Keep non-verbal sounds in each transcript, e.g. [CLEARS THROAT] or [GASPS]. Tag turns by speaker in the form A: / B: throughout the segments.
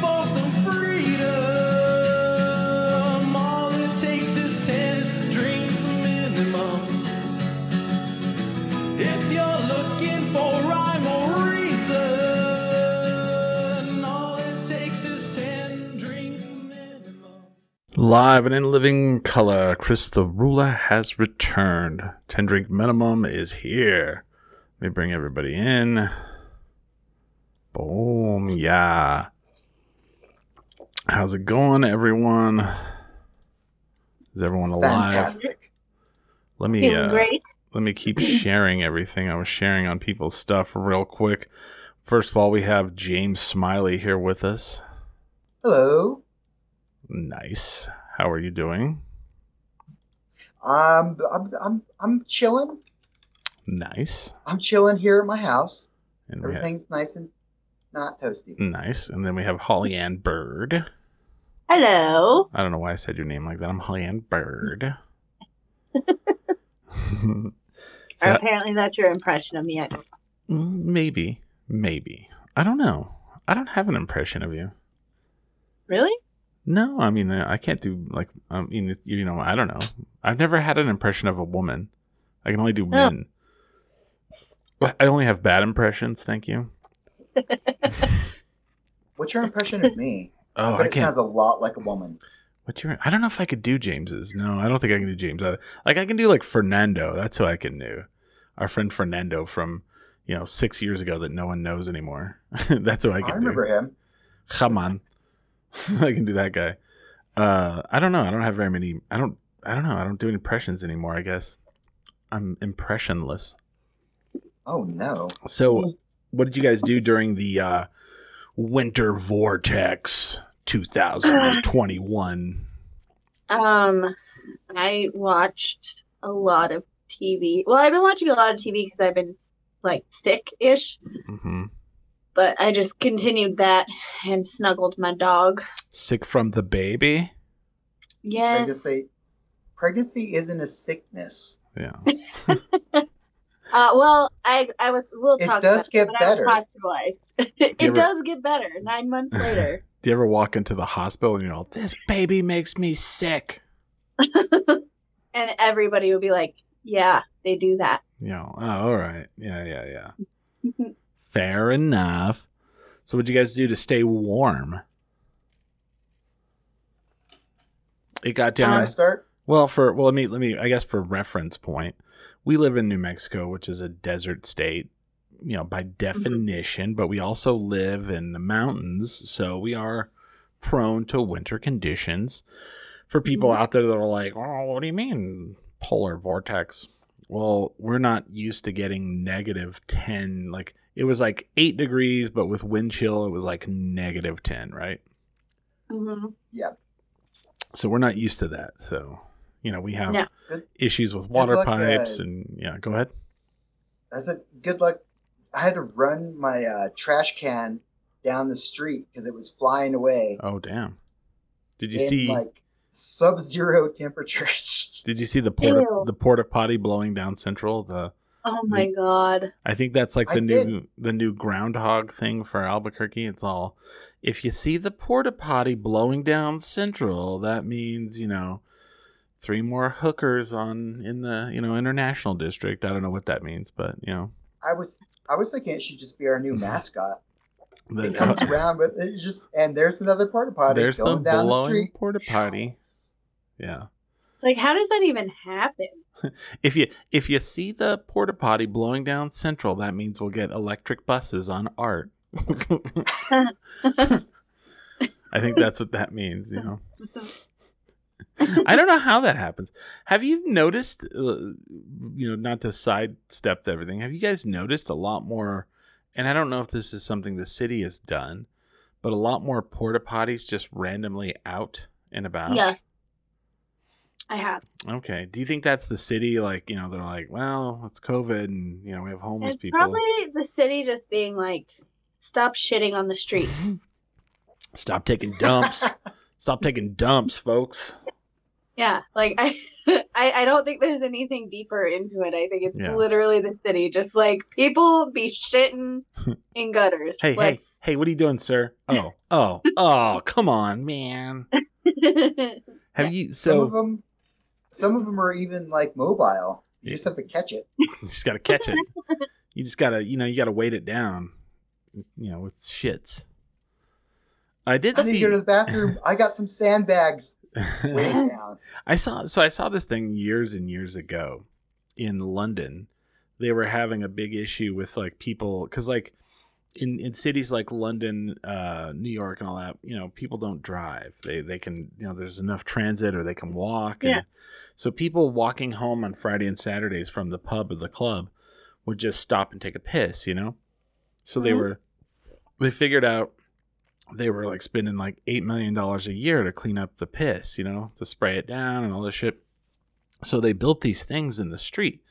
A: for some freedom, all it takes is 10 drinks minimum. If you're looking for rhyme or reason, all it takes is 10 drinks minimum.
B: Live and in living color, Chris the Ruler has returned. 10 drink minimum is here. Let me bring everybody in. Boom, yeah. How's it going, everyone? Is everyone alive?
C: Fantastic.
B: Let me
D: Doing
B: uh,
D: great.
B: let me
D: [CLEARS THROAT]
B: keep sharing everything I was sharing on people's stuff real quick. First of all, we have James Smiley here with us.
C: Hello.
B: Nice. How are you doing?
C: Um, I'm I'm I'm chilling.
B: Nice.
C: I'm chilling here at my house.
B: And we have,
C: Everything's nice and not toasty.
B: nice. And then we have Holly Ann Bird.
D: Hello.
B: I don't know why I said your name like that. I'm Holly Ann Bird. So-
D: Apparently, that's your impression of me. I don't-
B: Mm, maybe. Maybe. I don't know. I don't have an impression of you.
D: Really?
B: No, I mean uh, I can't do like I mean you know I don't know. I've never had an impression of a woman. I can only do men. I only have bad impressions. Thank you.
C: What's your impression of me?
B: [LAUGHS] Oh,
C: but
B: I
C: it
B: can't.
C: sounds a lot like a woman.
B: What's your? I don't know if I could do James's. No, I don't think I can do James. either. Like I can do like Fernando. That's who I can do. Our friend Fernando from you know six years ago that no one knows anymore. [LAUGHS] That's who I
C: Oh, I,
B: can do.
C: remember him.
B: come on [LAUGHS] i can do that guy uh i don't know i don't have very many i don't i don't know i don't do impressions anymore i guess i'm impressionless
C: Oh no.
B: so what did you guys do during the uh winter vortex 2021
D: Um, I watched a lot of TV. Well, I've been watching a lot of TV because I've been like sick-ish,
B: hmm
D: but I just continued that and snuggled my dog.
B: sick from the baby
D: Yes.
C: Pregnancy, pregnancy isn't a sickness.
B: yeah
D: Uh, well, I I was. We'll
C: It
D: talk.
C: does
D: about
C: get
D: but I was
C: better.
D: hospitalized. [LAUGHS] it
B: Give her-
D: does get better. Nine
B: [LAUGHS]
D: months later.
B: do you ever walk into the hospital and you're all this baby makes me sick
D: and everybody would be like, "Yeah, they do that."
B: you know oh, all right yeah yeah yeah fair enough so what'd you guys do to stay warm it got
C: Can
B: down
C: I start?
B: well for well let me let me i guess for reference point we live in new mexico which is a desert state you know by definition but we also live in the mountains so we are prone to winter conditions for people out there that are like oh what do you mean polar vortex well we're not used to getting negative 10 like it was like 8 degrees but with wind chill it was like negative 10 right
D: hmm
B: so we're not used to that. So, you know, we have
D: No.
C: Good-
B: issues with water
C: luck, uh,
B: pipes and yeah, go ahead.
C: I said good luck. I had to run my uh, trash can down the street because it was flying away
B: Oh damn. Did you
C: in
B: see
C: like sub-zero [LAUGHS] temperatures.
B: did you see the porta
D: Ew.
B: the porta potty blowing down central? The
D: Oh my god.
B: I think that's like
C: I
B: the new the new groundhog thing for Albuquerque. It's all if you see the porta potty blowing down central, that means, you know, three more hookers on in the, you know, international district. I don't know what that means, but you know,
C: I was I was thinking it should just be
B: [LAUGHS]
C: our new mascot.
B: the- uh,
C: It
B: [LAUGHS]
C: comes around, but it just and there's another porta potty
B: there's the
C: going down the
B: blowing
C: street.
B: porta potty. Yeah.
D: Like, how does that even happen? [LAUGHS]
B: If you if you see the porta potty blowing down Central, that means we'll get electric buses on art. I think that's what that means. You
D: [LAUGHS]
B: know, I don't know how that happens. Have you noticed? Uh, you know, not to sidestep everything. Have you guys noticed a lot more? And I don't know if this is something the city has done, but a lot more porta potties just randomly out and about.
D: Yes. I have.
B: Okay. Do you think that's the city? Like, you know, they're like, well, it's COVID and, you know, we have homeless
D: It's
B: people.
D: probably the city just being like, stop shitting on
B: [LAUGHS]
D: the street.
B: Stop taking
C: [LAUGHS]
B: dumps. Stop taking dumps, folks.
D: Yeah, like [LAUGHS] I, I, I don't think there's anything deeper into it. I think it's
B: Yeah.
D: literally the city, just like people be
B: [LAUGHS]
D: shitting in gutters.
B: Hey,
D: like,
B: hey, hey, what are you doing, sir? Oh, oh, oh, come on, man. Have you,
C: Some
B: so,
C: of them, some of them are even like mobile. You
B: Yeah.
C: just have to catch it.
B: you just got to catch
C: [LAUGHS]
B: it. You just got to, you know, you got to weight it down, you know, with shits. I did
C: I need to
B: see.
C: go to the bathroom. I got some
B: [LAUGHS]
C: sandbags laying down.
B: I saw so I saw this thing years and years ago in London. They were having a big issue with like people because like in, in cities like London, uh, New York, and all that, you know, people don't drive. They they can you know there's enough transit or they can walk.
D: Yeah.
B: And so people walking home on Friday and Saturdays from the pub or the club would just stop and take a piss. You know, so they
D: Mhm.
B: were they figured out they were like spending like eight million dollars a year to clean up the piss, you know, to spray it down and all this shit. So they built these things in the street.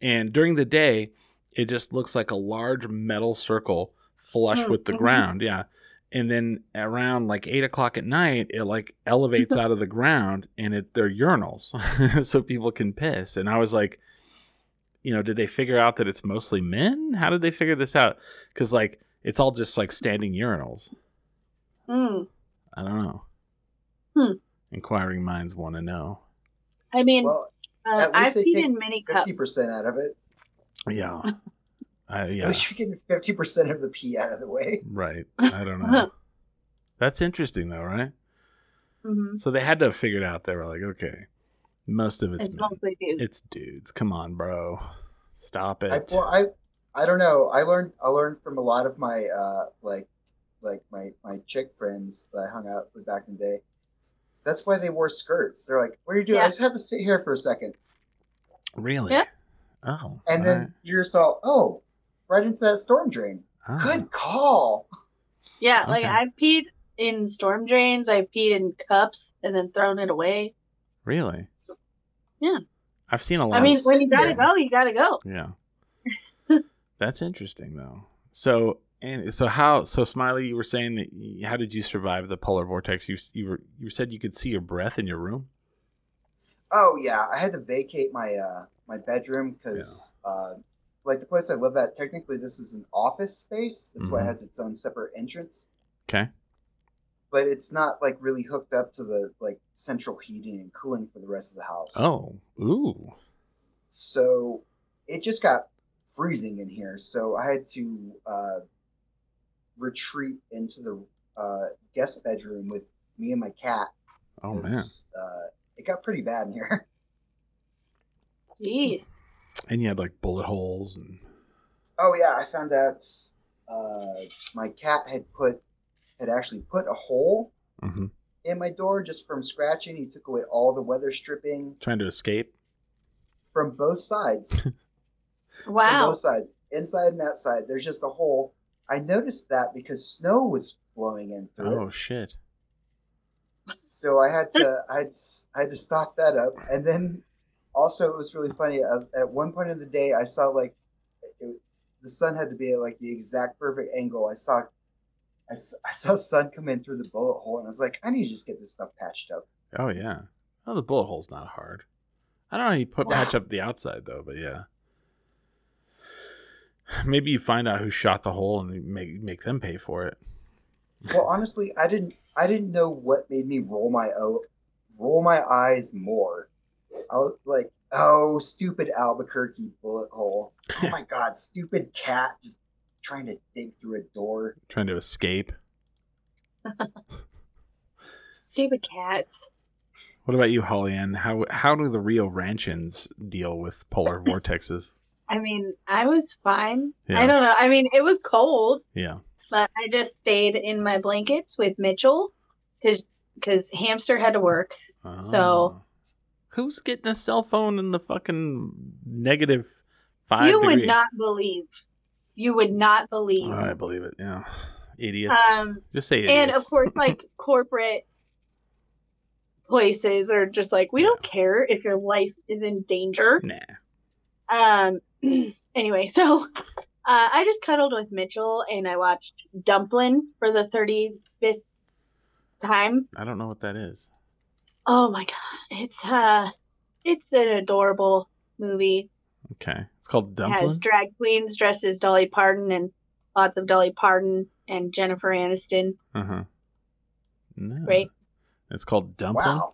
B: And during the day, it just looks like a large metal circle flush
D: Oh,
B: with the
D: mhm.
B: ground. Yeah. And then around like eight o'clock at night, it like elevates out of the ground and it they're urinals. [LAUGHS] so people can piss. And I was like, you know, did they figure out that it's mostly men? How did they figure this out? Because like it's all just like standing urinals.
D: [LAUGHS] mm.
B: I don't know.
D: Hmm.
B: Inquiring minds want to know.
D: I mean,
C: Well,
D: uh,
C: at least
D: I've
C: they
D: seen
C: take
D: in many cups.
C: fifty percent out of it.
D: [LAUGHS]
B: Yeah. I
C: At
B: yeah.
C: least you're getting fifty percent of the pee out of the way.
B: Right. I don't
D: [LAUGHS]
B: know. That's interesting though, right?
D: Mhm.
B: So they had to have figured out they were like, okay, most of it's
D: It's
B: men.
D: mostly dudes.
B: it's dudes. Come on, bro. Stop
C: I,
B: it.
C: well, I I don't know. I learned I learned from a lot of my uh like like my my chick friends that I hung out with back in the day. That's why they wore skirts. They're like, "What are you doing?"
D: Yeah.
C: I just have to sit here for a second,
B: Really?
D: Yeah.
B: Oh.
C: and
B: all
C: then
B: right.
C: you're just all, "Oh, right into that storm drain."
B: Oh,
C: Good call.
D: Yeah, like
B: Okay.
D: I've peed in storm drains. I've peed in cups and then thrown it away.
B: Really?
D: Yeah.
B: I've seen a lot
D: I mean,
C: just
D: when you
C: sitting
D: gotta
C: there.
D: go, you gotta go.
B: Yeah. That's interesting though. So and so how so Smiley you were saying that y- how did you survive the polar vortex? You s- you were you said you could see your breath in your room?
C: Oh yeah, I had to vacate my uh my bedroom because uh like the place I live at. Technically, this is an office space. That's why it
B: Mhm.
C: has its own separate entrance.
B: Okay.
C: But it's not like really hooked up to the like central heating and cooling for the rest of the house.
B: Oh. Ooh.
C: So it just got freezing in here. So I had to uh, retreat into the uh, guest bedroom with me and my cat.
B: Oh man.
C: 'cause, Uh, it got pretty bad in here. [LAUGHS]
D: Jeez.
B: And you had like bullet holes and
C: Oh yeah, I found out uh, my cat had put had actually put a hole
B: Mhm.
C: in my door just from scratching. He took away all the weather stripping
B: trying to escape.
C: from both sides. from
D: Wow.
C: both sides, inside and outside. There's just a hole. I noticed that because snow was blowing in through
B: Oh
C: it,
B: shit.
C: so I had to I had, s- I had to stop that up. And then also it was really funny. At, at one point in the day, I saw like it, the sun had to be at like the exact perfect angle. I saw. I, s- I saw sun come in through the bullet hole, and I was like, I need to just get this stuff patched up.
B: Oh yeah. Oh the bullet hole's not hard. I don't know how you put
C: Wow.
B: patch up the outside though, but yeah. [SIGHS] Maybe you find out who shot the hole and make make them pay for it.
C: Well, honestly, I didn't I didn't know what made me roll my o- roll my eyes more. I was like, oh, stupid Albuquerque bullet hole. Oh my god, stupid cat just trying to dig through a door.
B: Trying to escape.
D: Stupid cats.
B: What about you, Holly Ann? How how do the Rio Ranchans deal with
D: [LAUGHS]
B: polar vortexes?
D: I mean, I was fine.
B: Yeah.
D: I don't know. I mean, it was cold,
B: Yeah.
D: but I just stayed in my blankets with Mitchell because hamster had to work. So-
B: Ah. who's getting a cell phone in the fucking negative five?
D: you would
B: degree?
D: not believe. You would not believe.
B: I believe it. Yeah, idiots.
D: um,
B: [LAUGHS] Just say idiots.
D: and of course, like corporate places are just like we don't care if your life is in danger.
B: Nah.
D: Um. [CLEARS THROAT] anyway, so uh, I just cuddled with Mitchell and I watched Dumplin for the thirty fifth time.
B: I don't know what that is.
D: Oh my god, it's uh, it's an adorable movie.
B: Okay. It's called
D: It has
B: Dumpling.
D: drag queens dressed as Dolly Parton and lots of Dolly Parton and Jennifer Aniston.
B: Uh huh.
D: It's great.
B: It's called Dumpling.
C: Wow.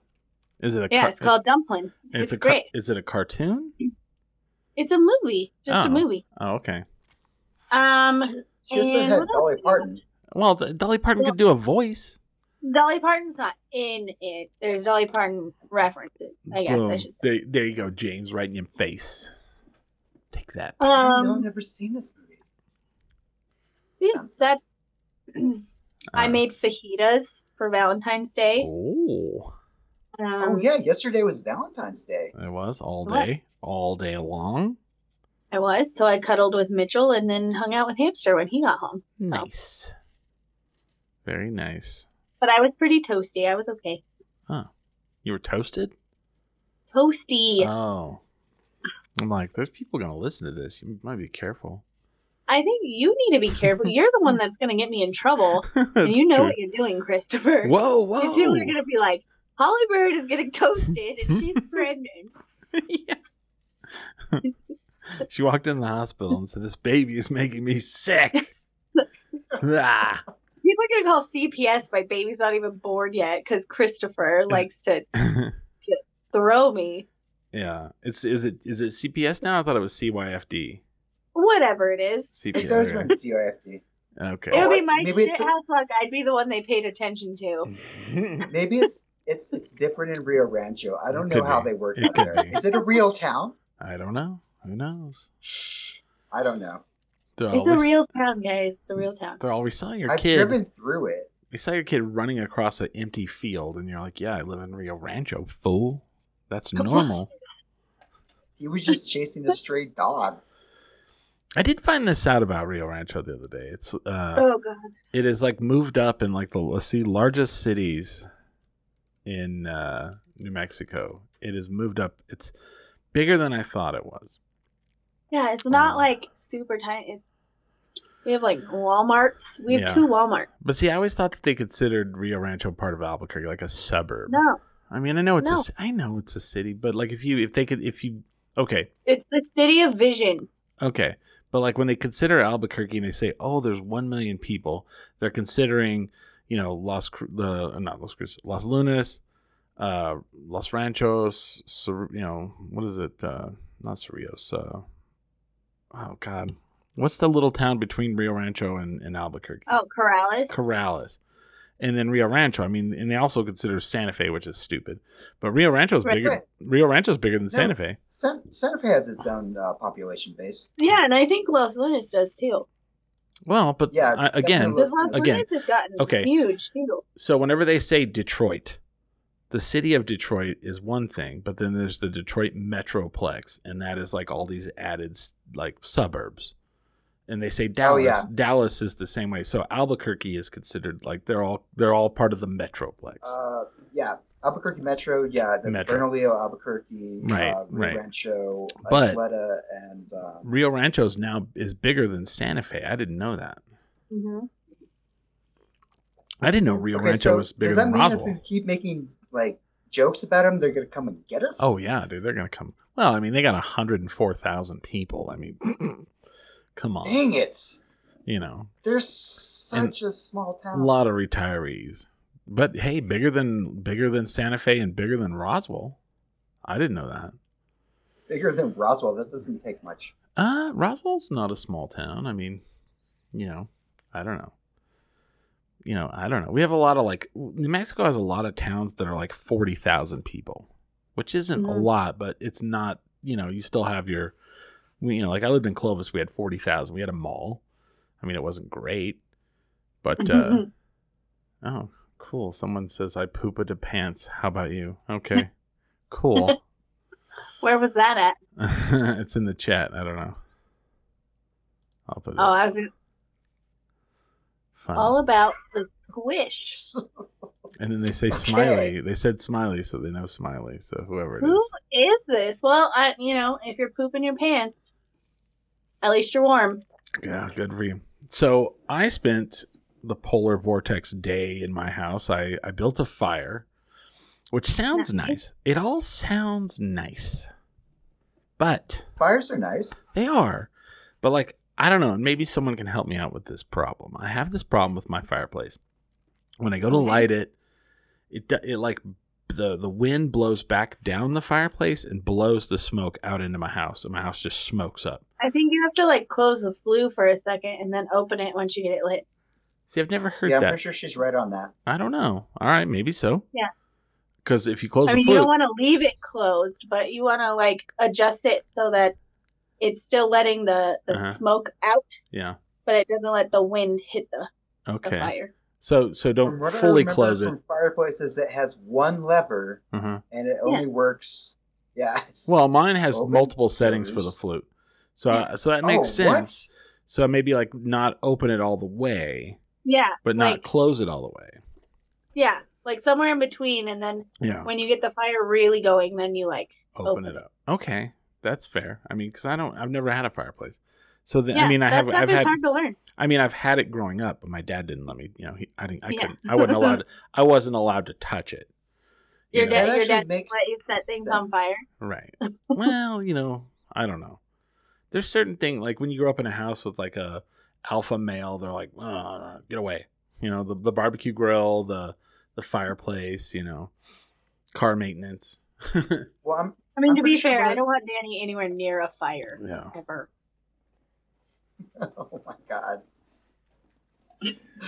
B: Is it a
D: Yeah,
B: car-
D: it's called Dumplin.
B: it's
D: It's
B: a car-
D: great.
B: Is it a cartoon?
D: It's a movie, just
B: Oh.
D: a movie.
B: Oh, okay.
D: Um,
C: She also
D: And
C: had
D: what
C: Dolly
D: else?
C: Parton.
B: Well, th- Dolly Parton
D: Well-
B: could do a voice.
D: Dolly Parton's not in it. There's Dolly Parton references. I guess I
B: Boom.
D: should. Say.
B: There, there you go, James, right in your face. Take that.
C: I know, I've
D: Um,
C: never seen this movie.
D: yeah,
B: [CLEARS THROAT]
D: that's. I
B: Uh,
D: made fajitas for Valentine's Day.
B: Oh,
D: Um,
C: oh yeah, yesterday was Valentine's Day.
B: it was all
D: What?
B: day, all day long.
D: I was so I cuddled with Mitchell and then hung out with Hamster when he got home.
B: Nice. Very nice.
D: But I was pretty toasty. I was okay.
B: You were toasted?
D: Toasty.
B: Oh. I'm like, there's people going to listen to this. You might be careful. [LAUGHS]
D: I think you need to be careful. You're the one that's going to get me
B: [LAUGHS]
D: in trouble. and
B: That's
D: you know
B: true.
D: what you're doing, Christopher.
B: Whoa,
D: You
B: whoa.
D: two are going to be like, Holly Bird is getting toasted and
B: [LAUGHS]
D: she's pregnant.
B: Yeah. she walked in the hospital and said, This baby is making me
D: [LAUGHS]
B: sick. ah. [LAUGHS]
D: People are going to call CPS my baby's not even born yet because Christopher likes to throw me.
B: yeah. It's is it is it CPS now? I thought it was CYFD.
D: Whatever it is.
B: CPS.
C: It's always been CYFD.
B: okay.
D: It would be
C: what?
D: my
C: Maybe
D: shit
C: it's a-
D: house luck. I'd be the one they paid attention to.
C: Maybe it's it's it's different in Rio Rancho. I don't
B: It
C: know
B: could
C: how
B: be.
C: they work
B: It
C: out
B: could
C: there.
B: be.
C: Is it a real town?
B: I don't know. Who knows?
C: I don't know.
B: They're
D: It's a
B: always,
D: real town, guys. It's a real town.
B: they're always saw your
C: I've
B: kid.
C: driven through it.
B: We saw your kid running across an empty field, and you're like, "Yeah, I live in Rio Rancho, fool. That's normal."
C: He was just chasing a stray dog.
B: I did find this out about Rio Rancho the other day. It's uh,
D: Oh, God.
B: it is like moved up in like the let's see largest cities in uh, New Mexico. It is moved up. It's bigger than I thought it was.
D: Yeah, it's not
B: Um,
D: like super tiny. It's, we have like Walmarts. We have
B: Yeah.
D: two Walmarts.
B: But see, I always thought that they considered Rio Rancho part of Albuquerque, like a suburb.
D: No,
B: I mean, I know it's a
D: No.
B: ci- I know it's a city, but like if you if they could if you okay,
D: it's the city of vision.
B: Okay. But like when they consider Albuquerque and they say, "Oh, there's 1 million people," they're considering, you know, Los Cru- the uh, not Los Cruces, Los Lunas, uh Los Ranchos, Cer- you know, what is it? Uh not Cerrillos. Uh, oh god. What's the little town between Rio Rancho and, and Albuquerque?
D: Oh, Corrales.
B: Corrales. And then Rio Rancho. I mean, and they also consider Santa Fe, which is stupid. But Rio Rancho's
D: Right,
B: bigger.
C: right.
B: Rio Rancho's bigger than Santa Fe.
C: San, Santa Fe has its own uh, population base.
D: yeah, and I think Los Lunas does too.
B: Well, but
C: Yeah,
B: I- again,
C: definitely
D: Because
C: Los
D: Los
B: Again.
D: Lunas has gotten
B: Okay.
D: huge too.
B: so whenever they say Detroit, the city of Detroit is one thing, but then there's the Detroit Metroplex, and that is like all these added like suburbs. And they say Dallas.
C: Oh, yeah.
B: Dallas is the same way. So Albuquerque is considered like they're all they're all part of the Metroplex.
C: Uh, yeah, Albuquerque Metro. Yeah, that's
B: Metro.
C: Bernalillo, Albuquerque,
B: Right,
C: uh, Rio
B: right.
C: Rancho,
B: But-
C: Isleta, and um,
B: Rio Rancho's now is bigger than Santa Fe. I didn't know that.
D: Mm-hmm.
B: I didn't know Rio
C: okay,
B: Rancho
C: so
B: was bigger
C: does that
B: than
C: mean
B: Roswell.
C: If we keep making like jokes about them, they're gonna come and get us.
B: Oh yeah, dude, they're gonna come. Well, I mean, they got hundred and four thousand people. I mean, [CLEARS THROAT] come on,
C: dang it!
B: you know.
C: They're such a small
B: a
C: town.
B: lot of retirees. But hey, bigger than bigger than Santa Fe and bigger than Roswell. I didn't know that.
C: Bigger than Roswell. That doesn't take much.
B: Uh Roswell's not a small town. I mean, you know, I don't know. You know, I don't know. We have a lot of like New Mexico has a lot of towns that are like 40,000 people, which isn't a
D: Mhm.
B: lot, but it's not, you know, you still have your we, you know, like I lived in Clovis, we had 40,000. We had a mall. I mean, it wasn't great, but uh Oh, cool. Someone says I poop into pants. How about you? Okay. cool.
D: Where was that at?
B: [LAUGHS] it's in the chat. I don't know. I'll put it.
D: Oh, I was.
B: Fun.
D: Oh, all about the squish.
B: and then they say smiley. They said smiley, so they know smiley. So whoever it
D: Who
B: is.
D: is this? Well, I, you know, if you're pooping your pants, at least you're warm.
B: Yeah, good for you. So I spent the polar vortex day in my house. I, I built a fire, which sounds
D: Nice.
B: nice. It all sounds nice. But
C: Fires are nice.
B: they are. But like, I don't know, and maybe someone can help me out with this problem. I have this problem with my fireplace. When I go to
D: Okay.
B: light it, it do- it like the the wind blows back down the fireplace and blows the smoke out into my house, and my house just smokes up.
D: I think you have to like close the flue for a second and then open it once you get it lit.
B: See, I've never heard
C: Yeah, I'm
B: that.
C: pretty sure she's right on that.
B: I don't know. All right, maybe so.
D: Yeah.
B: Because if you close
D: I
B: the
D: mean, you
B: flue,
D: don't want to leave it closed, but you want to like adjust it so that it's still letting the, the
B: Uh-huh.
D: smoke out,
B: yeah.
D: but it doesn't let the wind hit the, the
B: Okay.
D: fire.
B: So so
C: From
B: don't
C: what I
B: fully
C: remember
B: close it.
C: From fireplaces, it has one lever
B: Uh-huh.
C: and it
D: Yeah.
C: only works. Yeah. it's-
B: Well, mine has
C: Open,
B: multiple settings for the
C: close.
B: flute, so
D: Yeah.
B: so that
C: Oh,
B: makes
C: what?
B: sense. So maybe like not open it all the way,
D: Yeah.
B: but not
D: Like-
B: close it all the way.
D: Yeah. Like somewhere in between. And then
B: Yeah,
D: when you get the fire really going, then you like
B: open,
D: open
B: it up. Okay, that's fair. I mean, because I don't, I've never had a fireplace. So then,
D: Yeah,
B: I mean, I
D: that
B: have,
D: stuff
B: I've
D: is
B: had,
D: hard to learn.
B: I mean, I've had it growing up, but my dad didn't let me. You know, he, I didn't, I
D: Yeah.
B: couldn't, I wasn't allowed,
D: [LAUGHS]
B: I wasn't allowed to touch it. you
D: Your
B: know?
C: That
D: dad, your
C: actually
D: dad
C: makes
D: let you set things on
C: sense.
D: fire. [LAUGHS]
B: Right. well, you know, I don't know. There's certain thing like when you grow up in a house with like a alpha male, they're like, oh, get away. You know, the, the barbecue grill, the the fireplace, you know, car maintenance.
C: [LAUGHS] Well, I'm, [LAUGHS]
D: I mean,
C: I'm
D: to
C: pretty
D: be
C: sure
D: fair,
C: we're-
D: I don't want Danny anywhere near a fire
B: Yeah.
D: ever.
C: oh my God.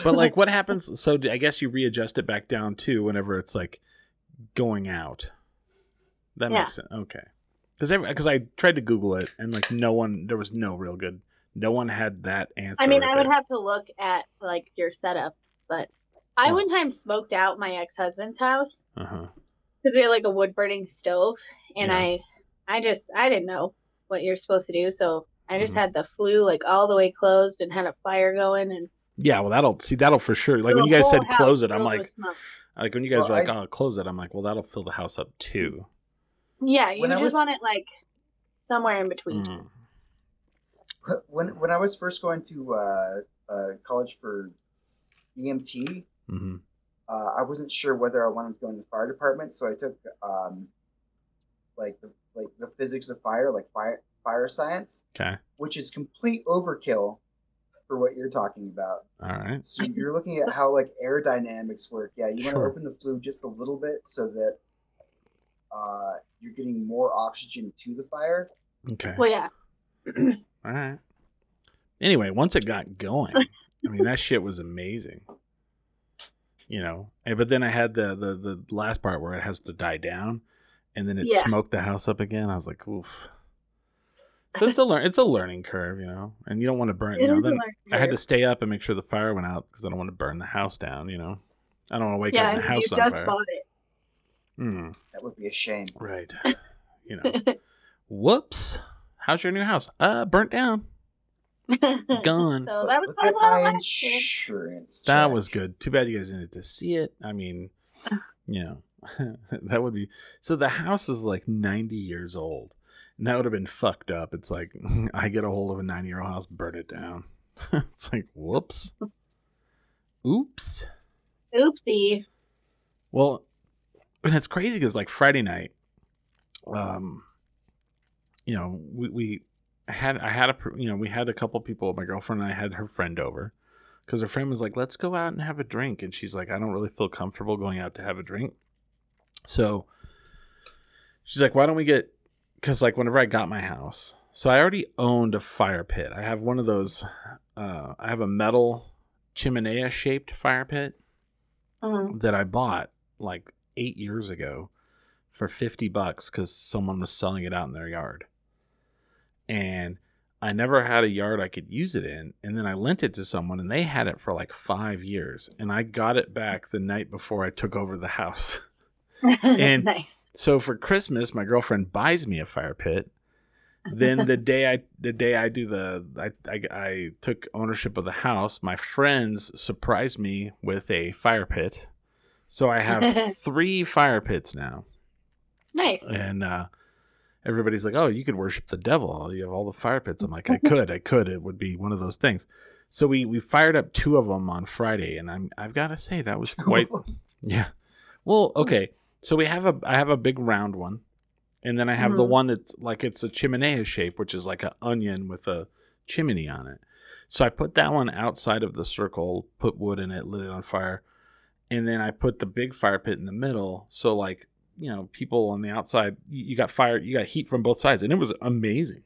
B: But like,
D: [LAUGHS]
B: what happens? So I guess you readjust it back down too whenever it's like going out. That
D: Yeah.
B: makes sense. Okay. Because because I tried to Google it and like no one, there was no real good. No one had that answer.
D: I mean,
B: right
D: I would
B: there.
D: have to look at like your setup, but I
B: Oh.
D: one time smoked out my ex husband's house
B: Uh-huh.
D: because we had like a wood burning stove, and
B: Yeah.
D: I, I just I didn't know what you're supposed to do, so I just
B: Mhm.
D: had the flue like all the way closed and had a fire going, and
B: Yeah, well, that'll see. That'll for sure. Like
D: the
B: when you guys
D: whole
B: said
D: house
B: close it, I'm
D: filled
B: like,
D: with smoke.
B: like when you guys
C: Well,
B: were like,
C: I-
B: oh, close it. I'm like, well, that'll fill the house up too.
D: yeah, you
C: when I
D: just
C: was-
D: want it like somewhere in between.
B: Mm.
C: When, when I was first going to uh, uh, college for E EMT,
B: hmm
C: uh, I wasn't sure whether I wanted to go in the fire department, so I took um, like the like the physics of fire, like fire fire science,
B: Okay.
C: which is complete overkill for what you're talking about.
B: All right. [CLEARS THROAT]
C: So you're looking at how like aerodynamics work. Yeah, you
B: Sure.
C: want to open the flue just a little bit so that uh, you're getting more oxygen to the fire.
B: Okay.
D: Well, yeah,
B: All right. Anyway, once it got going, I mean, that shit was amazing. You know, and, but then I had the, the the last part where it has to die down, and then it
D: Yeah.
B: smoked the house up again. I was like, oof. So it's a learn it's a learning curve, you know, and you don't want to burn. You
D: It
B: know,
D: is a [LAUGHS]
B: then
D: learning
B: I had to
D: curve.
B: stay up and make sure the fire went out because I don't want to burn the house down. You know, I don't want to wake
D: yeah,
B: up
D: I
B: in the
D: mean, you
B: house
D: just
B: on fire.
D: bought it. [LAUGHS]
B: Mm,
C: That would be a shame.
B: right. You know. Whoops. How's your new house? Uh, burnt down. Gone.
C: But
D: So that was
C: look at
D: kind of what I
C: my
D: wanted to do.
C: insurance.
B: That
C: check.
B: was
C: [LAUGHS]
B: good. Too bad you guys didn't get to see it. I
D: [LAUGHS]
B: mean, you know, [LAUGHS] that would be so. The house is like 90 years old, and that would have been fucked up. It's like [LAUGHS] I get a hold of a 90 year old house, burn it down. [LAUGHS] it's like, whoops, oops.
D: Oopsie.
B: Well, and it's crazy because like Friday night, um, you know, we, we had I had a pr- you know we had a couple people. My girlfriend and I had her friend over because her friend was like, "Let's go out and have a drink," and she's like, "I don't really feel comfortable going out to have a drink," so she's like, "Why don't we get?" Because like whenever I got my house, so I already owned a fire pit. I have one of those. Uh, I have a metal chimenea shaped fire pit
D: [LAUGHS] Mhm.
B: that I bought like eight years ago for 50 bucks because someone was selling it out in their yard. And I never had a yard I could use it in. And then I lent it to someone and they had it for like five years. And I got it back the night before I took over the house. And-
D: Nice.
B: So for Christmas, my girlfriend buys me a fire pit then the day I the day I do the I, I I took ownership of the house, my friends surprised me with a fire pit. So I have three fire pits now.
D: Nice.
B: And uh everybody's like, "Oh, you could worship the devil. You have all the fire pits." I'm like, "I could. I could. It would be one of those things." So we we fired up two of them on Friday, and I'm I've got to say that was quite yeah. Well, okay. So we have a I have a big round one, and then I have the
D: Mhm.
B: one that's like it's a chimenea shape, which is like an onion with a chimney on it. So I put that one outside of the circle, put wood in it, lit it on fire, and then I put the big fire pit in the middle. So like you know, people on the outside, you you got fire, you got heat from both sides, and it was amazing.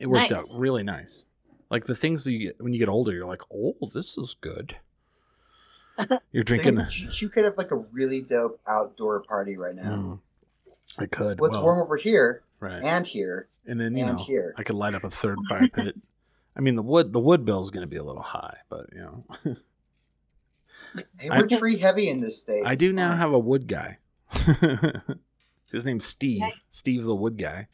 B: It worked
D: Nice.
B: out really nice. Like the things that you get when you get older, you're like, oh, this is good. You're drinking.
C: Dude, you, you could have like a really dope outdoor party right now.
B: Mm. I could.
C: What's
B: well,
C: warm over here
B: Right.
C: and here
B: And then you
C: and
B: know,
C: here?
B: I could light up a
C: [LAUGHS]
B: third fire pit. I mean, the wood the wood bill's going to be a little high, but you know,
C: Hey,
B: I-
C: we're tree heavy in this state.
B: I do now have a wood guy. [LAUGHS] His name's Steve.
D: Nice.
B: Steve the wood guy.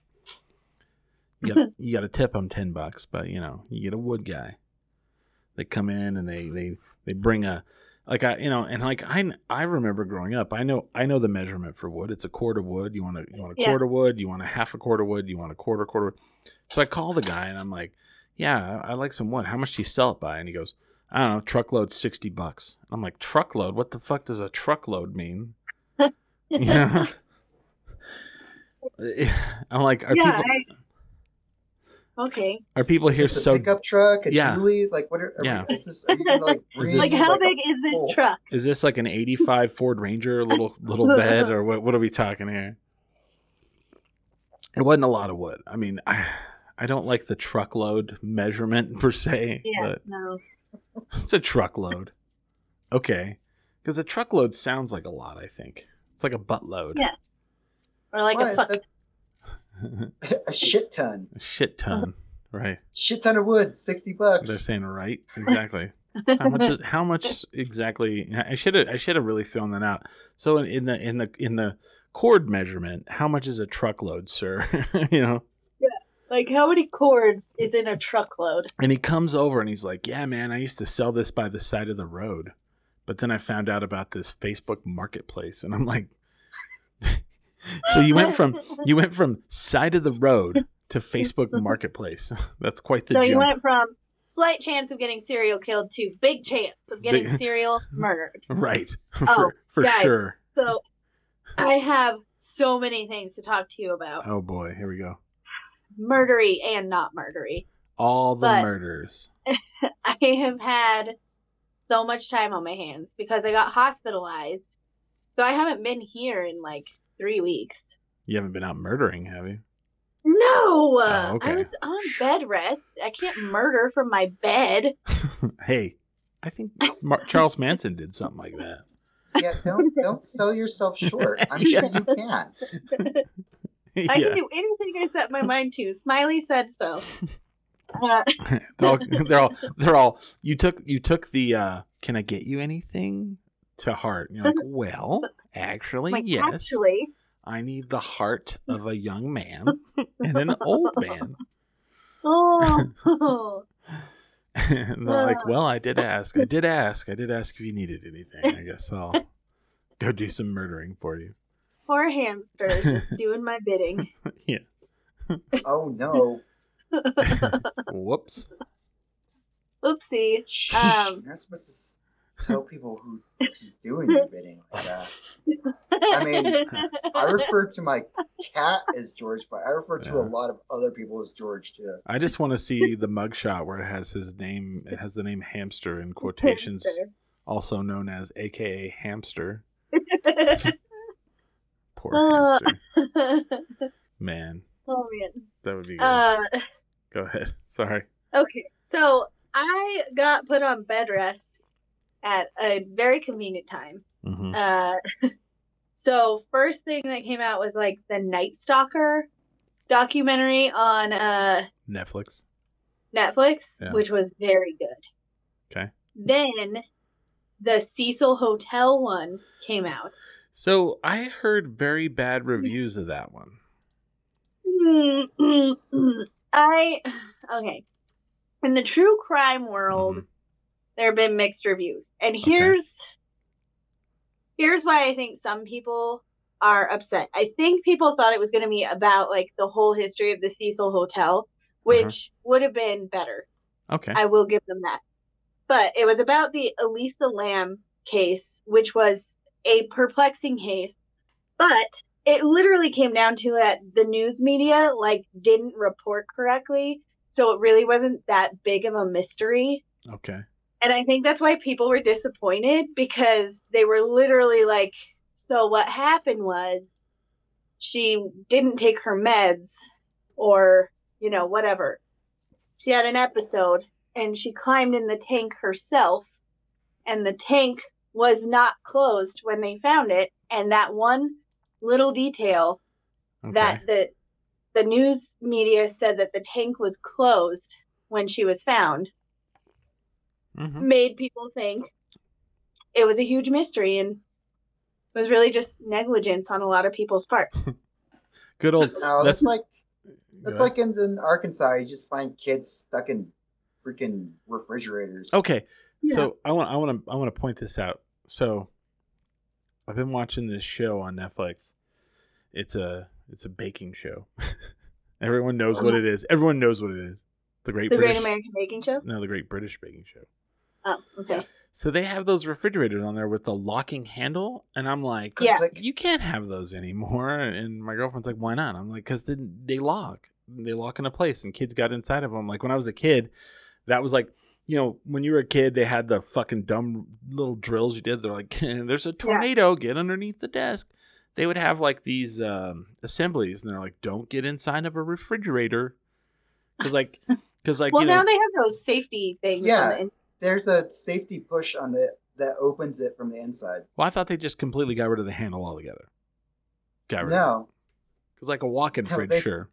B: You
C: [LAUGHS]
B: got, you got to tip him ten bucks, but you know, you get a wood guy. They come in and they they they bring a like I you know and like I I remember growing up. I know I know the measurement for wood. It's a quart of wood. You want to you want a
D: Yeah.
B: quarter wood. You want a half a quarter wood. You want a quarter quarter. So I call the guy and I'm like, yeah, I, I like some wood. How much do you sell it by? And he goes, I don't know, truckload sixty bucks. I'm like, truckload? What the fuck does a truckload
D: [LAUGHS]
B: mean? You know? [LAUGHS] I'm like, are
D: yeah.
B: people
D: I- okay.
B: are people here
C: Is this a
B: so
C: pickup truck, a
B: Yeah.
C: dually, like what are, are
B: Yeah.
C: we, is this, are you gonna, like,
B: [LAUGHS] Is
C: bring,
D: Like,
B: this-
D: how
C: like, a-
D: big is this
C: hole.
D: truck?
B: is this like an 85 Ford Ranger little little
D: [LAUGHS]
B: bed or what what are we talking here? It wasn't a lot of wood. I mean, I I don't like the truckload measurement per se,
D: Yeah.
B: but
D: No.
B: it's a truckload. Okay. Cuz a truckload sounds like a lot, I think. It's like a buttload.
D: Yeah. Or like a
C: what?
D: fuck.
C: That- [LAUGHS] a shit ton,
B: A shit ton, right?
C: shit ton of wood, sixty bucks.
B: They're saying right, exactly. how much? Is, how much exactly? I should have. I should have really thrown that out. So in, in the in the in the cord measurement, how much is a truckload, sir? [LAUGHS] you know.
D: Like how many cords is in a truckload?
B: And he comes over and he's like, "Yeah, man, I used to sell this by the side of the road, but then I found out about this Facebook Marketplace, and I'm like, [LAUGHS] so you went from you went from side of the road to
D: [LAUGHS]
B: Facebook Marketplace. [LAUGHS] That's quite the
D: so
B: jump.
D: you went from slight chance of getting cereal killed to big chance of getting
B: Big- [LAUGHS]
D: cereal murdered.
B: right [LAUGHS]
D: Oh,
B: for for
D: guys.
B: sure.
D: So I have so many things to talk to you about.
B: Oh boy, here we go.
D: Murdery and not murdery.
B: All the
D: But-
B: murders.
D: I have had so much time on my hands because I got hospitalized. So I haven't been here in like three weeks.
B: You haven't been out murdering, have you?
D: No, uh,
B: Oh, okay.
D: I was on bed rest. I can't murder from my bed.
B: [LAUGHS] hey, I think Mar- Charles Manson did something like that. [LAUGHS]
C: Yeah, don't don't sell yourself short. I'm sure
B: Yeah.
C: you can.
D: I
B: yeah,
D: can do anything I set my mind to. Smiley said
B: [LAUGHS]
D: so. Uh,
B: they're
D: [LAUGHS]
B: all, they're all they're all. You took you took the uh, "Can I get you anything?" to heart. And you're like, well, actually,
D: like,
B: yes.
D: actually,
B: I need the heart of a young
D: [LAUGHS]
B: man and an old man. [LAUGHS]
D: oh,
B: and they're like, well, I did ask. I did ask. I did ask if you needed anything. I guess I'll go do some murdering for you. [LAUGHS]
D: poor hamsters just doing my bidding.
C: Oh no,
B: Whoops.
D: Oopsie.
C: Shh,
D: Um.
C: you're not supposed to s- tell people who she's doing your bidding like that. I
D: [LAUGHS]
C: mean, I refer to my cat as George, but I refer to a
B: Yeah.
C: lot of other people as George too.
B: I just want to see the mugshot where it has his name. It has the name Hamster in quotations, also known as AKA Hamster.
D: [LAUGHS]
B: Poor
D: Uh.
B: hamster.
D: oh
B: Man,
D: man.
B: that would be good.
D: Uh,
B: Go ahead. [LAUGHS] Sorry.
D: okay, so I got put on bed rest at a very convenient time.
B: hmm
D: Uh, [LAUGHS] so first thing that came out was like the Night Stalker documentary on uh,
B: Netflix.
D: Netflix,
B: Yeah.
D: which was very good.
B: Okay.
D: Then the Cecil Hotel one came out.
B: So I heard very bad reviews of that one.
D: Hmm, mm. I okay. In the true crime world, there have been mixed reviews. And here's here's why I think some people are upset. I think people thought it was going to be about like the whole history of the Cecil Hotel, which would have been better.
B: Okay.
D: I will give them that. But it was about the Elisa Lamb case, which was a perplexing case. But it literally came down to that the news media like didn't report correctly, so it really wasn't that big of a mystery.
B: okay.
D: And I think that's why people were disappointed because they were literally like, so what happened was she didn't take her meds or, you know, whatever. She had an episode and she climbed in the tank herself, and the tank was not closed when they found it. And that one little detail
B: Okay.
D: that the the news media said that the tank was closed when she was found
B: Mhm.
D: made people think it was a huge mystery and was really just negligence on a lot of people's parts.
B: Good old.
C: No,
B: that's
C: that's like
B: go
C: that's
B: ahead.
C: like in, in Arkansas. You just find kids stuck in freaking refrigerators.
B: Okay.
D: Yeah.
B: So I want I want to I want to point this out. So I've been watching this show on Netflix. It's a it's a baking show. [LAUGHS] Everyone knows what it is. Everyone knows what it is. The Great
D: the
B: British
D: Great American Baking Show.
B: No, the Great British Baking Show.
D: Oh, okay.
B: So they have those refrigerators on there with the locking handle, and I'm like,
D: Yeah.
C: Click.
B: you can't have those anymore. And my girlfriend's like, why not? I'm like, because they, they lock. They lock in a place, and kids got inside of them. Like when I was a kid, that was like, you know, when you were a kid, they had the fucking dumb little drills you did. They're like, [LAUGHS] there's a tornado, get underneath the desk. They would have like these um, assemblies, and they're like, don't get inside of a refrigerator, because like,
C: [LAUGHS]
B: because like,
D: well,
B: you know,
D: now they have those safety things.
C: Yeah.
D: On the,
C: There's a safety push on it that opens it from the inside.
B: well, I thought they just completely got rid of the handle altogether. Got rid of it.
C: No,
B: Because like a walk-in
C: No,
B: fridge,
C: they-
B: sure.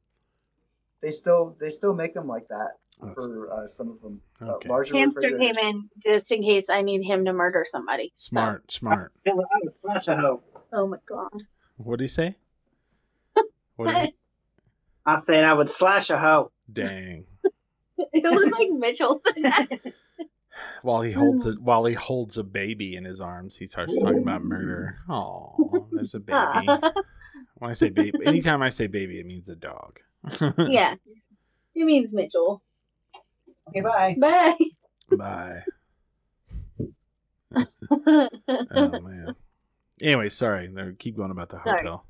C: they still they still make them like that
B: Oh, that's-
C: for uh, some of them. Uh,
B: okay.
C: larger
D: hamster
C: refrigerators.
D: came in just in case I need him to murder somebody. So- uh,
B: Smart, smart.
D: oh my god. [LAUGHS]
B: What do you say? What did
D: it
B: he-
E: I said I would slash a hoe.
B: dang.
D: was like Mitchell. [LAUGHS]
B: While he holds it, while he holds a baby in his arms, he starts talking about murder. Oh, there's a
D: [LAUGHS]
B: baby. [LAUGHS] When I say baby, anytime I say baby, it means a dog.
D: yeah. It means Mitchell.
E: Okay, bye.
D: Bye. [LAUGHS]
B: Bye. Oh man. Anyway, sorry. There- Keep going about the
D: Sorry.
B: hotel.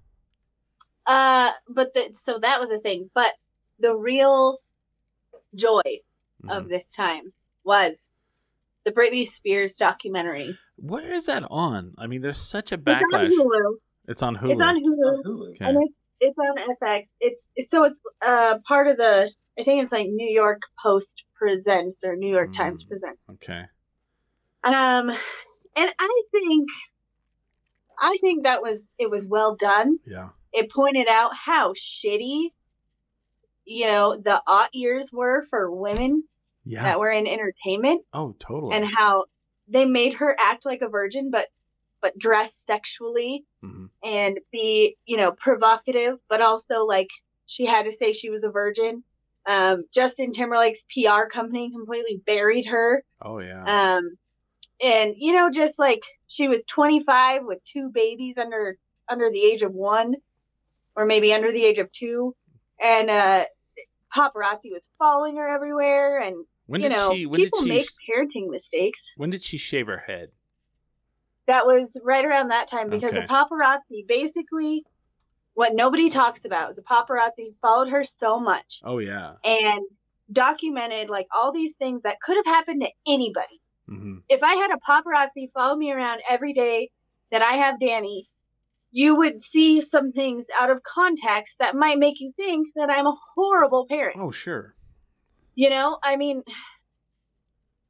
D: Uh, but the, so that was a thing. But the real joy of
B: Mhm.
D: this time was the Britney Spears documentary.
B: Where is that on? I mean, there's such a
D: It's on
B: backlash.
D: Hulu.
B: It's on Hulu.
D: It's on Hulu,
C: Hulu.
B: Okay.
D: and it's it's on FX. It's, it's so it's uh part of the I think it's like New York Post presents or New York Times
B: Mm.
D: presents.
B: Okay.
D: Um, and I think I think that was it was well done.
B: Yeah.
D: it pointed out how shitty you know the odd years were for women
B: Yeah.
D: that were in entertainment
B: oh, totally.
D: and how they made her act like a virgin but but dress sexually
B: Mhm.
D: and be you know provocative but also like she had to say she was a virgin um, justin timberlake's pr company completely buried her
B: Oh yeah.
D: um, and you know just like she was 25 with two babies under under the age of one or maybe under the age of two and uh paparazzi was following her everywhere and
B: when
D: you
B: did
D: know
B: she? When did
D: people
B: she?
D: make parenting mistakes
B: When did she shave her head?
D: that was right around that time because
B: Okay.
D: the paparazzi basically what nobody talks about is the paparazzi followed her so much
B: Oh yeah.
D: and documented like all these things that could have happened to anybody
B: Mm-hmm.
D: if I had a paparazzi follow me around every day that I have Danny, you would see some things out of context that might make you think that I'm a horrible parent.
B: Oh sure.
D: You know, I mean,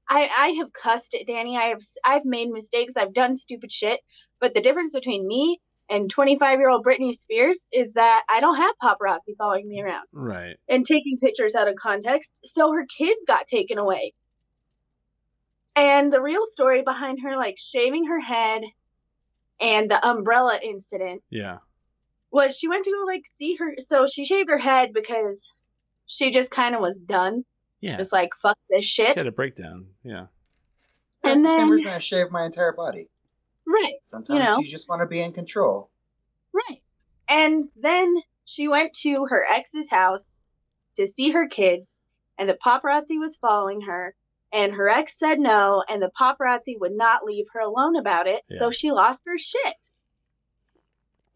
D: I I have cussed at Danny. I have s- I've made mistakes. I've done stupid shit. But the difference between me and 25 year old Britney Spears is that I don't have paparazzi following me around
B: Right.
D: and taking pictures out of context. So her kids got taken away. And the real story behind her, like shaving her head and the umbrella incident,
B: Yeah.
D: was she went to go like see her so she shaved her head because she just kind of was done
B: Yeah.
D: just like fuck this
B: She
D: shit
B: had a breakdown. Yeah.
C: That's
D: and
C: the same
D: then
C: reason I shave my entire body.
D: right
C: Sometimes you,
D: know.
C: just want to be in control.
D: right and then she went to her ex's house to see her kids and the paparazzi was following her and her ex said no and the paparazzi would not leave her alone about it
B: Yeah.
D: so she lost her shit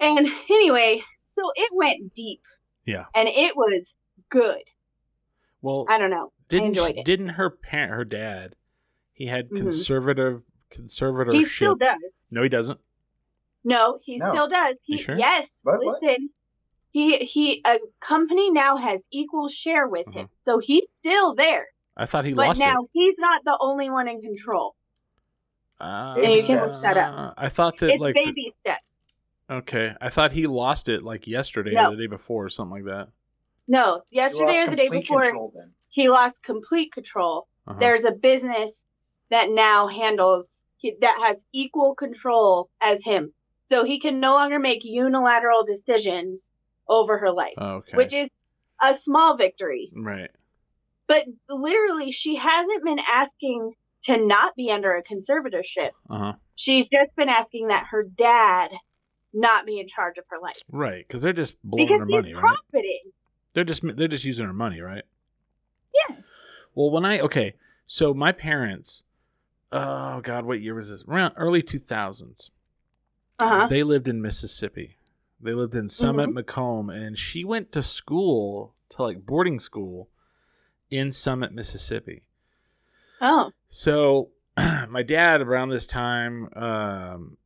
D: and anyway so it went deep
B: Yeah.
D: and it was good
B: Well,
D: i don't know
B: didn't
D: enjoyed
B: she-
D: it.
B: didn't her parent, her dad, he had
D: Mhm.
B: conservative conservatorship.
D: he still does
B: No, he doesn't.
D: No, he
C: No.
D: still does. He,
B: You sure?
D: Yes.
C: What, what?
D: listen, he he a company now has equal share with
B: Uh-huh.
D: him, so he's still there.
B: I thought he
D: but
B: lost
D: now
B: it.
D: he's not the only one in control.
B: Uh,
C: Yeah, you can
D: look that up.
B: Ah, I thought that
D: it's
B: like the-
D: baby steps.
B: okay, I thought he lost it like yesterday
D: No.
B: or the day before or something like that.
D: No,
C: You
D: yesterday
C: lost
D: or the day
C: complete
D: before,
C: Control then.
D: he lost complete control.
B: Uh-huh.
D: There's a business that now handles he, that has equal control as him, so he can no longer make unilateral decisions over her life,
B: Oh, okay.
D: which is a small victory.
B: right.
D: but literally she hasn't been asking to not be under a conservatorship
B: Uh huh.
D: she's just been asking that her dad not be in charge of her life
B: Right, because they're just blowing
D: because
B: her
D: he's
B: money, right?
D: profiting
B: They're just they're just using her money, right?
D: Yeah.
B: Well, when I okay, so my parents, oh god, what year was this? Around early two thousands.
D: uh-huh Mm-hmm.
B: They lived in Mississippi. They lived in Summit, Macomb, and she went to school to like boarding school in Summit, Mississippi.
D: oh
B: So [CLEARS THROAT] my dad around this time um,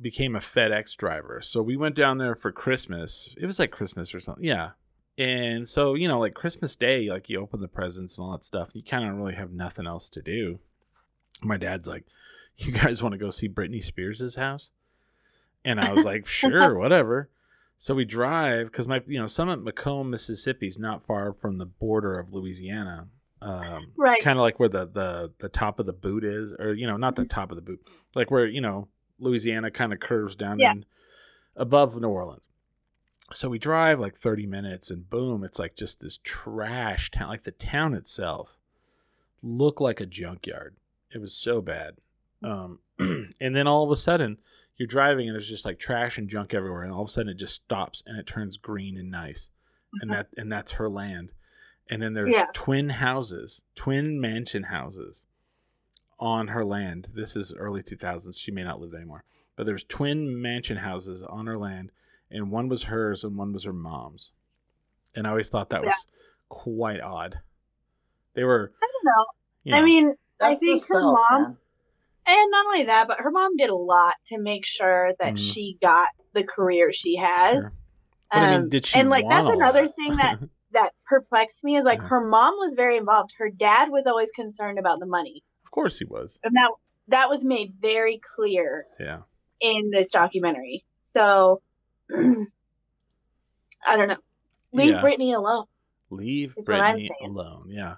B: became a FedEx driver. So we went down there for Christmas. It was like Christmas or something. Yeah. And so, you know, like Christmas Day, like you open the presents and all that stuff. You kind of really have nothing else to do. My dad's like, You guys want to go see Britney Spears' house? And I was
D: [LAUGHS]
B: like, Sure, whatever. So we drive because my, you know, Summit Macomb, Mississippi is not far from the border of Louisiana. Um,
D: Right.
B: Kind of like where the, the, the top of the boot is, or, you know, not
D: Mm-hmm.
B: the top of the boot, like where, you know, Louisiana kind of curves down
D: Yeah.
B: and above New Orleans. So we drive like 30 minutes and boom, it's like just this trash town. Like the town itself looked like a junkyard. It was so bad. Um, [CLEARS THROAT] and then all of a sudden, you're driving and there's just like trash and junk everywhere and all of a sudden it just stops and it turns green and nice and that and that's her land and then there's
D: Mm-hmm. Yeah.
B: twin houses twin mansion houses on her land this is early 2000s she may not live there anymore but there's twin mansion houses on her land and one was hers and one was her mom's and i always thought that
D: Yeah.
B: was quite odd they were
D: i don't know
B: you know,
D: i mean
C: That's
D: i think
C: the
D: her
C: South,
D: mom
C: man.
D: and not only that but her mom did a lot to make sure that
B: Mhm.
D: she got the career she has
B: sure. But I mean,
D: Um,
B: did she
D: and like that's
B: want all
D: another
B: that? [LAUGHS]
D: thing that that perplexed me is like
B: Yeah.
D: her mom was very involved her dad was always concerned about the money
B: of course he was
D: and that that was made very clear
B: yeah
D: in this documentary. So [CLEARS THROAT] I don't know. Leave
B: Yeah.
D: Brittany alone.
B: Leave
D: Is what I'm
B: Brittany
D: saying.
B: alone. Yeah.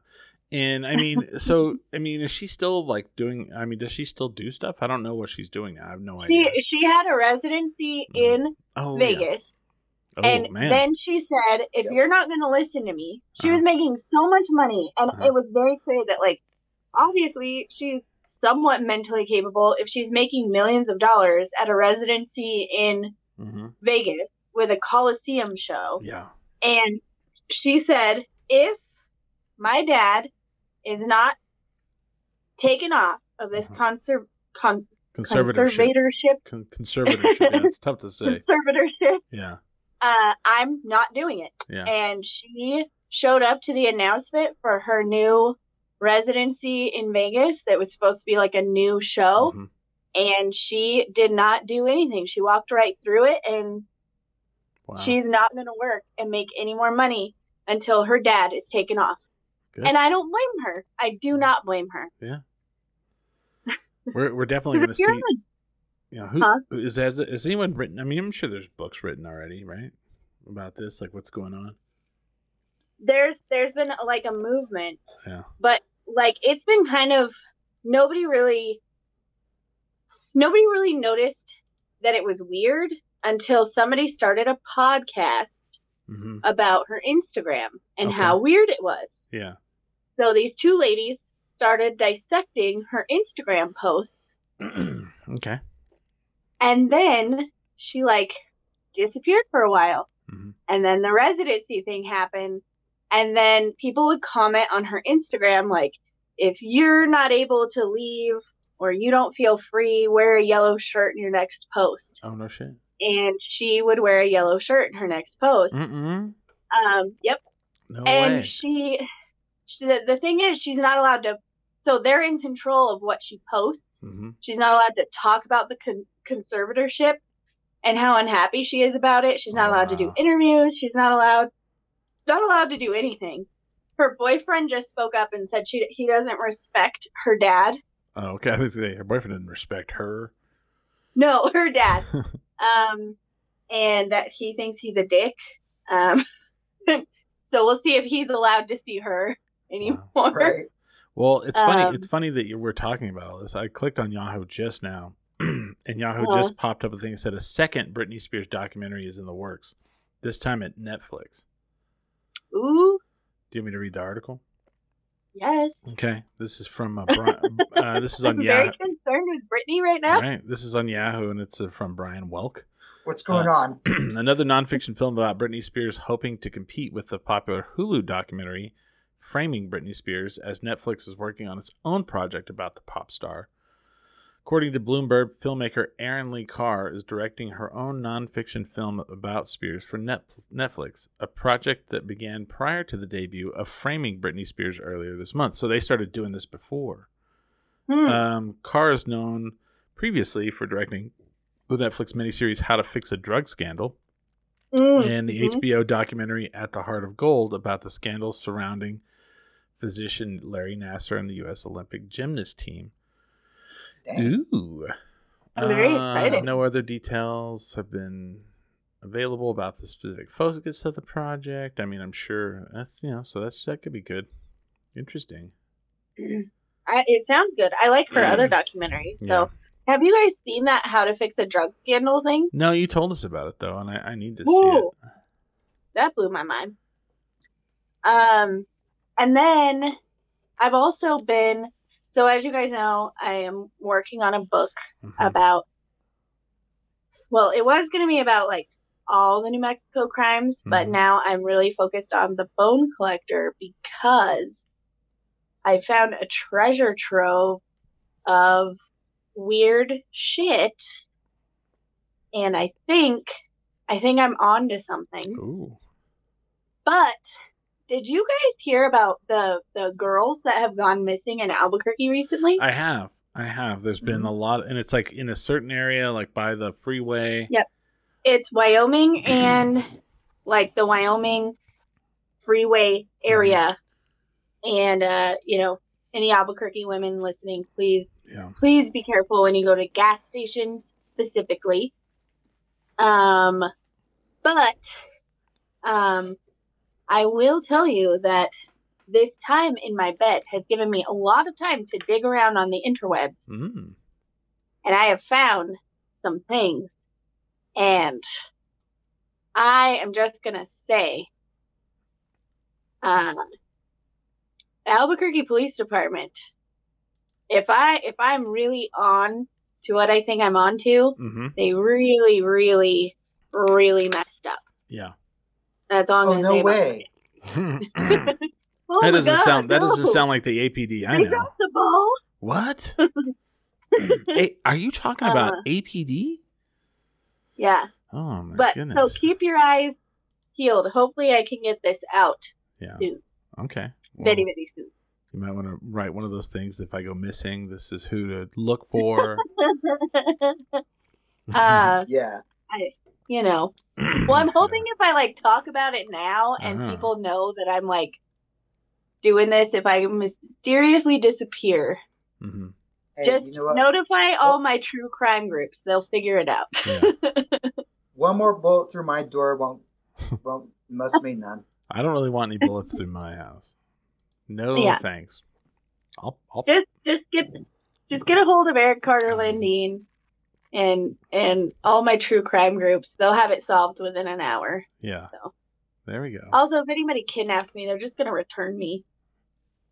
B: And I
D: [LAUGHS]
B: mean, so I mean, is she still like doing? I mean, does she still do stuff? I don't know what she's doing now. I have no
D: She
B: idea.
D: she had a residency
B: Mhm.
D: in
B: oh, yeah.
D: Vegas,
B: Oh
D: and
B: man.
D: then she said, "If
C: Yep.
D: you're not going to listen to me," she
B: Uh-huh.
D: was making so much money, and
B: Uh-huh.
D: it was very clear that like obviously she's somewhat mentally capable if she's making millions of dollars at a residency in
B: hmm
D: Vegas with a Coliseum show.
B: Yeah.
D: And she said, if my dad is not taken off of this
B: Mhm.
D: conser- con-
B: Conservatorship.
D: conservatorship,
B: Con- conservatorship. yeah, it's tough to say.
D: [LAUGHS] conservatorship,
B: Yeah.
D: uh, I'm not doing it.
B: Yeah.
D: And she showed up to the announcement for her new residency in Vegas that was supposed to be like a new show.
B: Mhm.
D: And she did not do anything. She walked right through it and
B: Wow.
D: she's not going to work and make any more money until her dad is taken off.
B: Good.
D: And I don't blame her. I do not blame her.
B: we're we're definitely gonna
D: If you're
B: see. You know, who
D: Huh?
B: is has has anyone written? I mean, I'm sure there's books written already, right? About this, like what's going on.
D: there's there's been like a movement
B: Yeah.
D: but like it's been kind of nobody really nobody really noticed that it was weird until somebody started a podcast
B: hmm
D: about her Instagram and
B: Okay.
D: how weird it was.
B: Yeah.
D: So these two ladies started dissecting her Instagram posts
B: [CLEARS THROAT] okay.
D: and then she like disappeared for a while.
B: Mhm.
D: And then the residency thing happened and then people would comment on her Instagram like if you're not able to leave or you don't feel free, wear a yellow shirt in your next post.
B: Oh no shit.
D: And she would wear a yellow shirt in her next post.
B: Mm-mm.
D: Um, yep.
B: Mm. No
D: and
B: way.
D: she, she the, the thing is she's not allowed to so they're in control of what she posts
B: hmm
D: she's not allowed to talk about the con- conservatorship and how unhappy she is about it she's not allowed to do
B: Wow.
D: interviews she's not allowed not allowed to do anything her boyfriend just spoke up and said she he doesn't respect her dad
B: Oh, okay. [LAUGHS] I was gonna say her boyfriend didn't respect her. [LAUGHS]
D: no [LAUGHS] her dad um and that he thinks he's a dick um [LAUGHS] so we'll see if he's allowed to see her [LAUGHS] anymore
C: right?
B: Well, it's funny.
D: Um,
B: It's funny that you we're talking about all this. I clicked on Yahoo just now, [CLEARS THROAT] and Yahoo
D: Uh-huh.
B: just popped up a thing that said a second Britney Spears documentary is in the works. This time at Netflix.
D: ooh
B: Do you want me to read the article?
D: yes
B: Okay. This is from uh, Brian. [LAUGHS] uh, this is on
D: I'm [LAUGHS] very
B: Yahoo.
D: concerned with Brittany right now.
B: All right. This is on Yahoo, and it's uh, from Brian Welk.
C: What's
B: Uh,
C: going on?
B: [CLEARS THROAT] Another nonfiction film about Britney Spears hoping to compete with the popular Hulu documentary Framing Britney Spears, as Netflix is working on its own project about the pop star. According to Bloomberg, filmmaker Aaron Lee Carr is directing her own nonfiction film about Spears for Net- Netflix, a project that began prior to the debut of Framing Britney Spears earlier this month. So they started doing this before.
D: Hmm.
B: Um, Carr is known previously for directing the Netflix miniseries How to Fix a Drug Scandal
D: Mm.
B: and the
D: Mhm.
B: HBO documentary At the Heart of Gold about the scandals surrounding physician Larry Nasser and the U.S. Olympic gymnast team.
C: Dang.
B: Ooh.
D: I'm very
B: Uh,
D: excited.
B: No other details have been available about the specific focus of the project. I mean, I'm sure that's, you know, so that's that could be good. Interesting.
D: I, it sounds good. I like her other documentaries. So,
B: Mm. Yeah.
D: have you guys seen that How to Fix a Drug Scandal thing?
B: No, you told us about it, though, and I, I need to
D: Whoa. That blew my mind. Um, and then I've also been so as you guys know, I am working on a book
B: see it. Mhm.
D: about. Well, it was going to be about like all the New Mexico crimes, but
B: Mhm.
D: now I'm really focused on the bone collector because I found a treasure trove of weird shit and I think I think I'm on to something.
B: Ooh.
D: But did you guys hear about the the girls that have gone missing in Albuquerque recently?
B: I have. I have. There's been a lot, and it's like in a certain area, like by the freeway.
D: it's Wyoming and like the Wyoming freeway area. And uh, you know, any Albuquerque women listening, please
B: Yeah.
D: please be careful when you go to gas stations specifically. Um but um I will tell you that this time in my bed has given me a lot of time to dig around on the interwebs
B: Mm.
D: and I have found some things. And I am just going to say uh, Albuquerque Police Department if I if I'm really on to what I think I'm on to,
B: hmm
D: they really really really messed up.
B: Yeah.
D: That's all I'm
C: Oh
D: going to say.
C: no
D: about
C: way!
B: [LAUGHS] that
D: it. [LAUGHS] Oh my
B: doesn't
D: God,
B: sound. That doesn't
D: no.
B: sound like the APD. I
D: They
B: know.
D: dropped the ball. [LAUGHS]
B: What? hey, are you talking about
D: Uh.
B: APD?
D: Yeah,
B: Oh my
D: but
B: goodness.
D: so keep your eyes peeled. Hopefully, I can get this out
B: yeah.
D: soon,
B: Okay. Well,
D: very very soon.
B: you might want to write one of those things. If I go missing, this is who to look for.
D: [LAUGHS] uh,
C: Yeah,
D: you know.
B: [CLEARS THROAT]
D: Well, I'm hoping if I like talk about it now and
B: Uh-huh.
D: people know that I'm like doing this, if I mysteriously disappear,
B: hmm
C: hey,
D: just
C: you know what?
D: notify all my true crime groups. They'll figure it out. [LAUGHS]
B: Yeah.
C: One more bullet through my
B: [LAUGHS]
C: door won't won't must mean none.
B: I don't really want any bullets through my house. No
D: Yeah.
B: thanks. I'll, I'll
D: just, just get, just get a hold of Eric Carter Landine and and all my true crime groups they'll have it solved within an hour
B: Yeah.
D: So.
B: There we go.
D: also if anybody kidnaps me they're just gonna return me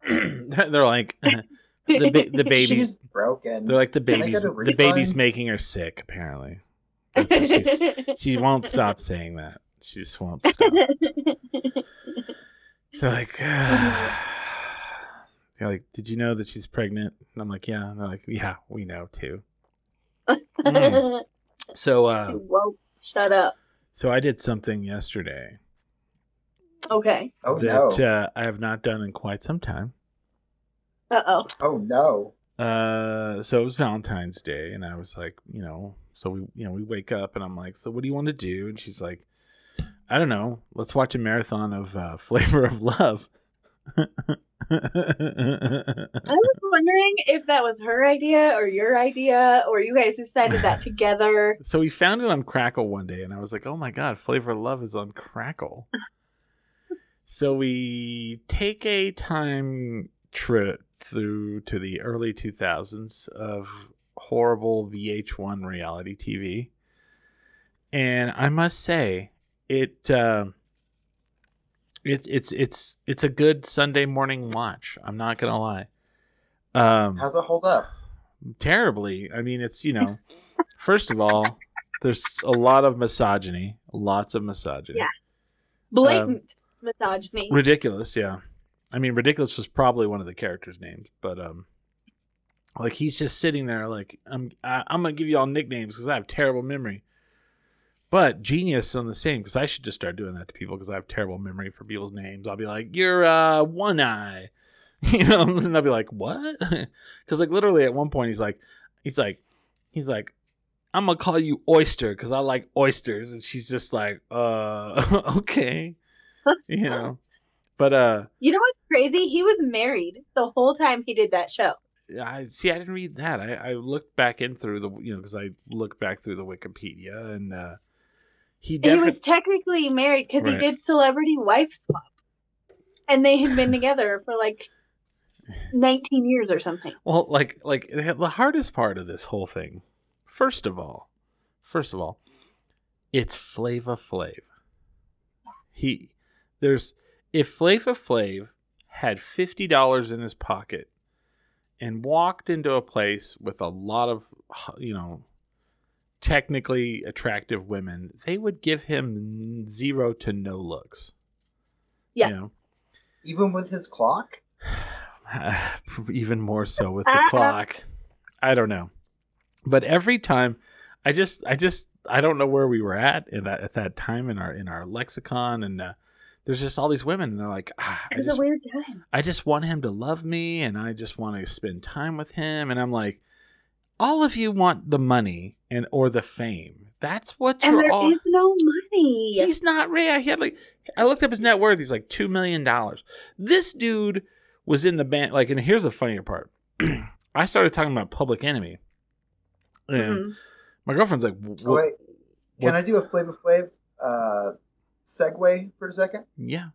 B: [CLEARS THROAT] They're like [LAUGHS] the ba-
D: [LAUGHS]
B: the baby.
C: She's broken.
B: They're like the
C: Can I
B: baby's
C: get a
B: the baby's
C: refund?
B: making her sick. Apparently, That's what
D: [LAUGHS]
B: she's- [LAUGHS] she won't stop saying that. She just won't stop. They're like, [SIGHS] they're like, did you know that she's pregnant? And I'm like, yeah. And they're like, yeah, we know too. Mm. So, uh,
D: You won't shut up
B: so I did something yesterday
D: okay
C: oh no!
B: that uh, I have not done in quite some time.
D: uh-oh
C: oh no!
B: Uh, so it was Valentine's Day, and I was like, you know, so we, you know, we wake up, and I'm like, so what do you want to do? And she's like, I don't know. Let's watch a marathon of uh, [LAUGHS] Flavor of Love. [LAUGHS]
D: i was wondering if that was her idea or your idea or you guys decided
B: [LAUGHS]
D: that together
B: So we found it on Crackle one day, and I was like, "Oh my god, Flavor of Love is on Crackle." so we take a time trip through to the early 2000s of horrible VH1 reality TV, and I must say, it uh, it's it's it's it's a good Sunday morning watch. I'm not gonna lie. Um,
C: How's it hold up?
B: terribly. I mean, it's you know, first of all, there's a lot of misogyny, lots of misogyny.
D: Yeah. blatant
B: Um,
D: misogyny
B: Ridiculous, yeah. I mean, ridiculous was probably one of the characters' names, but um, like he's just sitting there, like I'm, I, I'm gonna give you all nicknames because I have terrible memory. But genius on the same because I should just start doing that to people because I have terrible memory for people's names. I'll be like, "You're uh, one eye," [LAUGHS] you know, and they'll be like, "What?" [LAUGHS] Because like literally at one point he's like, he's like, he's like, "I'm gonna call you oyster because I like oysters," and she's just like, "Uh, [LAUGHS] okay," you know. But uh,
D: you know what's crazy he was married the whole time he did that show
B: I see. I didn't read that. I, I looked back in through the you know because I looked back through the Wikipedia and uh, he
D: he
B: definitely
D: was technically married because
B: Right.
D: he did celebrity wife swap and they
B: [LAUGHS]
D: had been together for like 19 years or something
B: well like like the hardest part of this whole thing. First of all, first of all, it's Flava Flav. He there's if Flava Flav had fifty dollars in his pocket and walked into a place with a lot of you know technically attractive women, they would give him zero to no looks.
D: Yeah.
B: You know?
C: Even with his clock?
B: [SIGHS] even more so with the
D: [LAUGHS] Uh-uh.
B: clock. I don't know, but every time, I just, I just, I don't know where we were at in that, at that time in our in our lexicon, and uh, there's just all these women, and they're like, ah,
D: it
B: I
D: was
B: just,
D: a weird time
B: I just want him to love me, and I just want to spend time with him, and I'm like, all of you want the money and or the fame. That's what
D: and
B: you're
D: there is
B: all.
D: no money
B: He's not rare. He had like I looked up his net worth. He's like two million dollars. This dude was in the band. Like, and here's the funnier part. [CLEARS THROAT] I started talking about Public Enemy, and
D: Mhm.
B: my girlfriend's like, "Wh-
C: Oh,
B: what-
C: wait. Can I do a Flavor Flav uh, segue for a second?
B: "Yeah,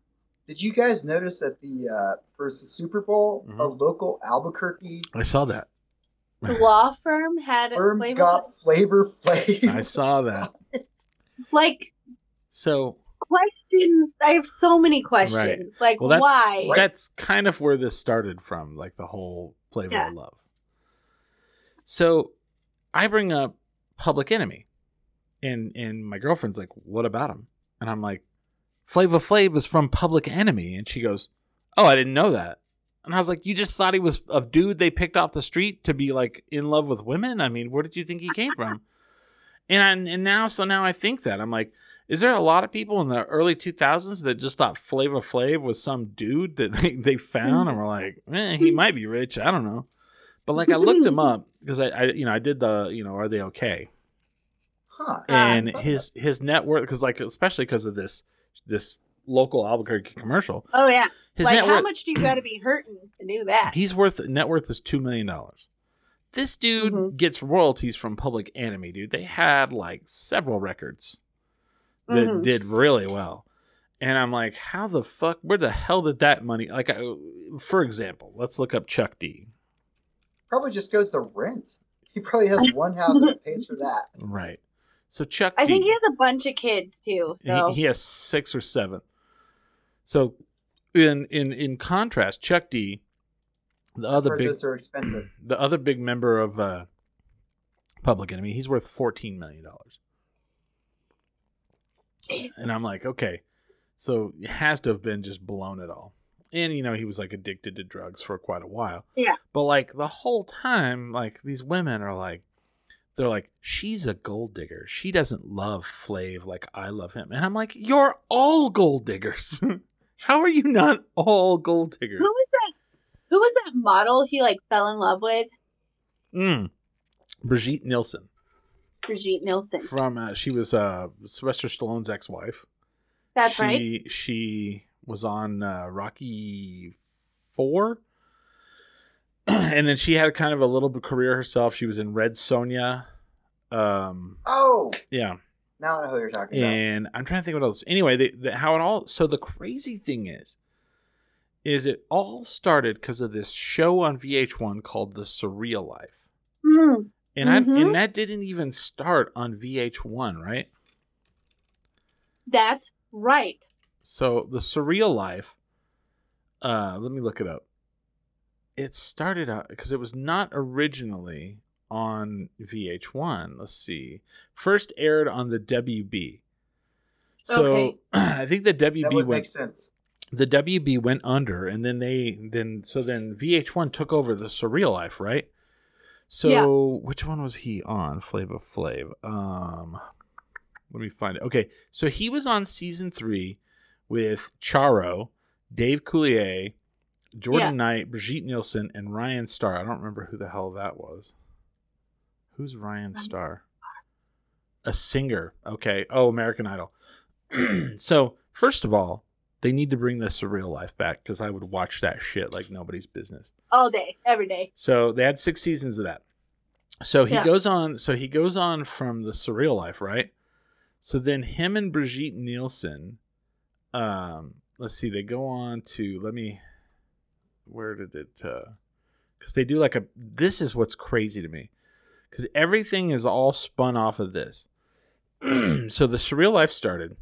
C: Did you guys notice at the uh, first Super Bowl,
B: Mhm.
C: a local Albuquerque
B: I saw that.
D: the law firm had a
C: firm
D: flavor
C: got Flavor Flav?
B: I saw that."
D: like
B: So
D: questions i have so many questions like
B: Well, that's-
D: why
B: that's kind of where this started from, like the whole flavor
D: Yeah.
B: of love. So I bring up Public Enemy, and and my girlfriend's like, "What about him?" And I'm like, "Flavor Flav is from Public Enemy," and she goes, "Oh, I didn't know that." And I was like, "You just thought he was a dude they picked off the street to be like in love with women? I mean, where did you think he came from?" [LAUGHS] And I, and now so now I think that I'm like, is there a lot of people in the early 2000s that just thought Flava Flav was some dude that they, they found and were like, eh, he might be rich. I don't know. But like I looked him up because I, I, you know, I did the, you know, are they okay?
C: [LAUGHS] Huh.
B: And
C: Ah.
B: his his net worth, because like especially because of this this local Albuquerque commercial,
D: oh yeah
B: his
D: like
B: net
D: how
B: worth
D: much do you got to be hurting to do that
B: he's worth net worth is two million dollars. This dude
D: Mhm.
B: gets royalties from Public Enemy, dude. They had like several records. that
D: Mhm.
B: did really well. And I'm like, how the fuck? Where the hell did that money? Like, I, for example, let's look up Chuck D.
C: Probably just goes to rent. He probably has one house that pays for that.
B: Right. So Chuck
D: I
B: D.
D: think he has a bunch of kids too. So
B: He, he has six or seven. So, in in in contrast, Chuck D, the other
C: Heard
B: big
C: those are expensive.
B: the other big member of uh, Public Enemy, he's worth fourteen million dollars.
D: Jeez.
B: And I'm like, okay, so it has to have been just blown it all. And you know, he was like addicted to drugs for quite a while.
D: Yeah.
B: But like the whole time, like these women are like, they're like, she's a gold digger. She doesn't love Flav like I love him. And I'm like, you're all gold diggers. [LAUGHS] How are you not all gold diggers?
D: who was that? Who was that model he like fell in love with?
B: Mm. Brigitte Nielsen.
D: Brigitte Nielsen.
B: from uh, she was uh Sylvester Stallone's ex-wife.
D: That's
B: she,
D: right.
B: She was on uh, Rocky Four, [CLEARS THROAT] and then she had kind of a little bit career herself. She was in Red Sonja. Um,
C: Oh,
B: yeah,
C: now I know who you're talking about.
B: and I'm trying to think what else. Anyway, the, the, how it all. So the crazy thing is, is it all started because of this show on VH1 called The Surreal Life,
D: Mm.
B: and I
D: Mhm.
B: and that didn't even start on VH1, right?
D: That's right.
B: So the surreal life. Uh, let me look it up. It started out because it was not originally on VH1. Let's see. First aired on the WB. So
D: Okay.
B: [CLEARS THROAT] I think the
C: That
B: WB
C: would
B: went
C: make sense.
B: the WB went under, and then they then so then VH1 took over the Surreal Life, right? So
D: Yeah.
B: which one was he on? Flava Flav. Um, let me find it. Okay, so he was on season three with Charo, Dave Coulier, Jordan
D: Yeah.
B: Knight, Brigitte Nielsen, and Ryan Starr. I don't remember who the hell that was. Who's Ryan Starr? A singer. Okay. Oh, American Idol. [CLEARS THROAT] so first of all, they need to bring the surreal life back because I would watch that shit like nobody's business.
D: All day, every day.
B: So they had six seasons of that. So he
D: Yeah.
B: goes on. So he goes on from the surreal life, right? So then him and Brigitte Nielsen, um, let's see, they go on to let me. Where did it? Because they do like a. This is what's crazy to me, because everything is all spun off of this. [CLEARS THROAT] so the surreal life started,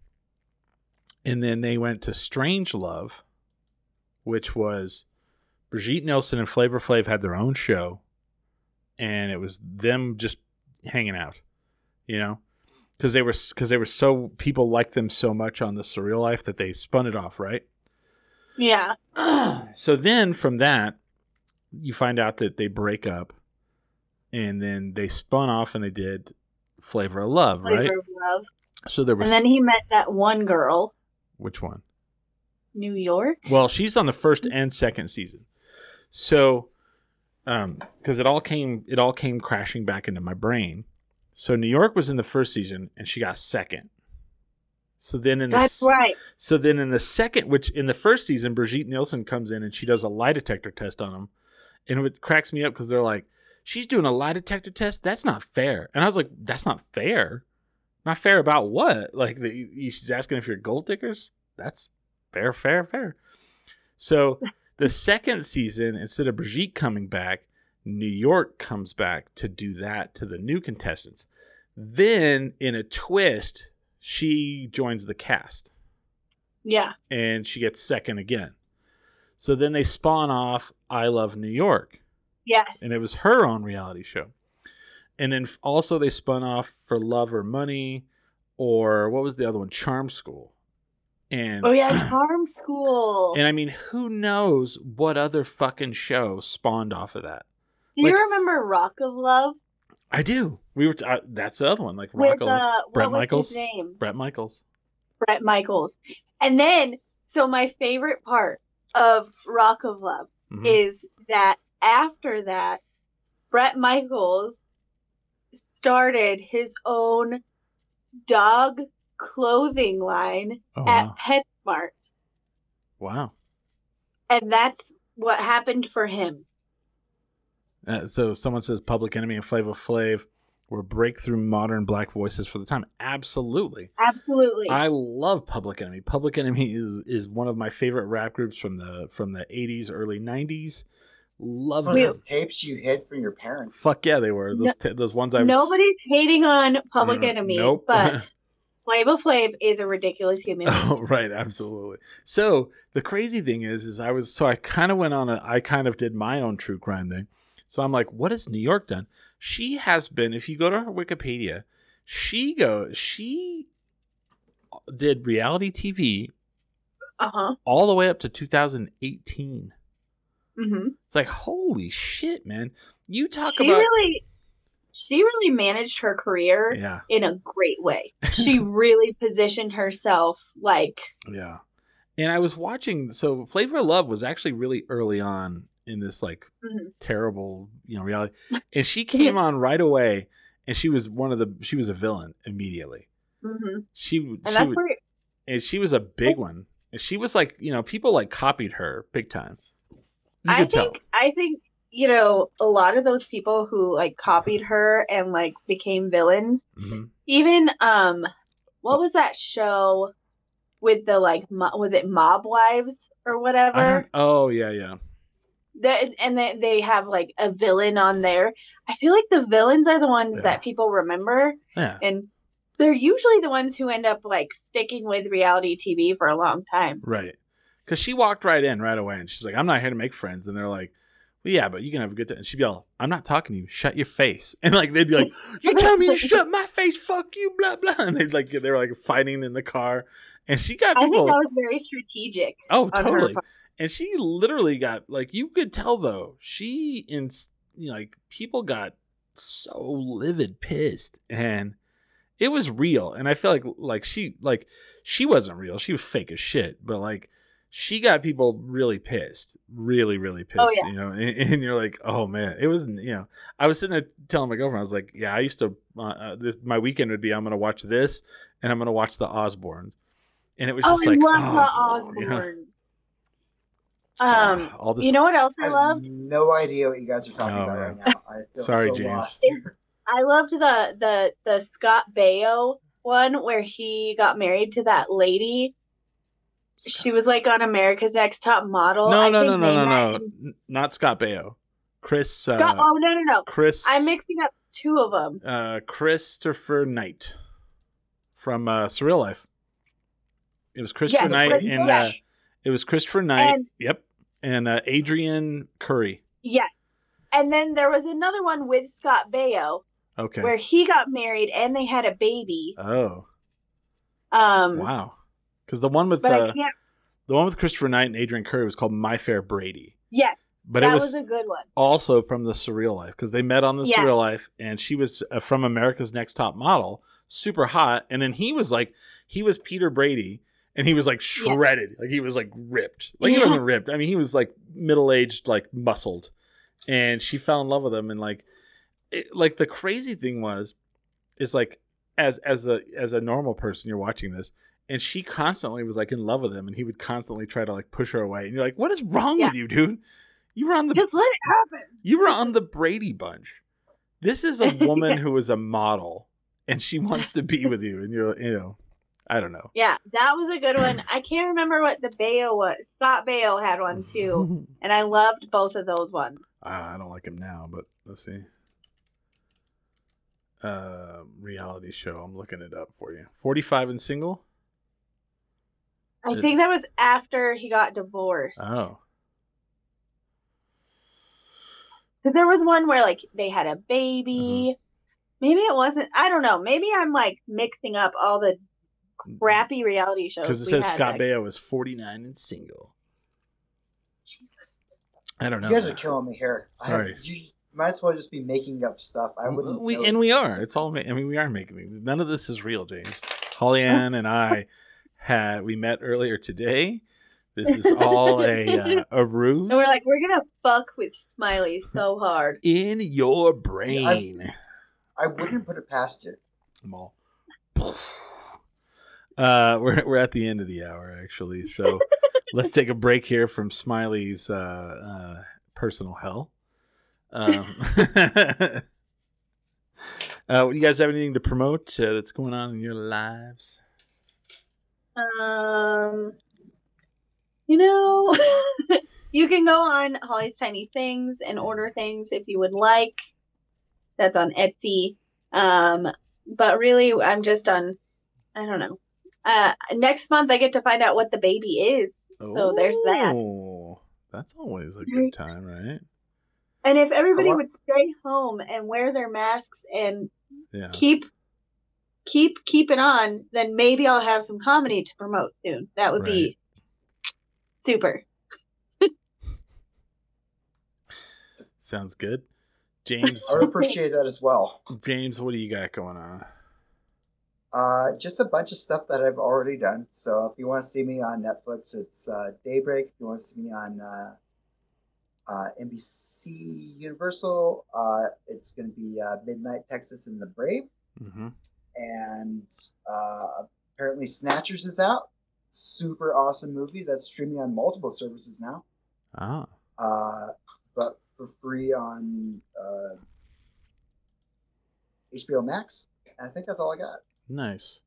B: and then they went to Strange Love, which was Brigitte Nielsen and Flavor Flav had their own show, and it was them just hanging out, you know, because they were because they were so people liked them so much on the Surreal Life that they spun it off, right?
D: Yeah.
B: so then from that, you find out that they break up, and then they spun off and they did Flavor of Love,
D: Flavor
B: right?
D: of love.
B: So there was
D: And then he met that one girl,
B: which one?
D: New York.
B: Well, she's on the first and second season. So um because it all came it all came crashing back into my brain. So New York was in the first season and she got second. So then in the
D: That's
B: s-
D: right.
B: so then in the second which in the first season Brigitte Nielsen comes in and she does a lie detector test on him. And it cracks me up cuz they're like she's doing a lie detector test? That's not fair. And I was like that's not fair. Not fair about what? Like the, you- she's asking if you're gold diggers? That's fair, fair, fair. So the second season, instead of Brigitte coming back, New York comes back to do that to the new contestants. Then, in a twist, she joins the cast
D: Yeah.
B: and she gets second again. So then they spawn off I Love New York,
D: Yes.
B: and it was her own reality show. And then f- also they spun off for Love or Money, or what was the other one? Charm School. And
D: Oh yeah,
B: [CLEARS THROAT]
D: charm school.
B: And I mean, who knows what other fucking show spawned off of that?
D: Do
B: like-
D: you remember Rock of Love
B: I do. We were. T- I, that's the other one, like
D: with
B: Rockle,
D: uh, what
B: Bret
D: was
B: Michaels?
D: his name?
B: Brett Michaels.
D: Brett Michaels. And then, so my favorite part of Rock of Love
B: Mhm.
D: is that after that, Brett Michaels started his own dog clothing line
B: oh
D: at
B: wow!
D: PetSmart,
B: Wow.
D: and that's what happened for him.
B: Uh, so someone says Public Enemy and Flavor Flav were breakthrough modern black voices for the time. Absolutely.
D: Absolutely.
B: I love Public Enemy. Public Enemy is is one of my favorite rap groups from the from the 80s, early 90s. Love
C: One of
D: We-
B: those.
C: those tapes you hid from your parents.
B: Fuck yeah, they were those t- those ones I was.
D: Nobody's hating on Public
B: Yeah,
D: Enemy,
B: nope. [LAUGHS]
D: but Flava Flav is a ridiculous human. being.
B: Oh right, absolutely. So the crazy thing is, is I was so I kind of went on a I kind of did my own true crime thing. So I'm like, what has New York done? She has been. If you go to her Wikipedia, she go she did reality TV
D: Uh huh.
B: all the way up to 2018.
D: hmm
B: It's like holy shit, man! You talk
D: She
B: about
D: really, she really managed her career
B: yeah,
D: in a great way.
B: [LAUGHS]
D: She really positioned herself like
B: yeah. And I was watching. So Flavor of Love was actually really early on in this like
D: Mhm.
B: terrible, you know,
D: [LAUGHS]
B: reality. And she came on right away, and she was one of the. She was a villain immediately.
D: mhm.
B: She w-
D: and
B: she
D: that's
B: w-
D: where Oh.
B: and she was a big one. And she was like, you know, people like copied her big time. You
D: I
B: could
D: think
B: tell.
D: I think you know a lot of those people who like copied her and like became villains.
B: Mhm.
D: Even um, what was that show with the like mo- was it Mob Wives or whatever?
B: I don't, oh yeah, yeah.
D: that and they, they have like a villain on there. I feel like the villains are the ones
B: Yeah.
D: that people remember,
B: Yeah.
D: and they're usually the ones who end up like sticking with reality TV for a long time.
B: Right. Because she walked right in right away and she's like, I'm not here to make friends. And they're like, well, yeah, but you can have a good time. And she'd be all, I'm not talking to you. Shut your face. [LAUGHS] And like, they'd be
D: [LAUGHS]
B: like, you tell me to shut my face. Fuck you, blah, blah. And they'd like, they were like fighting in the car. And she got
D: I think that
B: people.
D: was very strategic.
B: oh,
D: on her
B: totally.
D: part.
B: And she literally got, like, you could tell though, she, in, you know, like, people got so livid pissed. And it was real and i feel like like she like she wasn't real she was fake as shit but like she got people really pissed really really pissed
D: Oh, yeah.
B: you know [LAUGHS] and, and you're like oh man it was you know i was sitting there telling my girlfriend i was like yeah i used to uh, uh, this my weekend would be i'm gonna watch this and i'm gonna watch the osbournes and it was
D: Oh,
B: just
D: I
B: like
D: love
B: oh,
D: the
B: yeah.
D: Osbournes. Um,
B: Ah, [SIGHS] all this
D: you know what else I
C: I
D: loved?
C: have no idea what you guys are talking
B: Oh,
C: about
B: man.
C: right now. I feel
B: Sorry,
C: so
B: James.
C: lost.
D: I loved the the the Scott Baio one where he got married to that lady. She was like on America's Next Top Model.
B: no
D: I
B: no
D: think
B: no no
D: they
B: no
D: met
B: no
D: in-
B: N- not scott baio chris uh,
D: Scott, oh no no no!
B: chris
D: I'm mixing up two of them.
B: uh, Christopher Knight from uh, Surreal Life. It was Christopher
D: Yes,
B: Knight
D: Chris-
B: and uh,
D: yes.
B: it was Christopher Knight.
D: And-
B: yep, and uh, Adrian Curry.
D: Yes. And then there was another one with Scott Baio
B: Okay.
D: where he got married and they had a baby.
B: oh
D: Um,
B: wow! Because the one with
D: But I
B: uh,
D: can't.
B: the one with Christopher Knight and Adrian Curry was called My Fair Brady,
D: Yes,
B: but
D: that
B: it was,
D: was, a good one. [LAUGHS]
B: also from the Surreal Life because they met on the
D: Yeah.
B: Surreal Life, and she was uh, from America's Next Top Model, super hot, and then he was like he was Peter Brady, and he was like shredded, like he was like ripped, like he
D: Yeah.
B: wasn't ripped. I mean, he was like middle aged, like muscled, and she fell in love with him, and like, it, like the crazy thing was, is like as as a as a normal person, you're watching this. And she constantly was like in love with him, and he would constantly try to like push her away. And you're like, "What is wrong
D: Yeah.
B: with you, dude? You were on the
D: Just let it happen.
B: you were on the Brady Bunch. This is a woman who is a model, and she wants to be with you, and you're, you know, I don't know.
D: Yeah, that was a
B: [CLEARS THROAT]
D: good one. I can't remember what the Baio was. Scott Baio had one
B: [LAUGHS]
D: too, and I loved both of those ones.
B: Ah, I don't like him now, but let's see. Uh, reality show. I'm looking it up for you. 45 and single.
D: I
B: Uh,
D: think that was after he got divorced.
B: Oh,
D: 'Cause there was one where like they had a baby.
B: Mm-hmm.
D: Maybe it wasn't. I don't know. Maybe I'm like mixing up all the crappy reality shows.
B: because it
D: we
B: says
D: had
B: Scott
D: back-
B: Baio is 49 and single. I don't know.
C: You guys are
B: man.
C: killing me here. I
B: Sorry.
C: have- you might as well just be making up stuff. I wouldn't.
B: we
C: know
B: and
C: it.
B: we are. It's all. ma- I mean, we are making these. None of this is real, James. Holly Ann and
C: [LAUGHS]
B: I had we met earlier today. This is all
C: [LAUGHS]
B: a uh, a ruse
D: And we're like, we're gonna fuck with Smiley so hard.
B: in your brain.
C: I wouldn't put it past you.
B: I'm all. [LAUGHS] Uh, we're we're at the end of the hour actually,
C: [LAUGHS]
B: so let's take a break here from Smiley's uh, uh, personal hell. Um, [LAUGHS] uh, you guys have anything to promote uh, that's going on in your lives?
D: Um, you know, [LAUGHS] You can go on Holly's Tiny Things and order things if you would like. That's on Etsy. Um, but really, I'm just on, I don't know. Uh, next month, I get to find out what the baby is. So there's that.
B: Ooh, Oh, That's always a good time, right?
D: And if everybody
C: Hello?
D: would stay home and wear their masks and
B: Yeah.
D: keep keep keep it on, then maybe I'll have some comedy to promote soon. That would be super.
B: Sounds good.
D: [LAUGHS]
B: James,
C: I would appreciate that as well.
B: James, what do you got going on?
C: Uh, just a bunch of stuff that I've already done. So if you want to see me on Netflix, it's uh, Daybreak. If you want to see me on uh, uh, NBC Universal, uh, it's going to be uh, Midnight Texas and the Brave.
B: Mm-hmm.
C: And uh, apparently Snatchers is out. Super awesome movie that's streaming on multiple services now.
B: Ah,
C: uh, but for free on uh, HBO Max. And I think that's all I got.
B: nice.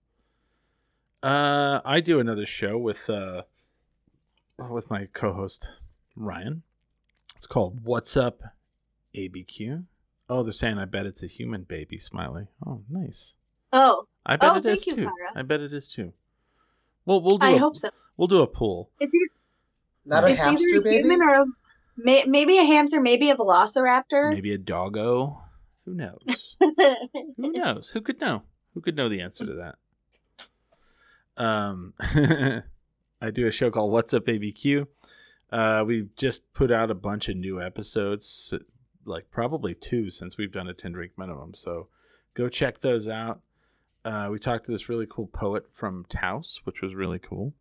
B: Uh, I do another show with uh, with my co-host Ryan. It's called What's Up, ABQ. Oh, they're saying I bet it's a human baby. Smiley. Oh, nice.
D: Oh,
B: I bet
D: Oh,
B: it
D: thank
B: is
D: you,
B: too.
D: Kara.
B: I bet it is too. Well, we'll do.
D: I
B: a-
D: hope so.
B: We'll do a pool.
D: If you
B: Yeah.
C: Not a
D: it's either
C: hamster
D: a
C: baby.
D: human or a, may, maybe a hamster, maybe a velociraptor. [LAUGHS]
B: Maybe a doggo. Who knows? Who knows? Who could know? Who could know the answer to that? Um, [LAUGHS] I do a show called What's Up ABQ. Uh, we've just put out a bunch of new episodes, uh, like probably two since we've done a 10 drink minimum. So go check those out. Uh, we talked to this really cool poet from Taos, which was really cool.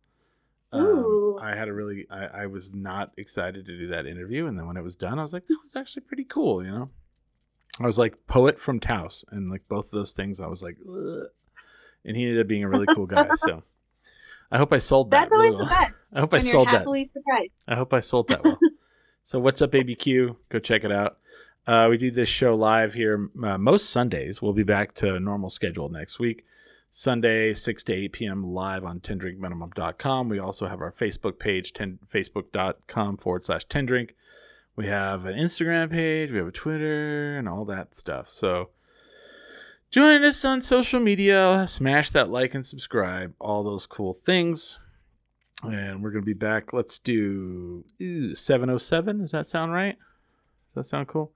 B: Um,
D: Ooh.
B: I had a really, I, I was not excited to do that interview. And then when it was done, I was like, that was actually pretty cool, you know? I was like poet from Taos, and like both of those things, I was like, Ugh. and he ended up being a really cool guy. So I hope I sold that.
D: That's always
B: really
D: the
B: well. [LAUGHS]
D: best.
B: I hope I
D: When you're
B: sold that.
D: happily surprised.
B: I hope I sold that well. so what's up, ABQ? Go check it out. Uh, we do this show live here uh, most Sundays. We'll be back to normal schedule next week. Sunday, 6 to 8 p.m. live on 10drinkminimum.com. We also have our Facebook page, 10, facebook.com forward slash 10drink. We have an Instagram page, we have a Twitter, and all that stuff. So join us on social media, smash that like and subscribe, all those cool things. And we're going to be back. Let's do ooh, 707. Does that sound right? Does that sound cool?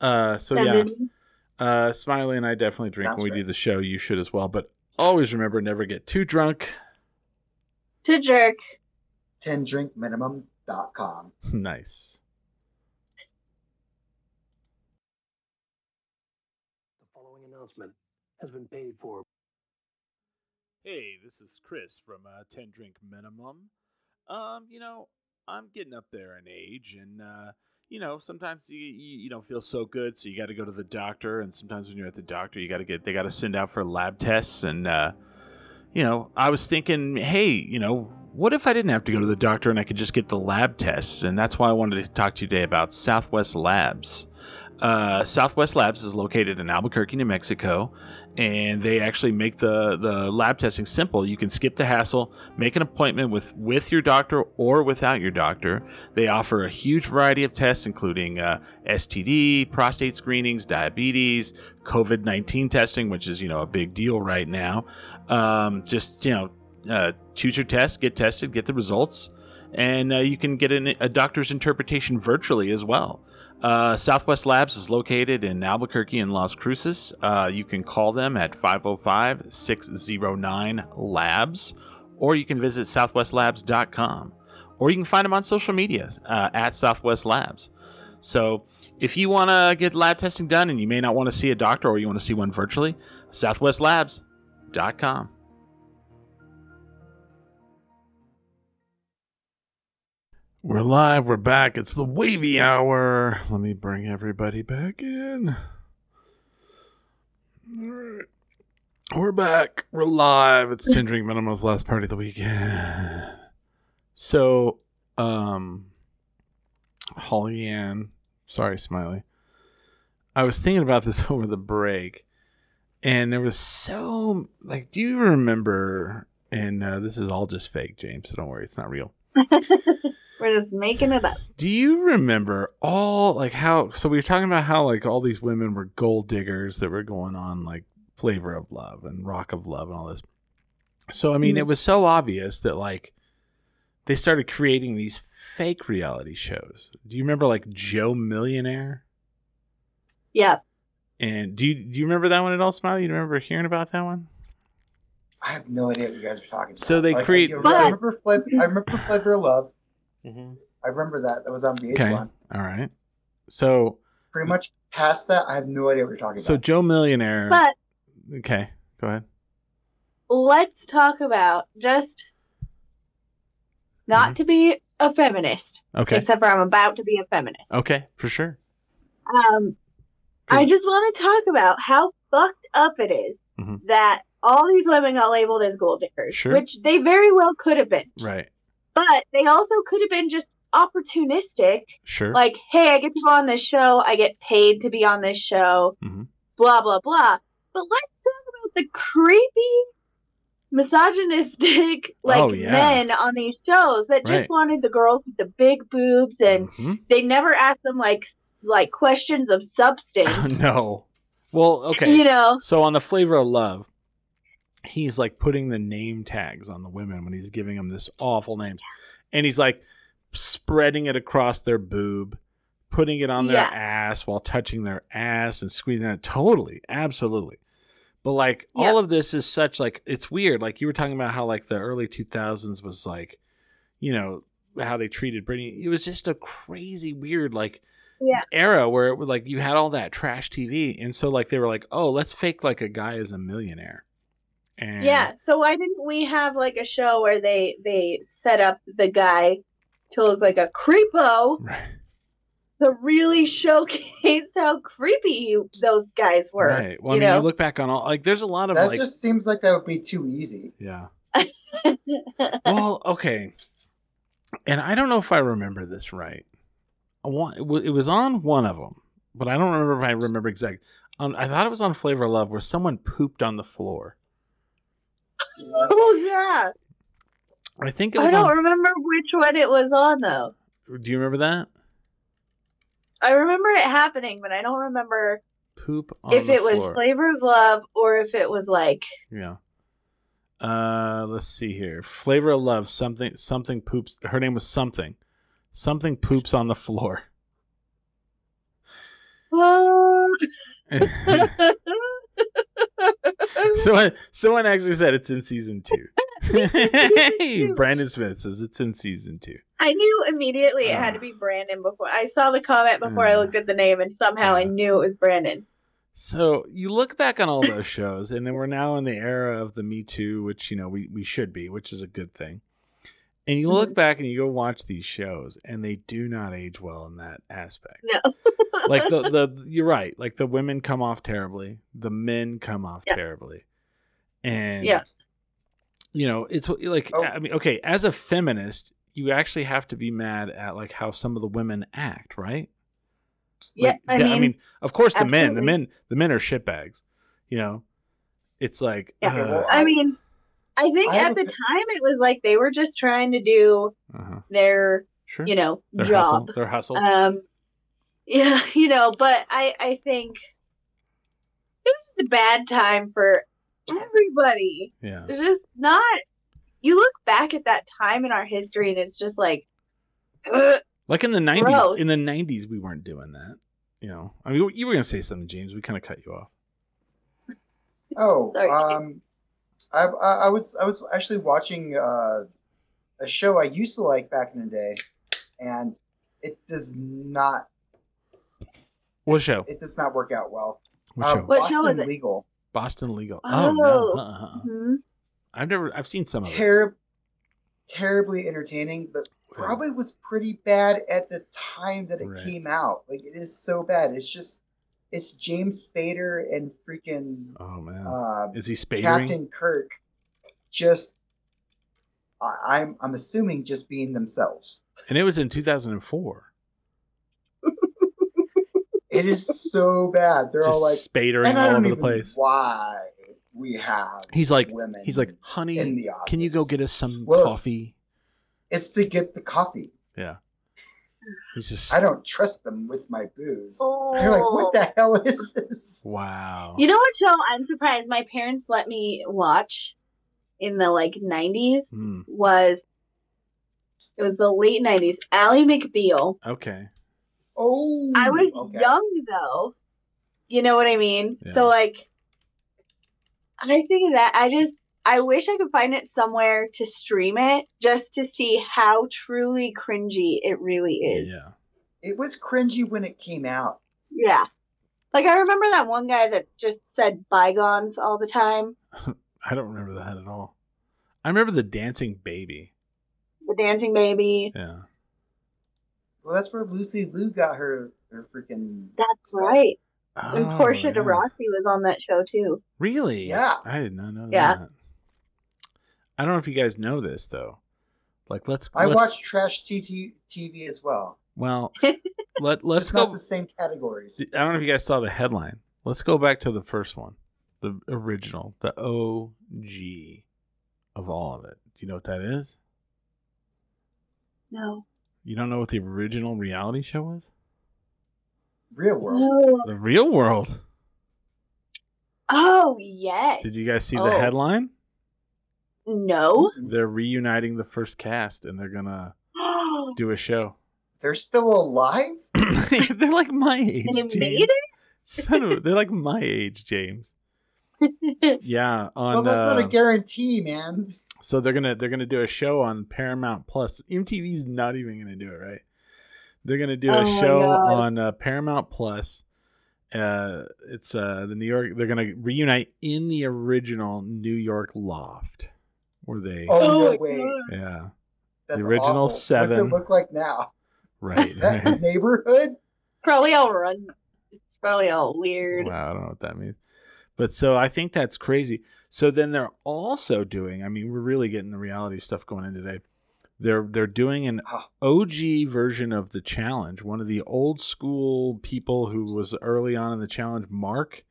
B: Uh, so, yeah.
D: Seven.
B: Uh, Smiley and I definitely drink
C: Sounds
B: when we
C: great.
B: do the show. You should as well. But always remember never get too drunk. [LAUGHS]
D: To jerk.
C: 10drinkminimum.com.
B: nice.
F: The following announcement has been paid for
B: Hey, this is Chris from uh, 10 Drink Minimum. Um, you know, I'm getting up there in age, and, uh, you know, sometimes you, you, you don't feel so good, so you got to go to the doctor. And sometimes when you're at the doctor, you got to get, they got to send out for lab tests. And, uh, you know, I was thinking, hey, you know, what if I didn't have to go to the doctor and I could just get the lab tests? And that's why I wanted to talk to you today about Southwest Labs. Uh, Southwest Labs is located in Albuquerque, New Mexico and they actually make the the lab testing simple. You can skip the hassle, make an appointment with with your doctor or without your doctor. They offer a huge variety of tests, including uh, STD, prostate screenings, diabetes, COVID nineteen testing, which is you know a big deal right now. Um, just you know, uh, choose your test, get tested, get the results. And uh, you can get an, a doctor's interpretation virtually as well. Uh, Southwest Labs is located in Albuquerque and Las Cruces. Uh, you can call them at 505 609 Labs, or you can visit southwestlabs.com, or you can find them on social media uh, at Southwest Labs. So, if you want to get lab testing done and you may not want to see a doctor or you want to see one virtually, southwestlabs.com. We're live. We're back. It's the wavy hour. Let me bring everybody back in. All right. We're back. We're live. It's 10 Drink Minimum's last party of the weekend. So, um, Holly Ann, sorry, Smiley. I was thinking about this [LAUGHS] over the break, and there was so, like, do you remember? And uh, this is all just fake, James, so don't worry, it's not real
D: We're We're just making it up.
B: Do you remember all like how so we were talking about how like all these women were gold diggers that were going on like Flavor of Love and Rock of Love and all this. So I mean it was so obvious that like they started creating these fake reality shows. Do you remember like Joe Millionaire?
D: Yep.
B: And do you do you remember that one at all, Smiley? You remember hearing about that one?
C: I have no idea what you guys are talking about.
B: So they
C: Like, I
B: create-
C: give-
D: But-
C: I remember Flavor. I remember Flavor of Love.
A: Mm-hmm.
C: I remember that. That was on VH1.
B: Okay. All right. So
C: Pretty much past that, I have no idea what you're talking
B: so
C: about.
B: Joe Millionaire
D: But
B: Okay, go ahead.
D: let's talk about just not to be a feminist,
B: Mm-hmm. Okay.
D: except for I'm about to be a feminist.
B: Okay, for sure.
D: Um, I just want to talk about how fucked up it is
B: Mhm.
D: that all these women got labeled as gold diggers,
B: Sure.
D: which they very well could have been.
B: Right.
D: But they also could have been just opportunistic.
B: Sure.
D: Like, hey, I get to go on this show. I get paid to be on this show.
B: Mhm.
D: Blah, blah, blah. But let's talk about the creepy, misogynistic, like,
B: Oh, yeah.
D: men on these shows that
B: Right.
D: just wanted the girls with the big boobs and
B: Mhm.
D: they never asked them, like, like questions of substance.
B: [LAUGHS] no. Well, [LAUGHS] okay.
D: You know,
B: So on the flavor of love, he's like putting the name tags on the women when he's giving them this awful names, and he's like spreading it across their boob, putting it on their
D: Yeah.
B: ass while touching their ass and squeezing it. Totally, absolutely. But like
D: Yeah.
B: all of this is such like it's weird. Like you were talking about how like the early two thousands was like, you know how they treated Britney. It was just a crazy weird like
D: Yeah.
B: era where it was like you had all that trash TV, and so like they were like, oh, let's fake like a guy is a millionaire. And
D: yeah. So why didn't we have like a show where they they set up the guy to look like a creepo
B: Right.
D: to really showcase how creepy you, those guys were?
B: Right. Well, I
D: you
B: mean,
D: know?
B: you look back on all like there's a lot of
C: that
B: like
C: just seems like that would be too easy.
D: [LAUGHS]
B: yeah. well, okay. And I don't know if I remember this right. I want, it wa- it was on one of them, but I don't remember if I remember exact. On, I thought it was on Flavor of Love where someone pooped on the floor.
D: [LAUGHS] oh yeah.
B: I think it
D: I
B: was.
D: don't
B: on,
D: remember which one it was on though.
B: do you remember that
D: I remember it happening, but I don't remember
B: poop on
D: if
B: the
D: it was
B: floor?
D: Flavor of Love or if it was like
B: Yeah. Uh, let's see here. Flavor of Love. Something. Something poops. Her name was something. Something poops on the
D: [LAUGHS]
B: floor. [LAUGHS]
D: "Oh."
B: someone, someone actually said it's in season
D: [LAUGHS]
B: [LAUGHS] two. Brandon Smith says it's in season two.
D: I knew immediately it
B: Ah.
D: had to be Brandon before I saw the comment before I looked at the name, and somehow
B: Ah.
D: I knew it was Brandon.
B: So you look back on all those shows, and then we're now in the era of the Me Too, which you know we, we should be, which is a good thing. And you
D: Mm-hmm.
B: look back and you go watch these shows, and they do not age well in that aspect.
D: No.
B: like
D: [LAUGHS]
B: the the you're right. Like the women come off terribly, the men come off
D: Yeah.
B: terribly, and
D: Yeah.
B: you know it's like
C: Oh.
B: I mean, okay, as a feminist, you actually have to be mad at like how some of the women act, right?
D: Yeah,
B: Like,
D: I
B: th-
D: mean,
B: of course, the men, the
D: absolutely.
B: men, the men are shitbags. You know, it's like,
D: Yeah.
C: Okay, well,
B: uh,
D: I mean, I think
C: I
D: at
C: don't
D: the
C: thi-
D: time it was like they were just trying to do
B: uh-huh.
D: their,
B: sure,
D: you know,
B: their hustle,
D: job.
B: their hustle.
D: Um, yeah, [LAUGHS] you know, but I, I think it was just a bad time for everybody.
B: yeah,
D: It's just not. You look back at that time in our history, and it's just like, [LAUGHS] ugh,
B: like in the nineties.
D: gross.
B: In the nineties, we weren't doing that. You know, I mean, you were gonna say something, James. We kind of cut you off.
C: Oh,
D: [LAUGHS] Sorry.
C: um, I, I I was I was actually watching uh, a show I used to like back in the day, and it does not
B: What show?
C: it does not work out well.
B: What
C: Uh,
B: show?
D: What show
C: Boston
D: is it?
C: Legal.
B: Boston Legal. Oh, no,
D: Oh.
B: uh-uh, uh-uh.
D: mhm.
B: I've never. I've seen some of it.
C: Terrib- terribly entertaining, but probably was pretty bad at the time that it
B: Right.
C: came out. Like it is so bad. It's just it's James Spader and freaking
B: Oh man,
C: uh,
B: is he spadering?
C: Captain Kirk just I, I'm I'm assuming just being themselves.
B: And it was in two thousand and four.
C: It is so bad. They're
B: Just
C: all like
B: spadering
C: and I
B: all
C: don't
B: over the
C: even
B: place.
C: why we have
B: He's like,
C: women
B: he's like, honey,
C: in the office.
B: can you go get us some
C: Well, it's-
B: coffee?
C: It's to get the coffee.
B: He's just
C: I don't trust them with my booze.
D: Oh.
C: You're like, what the hell is this?
B: wow.
D: You know what show I'm surprised my parents let me watch in the like 90s
B: Hmm.
D: was it was the late 90s. Ally McBeal.
B: Okay.
C: Oh,
D: I was
C: okay.
D: young though. You know what I mean?
B: Yeah.
D: So like I think that I just I wish I could find it somewhere to stream it just to see how truly cringy it really is.
B: Yeah.
C: It was cringy when it came out.
D: Yeah. Like I remember that one guy that just said bygones all the time.
B: I don't remember that at all. I remember the dancing baby.
D: The dancing baby.
B: Yeah.
C: Well, that's where Lucy Liu got her her freaking.
D: That's
C: stuff.
D: right.
B: Oh,
D: And Portia de
B: yeah.
D: Rossi was on that show too.
B: Really?
C: Yeah.
B: I did not know
D: Yeah.
B: that. I don't know if you guys know this though. Like let's
C: I
B: let's,
C: watched trash TT TV as well.
D: [LAUGHS]
B: well let let's
C: Just
B: go
C: not the same categories.
B: I don't know if you guys saw the headline. Let's go back to the first one. The original, the OG of all of it. Do you know what that is?
D: No.
B: You don't know what the original reality show was?
C: Real world.
D: No.
B: The real world.
D: Oh yes.
B: Did you guys see
D: Oh.
B: the headline?
D: No.
B: They're reuniting the first cast and they're gonna
D: [GASPS]
B: do a
D: [LAUGHS]
B: show. [LAUGHS]
C: They're still alive.
B: they're like my age,
D: And it made
B: James. Son of a- they're like
D: [LAUGHS]
B: my age, James. Yeah,
C: well,
B: on
C: that's not
B: uh,
C: a guarantee, man.
B: so they're gonna they're gonna do a show on Paramount Plus. MTV's not even gonna do it right. They're gonna do
D: Oh
B: a
D: my
B: show
D: God.
B: on uh, Paramount Plus. Uh, it's uh the New York. They're gonna reunite in the original New York loft, where they
C: Oh,
D: Oh,
C: no
D: my
C: way.
D: God.
B: yeah
C: That's
B: The original
C: awful. What's
B: seven.
C: it look like
B: [LAUGHS]
C: now?
D: [LAUGHS]
B: right.
C: That neighborhood.
D: Probably all run. It's probably all weird.
B: Wow, I don't know what that means. But so I think that's crazy. So then they're also doing, I mean, we're really getting the reality stuff going in today. They're they're doing an
C: Ah.
B: OG version of the challenge. One of the old school people who was early on in the challenge, Mark,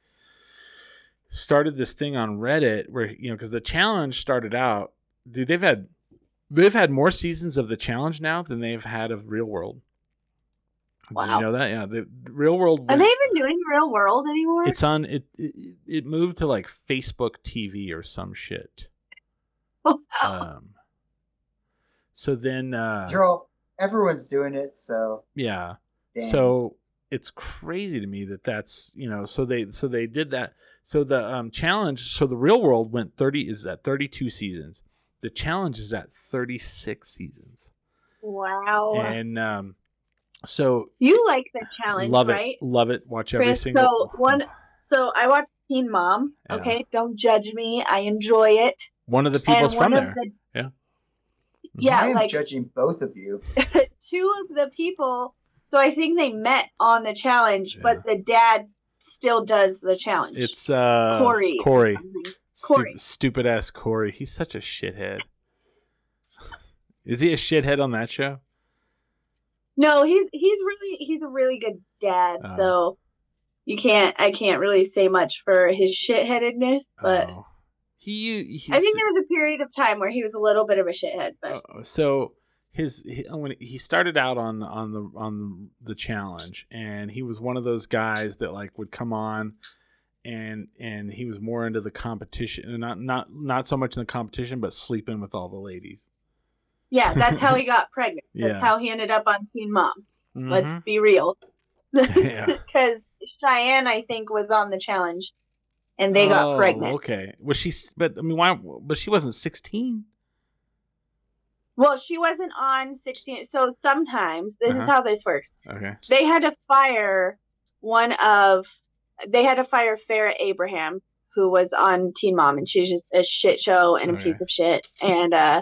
B: started this thing on Reddit where you know, because the challenge started out, dude, they've had they've had more seasons of the challenge now than they've had of real world. Did
D: Wow.
B: you know that? Yeah. The the real world
D: Are
B: went-
D: they even doing Real World anymore?
B: it's on it, it. It moved to like Facebook TV or some shit.
D: [LAUGHS] Oh, no.
B: Um. So then, uh,
C: You're all. Everyone's doing it, so.
B: yeah.
C: Damn.
B: So it's crazy to me that that's you know. So they so they did that. So the um challenge. So the real world went thirty is at thirty two seasons. The challenge is at thirty six seasons.
D: Oh, wow.
B: And um, so
D: you like the challenge,
B: love
D: right?
B: it, love it. Watch every
D: Chris,
B: single
D: so one- So I watched Teen Mom.
B: Yeah.
D: Okay, don't judge me. I enjoy it.
B: one of the people's
D: and one
B: from there.
D: of the
B: Yeah.
C: I
D: Yeah,
C: am
D: like
C: judging both of you.
D: [LAUGHS] two of the people. So I think they met on the challenge,
B: Yeah.
D: but the dad still does the challenge.
B: It's uh
D: Corey.
B: Corey.
D: Something. Corey.
B: Stupid, stupid ass Corey. He's such a shithead. [LAUGHS] Is he a shithead on that show?
D: No, he's he's really he's a really good dad.
B: Oh.
D: So you can't I can't really say much for his shitheadedness, but
B: oh. he. He's,
D: I think there was a period of time where he was a little bit of a shithead. But
B: Uh, so his he, oh, when he started out on on the on the challenge and he was one of those guys that like would come on and and he was more into the competition not not not so much in the competition but sleeping with all the ladies
D: yeah, that's how he
B: [LAUGHS]
D: got pregnant. That's
B: Yeah.
D: how he ended up on Teen Mom.
B: Mhm.
D: Let's be real,
B: [LAUGHS] Yeah.
D: because Cheyenne I think was on the challenge, and they got
B: Oh,
D: pregnant.
B: okay was she s- but i mean why but she wasn't 16
D: Well, she wasn't on sixteen. So sometimes this
B: Uh-huh.
D: is how this works.
B: okay
D: they had to fire one of they had to fire Farrah Abraham, who was on Teen Mom, and she was just a shit show and a
B: Okay.
D: piece of shit. And uh,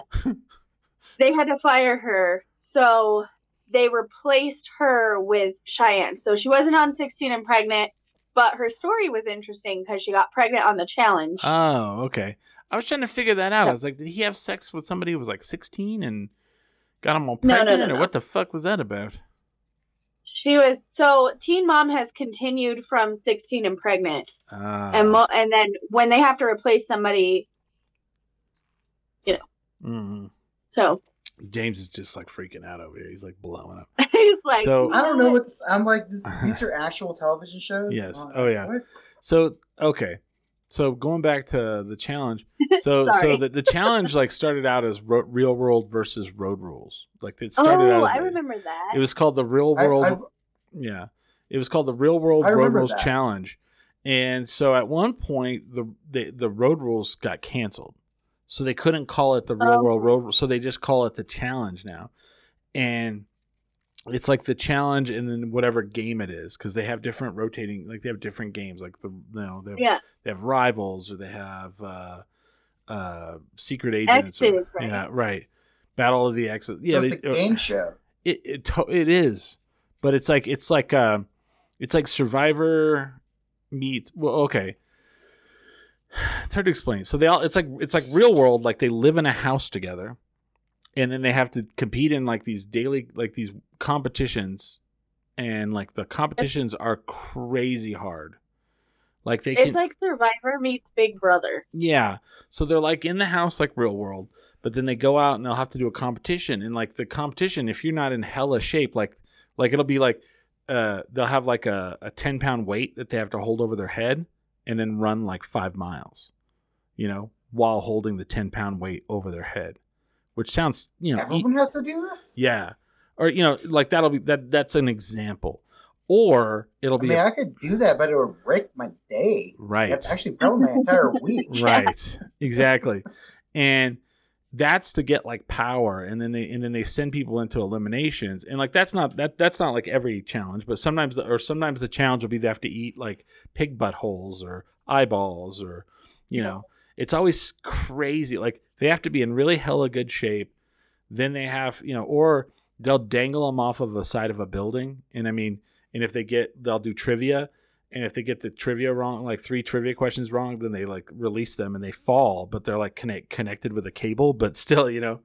D: they had to fire her, so they replaced her with Cheyenne. So she wasn't on 16 and pregnant, but her story was interesting because she got pregnant on the challenge.
B: Oh, okay. I was trying to figure that out. I
D: Yeah.
B: was like, did he have sex with somebody who was like 16 and got him all
D: No, no,
B: pregnant?
D: no,
B: Or
D: no.
B: what the fuck was that about?
D: she was so Teen Mom has continued from 16 and pregnant.
B: Uh,
D: and mo- and then when they have to replace somebody,
B: mm,
D: so
B: James is just like freaking out over here. He's like blowing up.
D: [LAUGHS] He's like,
B: So-
C: I don't know what's. I'm like,
B: [LAUGHS]
C: this, these are actual television shows.
B: Yes.
C: I'm
B: Oh, yeah.
C: What?
B: So okay, so going back to the
D: [LAUGHS]
B: challenge. So so
D: Sorry.
B: the, the challenge like started out as ro- real world versus road rules. Like it started
D: oh,
B: out. As
D: I
B: a-
D: remember that.
B: It was called the real
C: I,
B: world.
C: I,
B: Yeah. It was called the Real World
C: I
B: Road
C: remember
B: Rules
C: that.
B: Challenge. And so at one point the, the the road rules got canceled. So they couldn't call it the Real
D: Oh.
B: World Road Rules. So they just call it the challenge now. And it's like the challenge and then whatever game it is cuz they have different rotating like they have different games like the you know they have,
D: yeah,
B: they have rivals or they have uh uh secret agents or-
D: Exes, right?
B: yeah right battle of the exes yeah
C: so it's
B: they- uh,
C: a game show.
B: it it, to- it is, but it's like it's like uh, it's like Survivor meets well, okay. It's hard to explain. So they all it's like it's like real world. Like they live in a house together, and then they have to compete in like these daily like these competitions, and like the competitions are crazy hard. Like they
D: it's
B: can
D: like Survivor meets Big Brother.
B: yeah. So they're like in the house like real world, but then they go out and they'll have to do a competition. And like the competition, if you're not in hella shape, like like it'll be like uh they'll have like a, a ten pound weight that they have to hold over their head and then run like five miles, you know, while holding the ten pound weight over their head. Which sounds you know e-
C: Everyone has to do this.
B: Yeah. Or you know, like that'll be that that's an example. Or it'll
C: I
B: be
C: mean,
B: a-
C: I could do that, but it would break my day.
B: right.
C: That's actually probably my entire [LAUGHS] week.
B: right exactly and that's to get like power and then they and then they send people into eliminations and like that's not that that's not like every challenge but sometimes the or sometimes the challenge will be they have to eat like pig buttholes or eyeballs or you know it's always crazy like they have to be in really hella good shape then they have you know or they'll dangle them off of the side of a building and i mean and if they get they'll do trivia and if they get the trivia wrong like three trivia questions wrong then they like release them and they fall but they're like connect, connected with a cable but still you know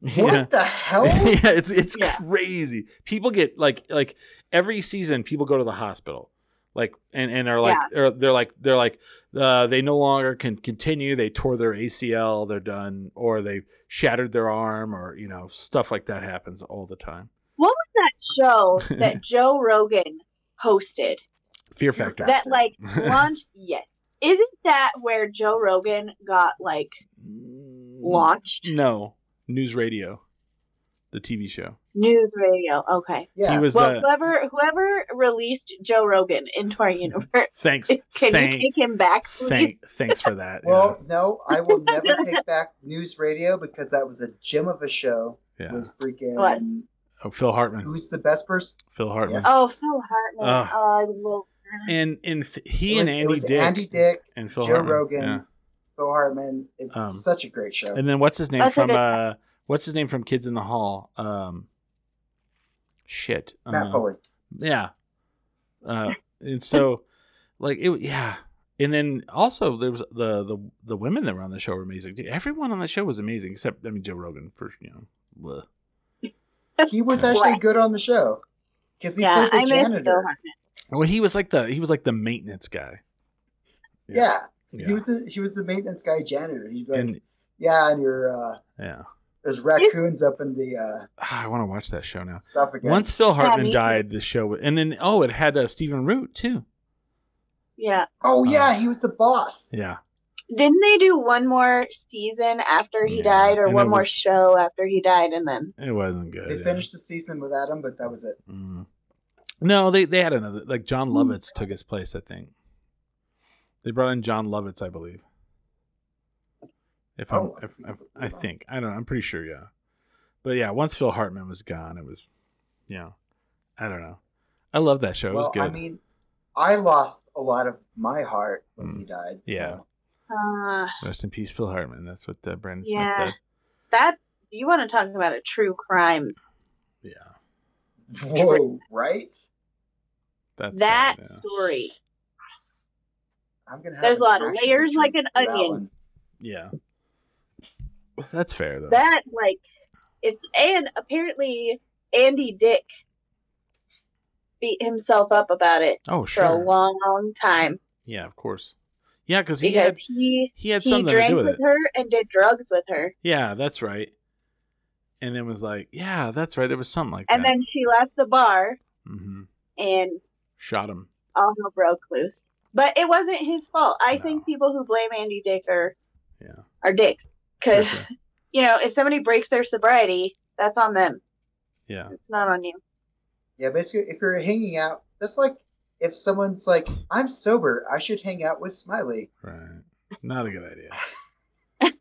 B: [LAUGHS]
C: What
B: yeah
C: the hell?
B: [LAUGHS] yeah, it's it's
D: Oh, Yeah.
B: crazy. People get like like every season people go to the hospital. Like and, and are like or they're like they're like uh, they no longer can continue. They tore their ACL, they're done, or they shattered their arm, or you know stuff like that happens all the time.
D: What was that
B: [LAUGHS]
D: show that Joe Rogan hosted?
B: Fear factor. [LAUGHS]
D: That like launched? Yes. Isn't that where Joe Rogan got like launched?
B: Mm, No, news radio, the TV show.
D: News radio. Okay.
C: Yeah.
B: He was
D: well,
B: the
D: whoever whoever released Joe Rogan into
B: Mm.
D: our universe, [LAUGHS]
B: thanks.
D: can
B: Thank,
D: you take him back? please?
B: thank, thanks for
D: [LAUGHS]
B: that.
C: well, no, I will never take back news radio because that was a gem of a show
B: yeah. yeah.
C: with freaking
D: What?
B: Oh, Phil Hartman.
C: who's the best person?
B: Phil Hartman.
C: Yes.
D: Oh, Phil Hartman.
B: Ugh.
D: oh, I love
B: and and th- he
C: it was,
B: and
C: it
B: Andy
C: was
B: Dick
C: Andy Dick,
B: and Phil
C: Joe
B: Hartman.
C: Rogan,
B: Yeah.
C: Phil Hartman. It was
B: Um,
C: such a great show.
B: and then what's his name
D: That's a
B: from
D: good-
B: uh what's his name from Kids in the Hall? Um, shit,
C: Matt
B: uh,
C: Foley.
B: yeah, uh, and so like it, yeah, and then also there was the the the women that were on the show were amazing. Dude, everyone on the show was amazing except I mean Joe Rogan for you know. bleh.
C: He was actually
D: Right.
C: good on the show because he
D: Yeah, I
C: played
D: miss
C: the
D: Phil
C: janitor.
D: Hartman.
B: Well, he was like the he was like the maintenance guy.
C: Yeah.
B: Yeah.
C: he was. The, he was the maintenance guy janitor. He'd be like,
B: and
C: yeah, and your uh,
B: yeah,
C: there's raccoons up in the
B: Ah, I want to watch that show now.
C: uh, stuff again.
B: Once Phil Hartman
D: me too.
B: died, the show and then oh, it had uh, Stephen Root too.
D: Yeah.
C: oh yeah,
B: uh,
C: he was the boss.
B: Yeah,
D: Didn't they do one more season after he
B: Yeah,
D: died, or
B: and
D: one
B: it
D: more
B: was-
D: show after he died, and then?
B: it wasn't good.
C: They
B: yeah.
C: finished the season without him, but that was it.
B: Mm. No, they they had another like
C: Hmm.
B: John Lovitz took his place. I think they brought in John Lovitz, I believe. If
C: Oh,
B: I'm, if, if,
C: I
B: I
C: don't know.
B: think I don't. know. I'm pretty sure. Yeah, but yeah, once Phil Hartman was gone, it was, you know, I don't know. I love that show. It was
C: well,
B: good.
C: I mean, I lost a lot of my heart when he died.
B: Mm, Yeah.
C: so.
D: Uh,
B: Rest in peace, Phil Hartman. That's what uh, Brandon
D: Yeah.
B: Smith said.
D: that you want to talk about a true crime?
B: Yeah,
C: Whoa, right?
B: that's
D: that
B: sad,
D: story.
C: I'm gonna have
D: There's
C: an
D: a lot of
C: actual
D: layers, like
C: drink
D: an
C: for that
D: onion.
C: one.
B: yeah. yeah, that's fair though.
D: That like, it's and apparently Andy Dick beat himself up about it
B: oh
D: for
B: sure,
D: a long, long time
B: yeah, of course, yeah, because he
D: because
B: had
D: he
B: he had
D: he
B: something to
D: drank
B: do with
D: with
B: it.
D: her and did drugs with her.
B: Yeah, that's right. and it was like, yeah, that's right. It was something like
D: And
B: that.
D: then she left the bar
B: mm-hmm.
D: and
B: Shot
D: [LAUGHS]
B: him.
D: all hell broke loose. But it wasn't his fault. I
B: No.
D: think people who blame Andy Dick are,
B: Yeah.
D: are dicks.
B: Sure,
D: Because,
B: sure.
D: you know, if somebody breaks their sobriety, that's on them.
B: Yeah.
D: It's not on you.
C: Yeah, basically, if you're hanging out, that's like if someone's like, "I'm sober, I should hang out with Smiley."
B: Right. Not a good idea.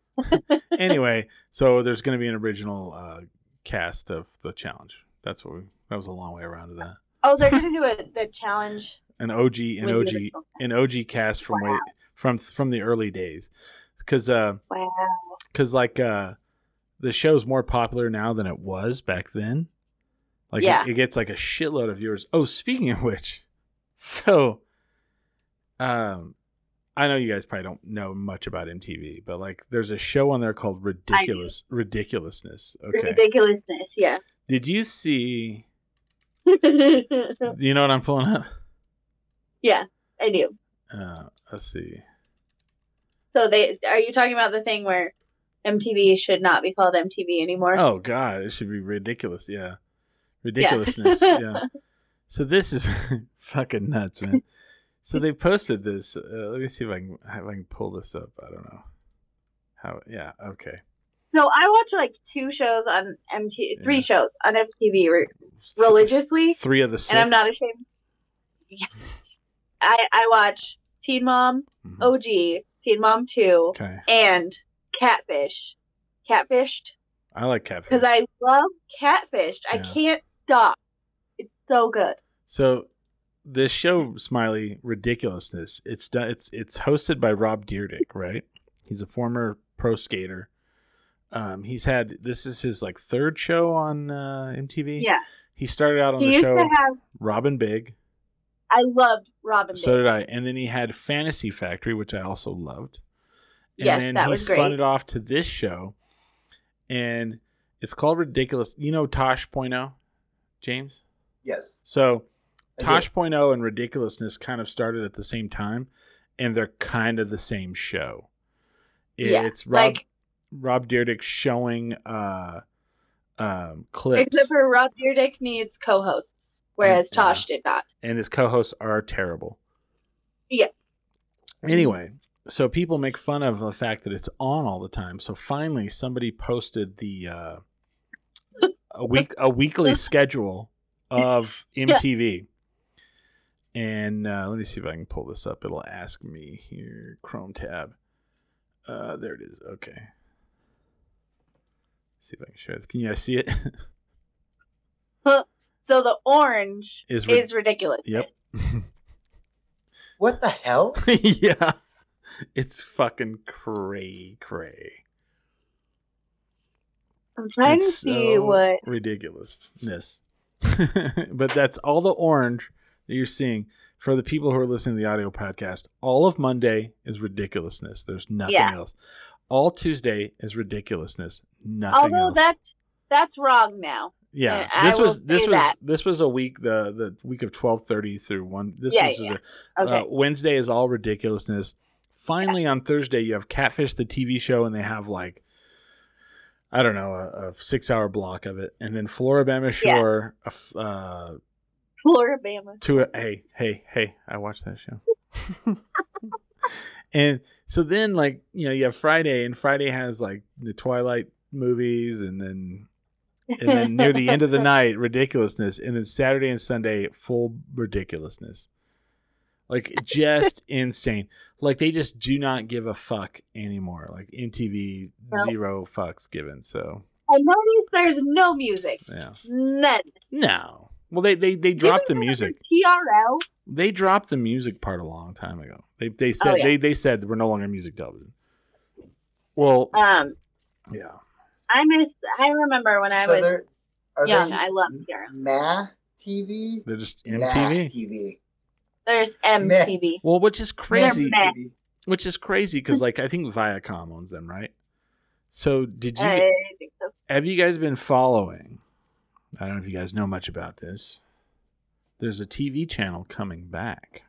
B: [LAUGHS] anyway, so there's going to be an original uh, cast of the challenge. That's what we. That was a long way around to that.
D: Oh, they're going to do a, the challenge.
B: An OG, [LAUGHS] an
D: with
B: OG,
D: the-
B: an OG cast from way, from from the early days, because uh,
D: Wow.
B: because like uh, the show's more popular now than it was back then. Like it-
D: Yeah.
B: it, gets like a shitload of viewers. Oh, speaking of which, [LAUGHS] so um, I know you guys probably don't know much about MTV, but like there's a show on there called Ridiculous Ridiculousness. Okay,
D: Ridiculousness, yeah. [LAUGHS]
B: did you see? You know what I'm pulling up?
D: yeah, I do.
B: Uh, let's see.
D: So they are you talking about the thing where MTV should not be called MTV [LAUGHS] anymore?
B: Oh God, it should be ridiculous. Yeah, ridiculousness. Yeah.
D: Yeah. [LAUGHS]
B: So this is [LAUGHS] fucking nuts, man. So they posted this. Uh, let me see if I can if I can pull this up. I don't know how. Yeah. Okay.
D: So I watch like two shows on MTV,
B: Yeah.
D: three shows on MTV, re- Religiously?
B: three of the six.
D: and I'm not ashamed. Yeah. I I watch Teen Mom,
B: Mhm.
D: OG, Teen Mom Two,
B: Okay.
D: and Catfish, Catfished,
B: I like catfish.
D: because I love Catfished. I
B: Yeah.
D: can't stop. It's so good.
B: so this show, Smiley Ridiculousness. It's done. It's it's hosted by Rob Deerdick, right? He's a former pro skater. Um, he's had this is his like third show on uh, MTV.
D: Yeah,
B: He started out on
D: he
B: the
D: used
B: show
D: to have.
B: Robin Big.
D: I loved Robin.
B: So
D: Big.
B: did I. And then he had Fantasy Factory, which I also loved. And
D: Yes,
B: then
D: that
B: he
D: was
B: spun
D: great.
B: it off to this show. And it's called Ridiculous. You know Tosh.0, James?
C: Yes.
B: So
C: I do.
B: Tosh.0 and Ridiculousness kind of started at the same time, and they're kind of the same show.
D: Yeah,
B: It's Rob
D: like- [LAUGHS]
B: Rob Dyrdek showing uh um clips.
D: Except for Rob Dyrdek needs co-hosts, whereas
B: Yeah.
D: Tosh did not.
B: and his co-hosts are terrible.
D: Yeah.
B: Anyway, so people make fun of the fact that it's on all the time. So finally, somebody posted the uh, a week a weekly schedule of MTV. And uh, let me see if I can pull this up. It'll ask me here. Chrome tab. Uh, there it is. Okay. See if I can share this. Can you guys see it? [LAUGHS]
D: So the orange
B: Is
D: is,
B: rid-
D: ridiculous.
B: yep.
C: What the hell?
B: [LAUGHS] yeah. It's fucking cray cray.
D: I'm trying to
B: It's oh,
D: see
B: so
D: what
B: ridiculousness. [LAUGHS] but that's all the orange that you're seeing for the people who are listening to the audio podcast. All of Monday is ridiculousness. There's nothing
D: Yeah.
B: else. All Tuesday is ridiculousness. Nothing
D: although
B: else.
D: that's that's wrong now.
B: yeah,
D: I
B: this
D: will
B: was this
D: say
B: was
D: that.
B: this was a week the the week of twelve thirty through one. This
D: Yeah,
B: was
D: yeah.
B: a-
D: Okay.
B: uh, Wednesday is all ridiculousness. Finally, on Thursday, you have Catfish, the TV show, and they have like, I don't know, a, a six hour block of it. And then Floribama Shore, a f uh,
D: Floribama.
B: to a, hey, hey, hey, I watched that show. [LAUGHS] and so then, like, you know, you have Friday, and Friday has like the Twilight movies, and then. And then near the end of the night, ridiculousness, and then Saturday and Sunday, full ridiculousness, like just insane. Like they just do not give a fuck anymore. Like MTV,
D: No.
B: zero fucks given. So
D: I noticed there's no music.
B: yeah,
D: None.
B: no. Well, they they they dropped the
D: Even
B: music.
D: TRL.
B: They dropped the music part a long time ago. They they said
D: yeah.
B: they they said we're no longer music television. Well,
D: Um,
B: yeah,
D: I miss. I remember when I
C: so
D: was
C: there, are Hmm? there
D: young.
C: just
D: I loved TRL.
C: Ma TV.
B: they're just
C: Ma
B: MTV.
C: TV.
D: There's MTV.
B: Well, which is crazy,
D: Meh.
C: TV.
B: which is crazy because like I think Viacom owns them, right? So did you
D: I think so.
B: have you guys been following? I don't know if you guys know much about this. There's a TV channel coming back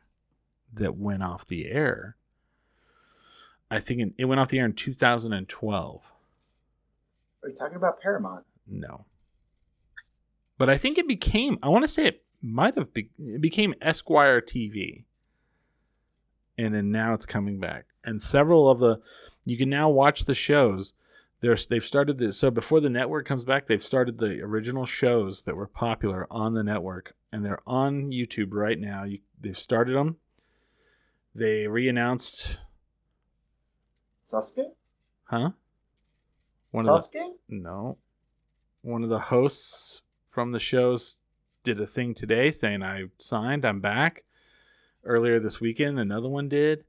B: that went off the air. I think it- it went off the air in 2012.
C: Are you talking about Paramount?
B: No. But I think it became, I want to say it might have be, it became Esquire TV. And then now it's coming back. And several of the, you can now watch the shows. There's, they've started this. So before the network comes back, they've started the original shows that were popular on the network. And they're on YouTube right now. You, they've started them. They re announced,
C: Sasuke?
B: huh? One of the,
C: Sasuke?
B: No. One of the hosts from the shows did a thing today saying I signed, I'm back. Earlier this weekend, another one did.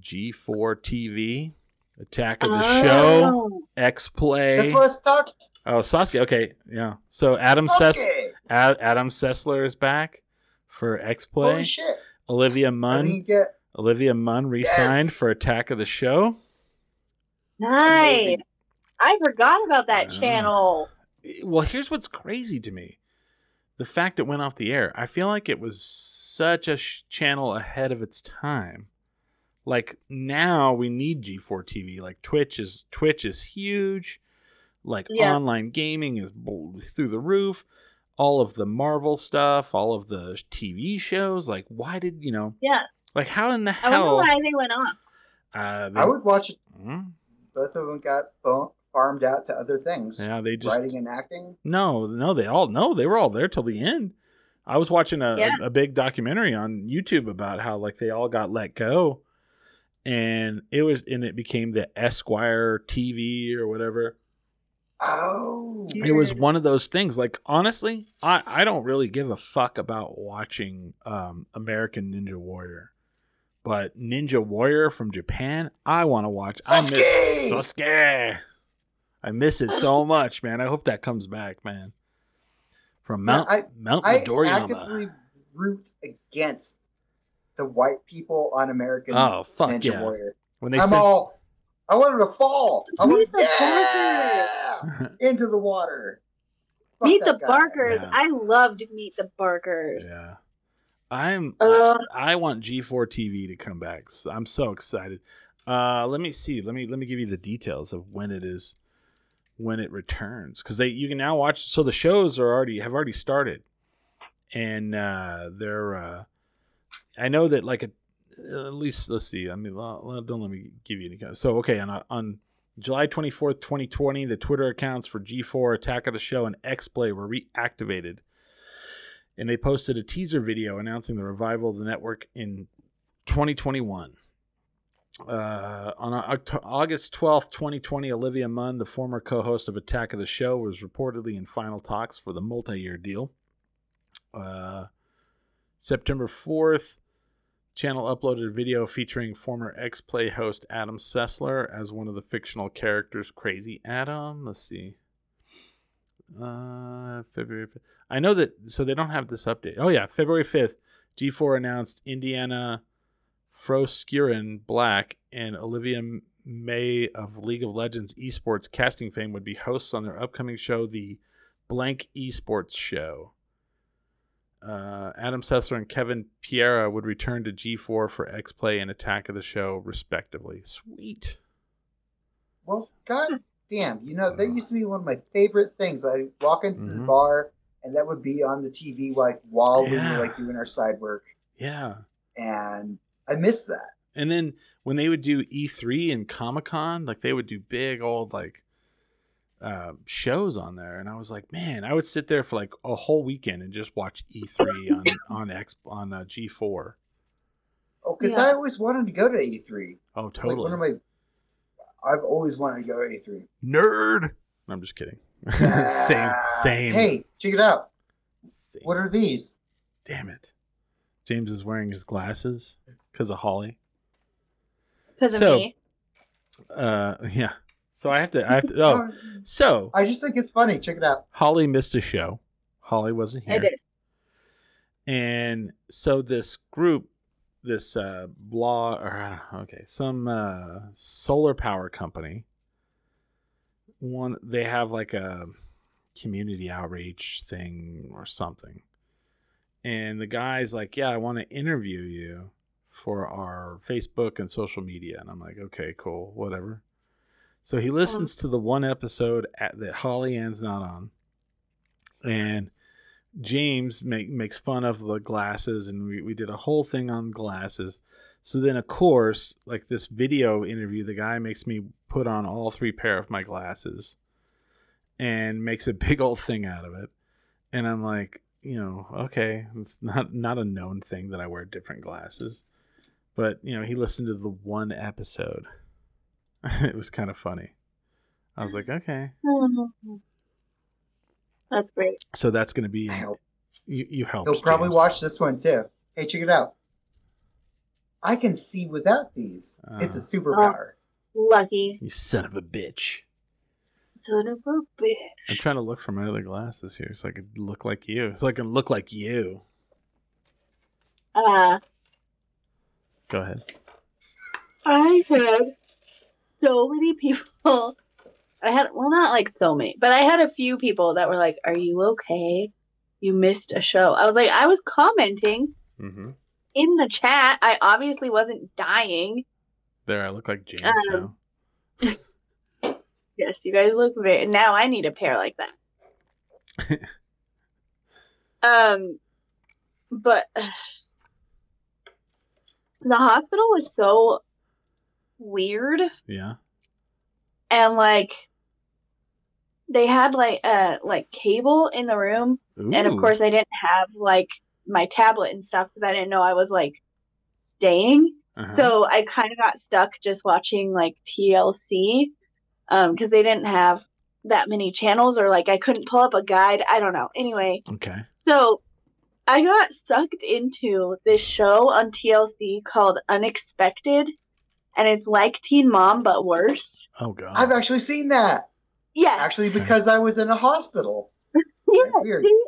B: G4 TV, Attack of the
D: oh,
B: Show, X Play.
C: Oh. That's what I was talking.
B: Oh, Sasuke. Okay, yeah. So Adam Sess
C: Sasuke.
B: Ad- Adam Sessler is back for X
C: Holy
B: Play.
C: shit!
B: Olivia
C: I
B: Munn.
C: didn't get
B: Olivia Munn re-signed
C: Yes.
B: for Attack of the Show.
D: Nice.
C: Amazing.
D: I forgot about that
B: Yeah.
D: channel.
B: well here's what's crazy to me the fact it went off the air i feel like it was such a sh- channel ahead of its time like now we need g4 tv like twitch is twitch is huge like
D: Yeah.
B: online gaming is bl- through the roof all of the marvel stuff all of the tv shows like why did you know
D: Yeah.
B: like how in the
D: I wonder
B: hell
D: why they went off.
B: uh, they,
C: I would watch it.
B: Hmm?
C: Both of them got fa- farmed out to other things.
B: yeah they just
C: Writing and acting.
B: No, no, they all no, they were all there till the end. I was watching a,
D: Yeah.
B: a big documentary on YouTube about how like they all got let go, and it was and it became the Esquire TV or whatever.
C: Oh.
B: It was one of those things. Like honestly, I I don't really give a fuck about watching um, American Ninja Warrior, but Ninja Warrior from Japan, I want to watch. I miss-
C: Sasuke.
B: Sasuke. I miss it so much, man. I hope that comes back, man. From Mount
C: Yeah,
B: Mount
C: I
B: Midoriyama.
C: actively root against the white people on American
B: Oh fuck
C: Ninja
B: yeah!
C: Warrior.
B: When they [LAUGHS]
C: I'm
B: said
C: all. I want him to fall. I want
D: Meet
C: him
D: the
C: yeah! into the water. Fuck
D: Meet the
C: that guy.
D: Barkers.
B: Yeah.
D: I loved Meet the Barkers.
B: yeah, I'm.
D: Uh,
B: I want G4 TV to come back. S- I'm so excited. Uh, let me see. Let me let me give you the details of when it is, when it returns, because they you can now watch. So the shows are already have already started, and uh, they're. Uh, I know that like a, at least let's see. I mean, lo- lo- don't let me give you any. kind- So okay, on uh, on July 24th, 2020, the Twitter accounts for G4, Attack of the Show, and X Play were reactivated and they posted a teaser video announcing the revival of the network in 2021. Uh, on Oct- August 12th, 2020, Olivia Munn, the former co host of Attack of the Show, was reportedly in final talks for the multi year deal. Uh, September 4th, Channel uploaded a video featuring former X Play host Adam Sessler as one of the fictional characters, Crazy Adam. Let's see. Uh, February. fif- I know that. So they don't have this update. Oh yeah, February fifth. G4 announced Indiana Froskuren Black and Olivia M- May of League of Legends esports casting fame would be hosts on their upcoming show, the Blank Esports Show. Uh, Adam Sessler and Kevin Piera would return to G4 for X Play and Attack of the Show, respectively. Sweet.
C: Well, god damn. You know, that used to be one of my favorite things. I walk into the
B: Mhm.
C: bar, and that would be on the TV, like while we
B: Yeah.
C: were like doing our side work,
B: Yeah.
C: and I miss that.
B: And then when they would do E3 and Comic Con, like they would do big old like uh, shows on there, and I was like, man, I would sit there for like a whole weekend and just watch E3
C: [LAUGHS]
B: on on X on uh, G4.
C: Oh, because
D: Yeah.
C: I always wanted to go to E3.
B: Oh,
C: Like
B: totally,
C: one of my. I've always wanted to go to E3.
B: nerd. No, I'm just kidding. [LAUGHS]
C: [LAUGHS]
B: same,
C: Ah,
B: same.
C: Hey, check it out.
B: same.
C: What are these?
B: Damn it! James is wearing his glasses because of Holly.
D: because of
B: So-
D: me.
B: Uh, yeah. So I have to. I have to.
C: [LAUGHS]
B: Oh, so
C: I just think it's funny. Check it out.
B: Holly missed a show. Holly wasn't here.
D: I did.
B: and so this group this uh blog or I don't know, okay some uh solar power company one they have like a community outreach thing or something and the guy's like yeah i want to interview you for our facebook and social media and i'm like okay cool whatever So he listens to the one episode at, that Holly Ann's not on, and James make, makes fun of the glasses, and we, we did a whole thing on glasses. So then, of course, like this video interview, the guy makes me put on all three pair of my glasses, and makes a [LAUGHS] big old thing out of it. And I'm like, you know, okay, it's not not a known thing that I wear different glasses, but you know, he listened to the one episode. [LAUGHS] it was kind of funny. I was like, okay,
D: [SIGHS] That's great.
B: so that's going to be
C: I
B: in-
C: hope.
B: you. You helped.
C: He'll probably
B: James.
C: watch this one too. Hey, check it out. I can see without these. it's a
B: Uh.
C: superpower.
D: Lucky
B: You son of a bitch!
D: son of a bitch.
B: I'm trying to look for my other glasses here so I could look like you. So I can look like you.
D: Uh,
B: Go ahead.
D: I had so many people. I had, well, not like so many, but I had a few people that were like, Are you okay? You missed a show. I was like, I was commenting
B: Mm-hmm.
D: in the chat. I obviously wasn't dying.
B: There, I look like James
D: Um,
B: now.
D: Yes, you guys look very. Now I need a pair like that. um, but [SIGHS] the hospital was so weird
B: Yeah.
D: and like they had like uh like cable in the room and of
B: Ooh.
D: course I didn't have like my tablet and stuff because I didn't know I was like staying.
B: Uh-huh.
D: So I kind of got stuck just watching like TLC um because they didn't have that many channels or like I couldn't pull up a guide. I don't know. Anyway,
B: okay.
D: so I got sucked into this show on TLC called Unexpected and it's like Teen Mom but worse.
B: Oh god.
C: I've actually seen that.
D: Yeah.
C: Actually, because I was in a hospital.
D: [LAUGHS] Yeah.
C: weird.
D: see?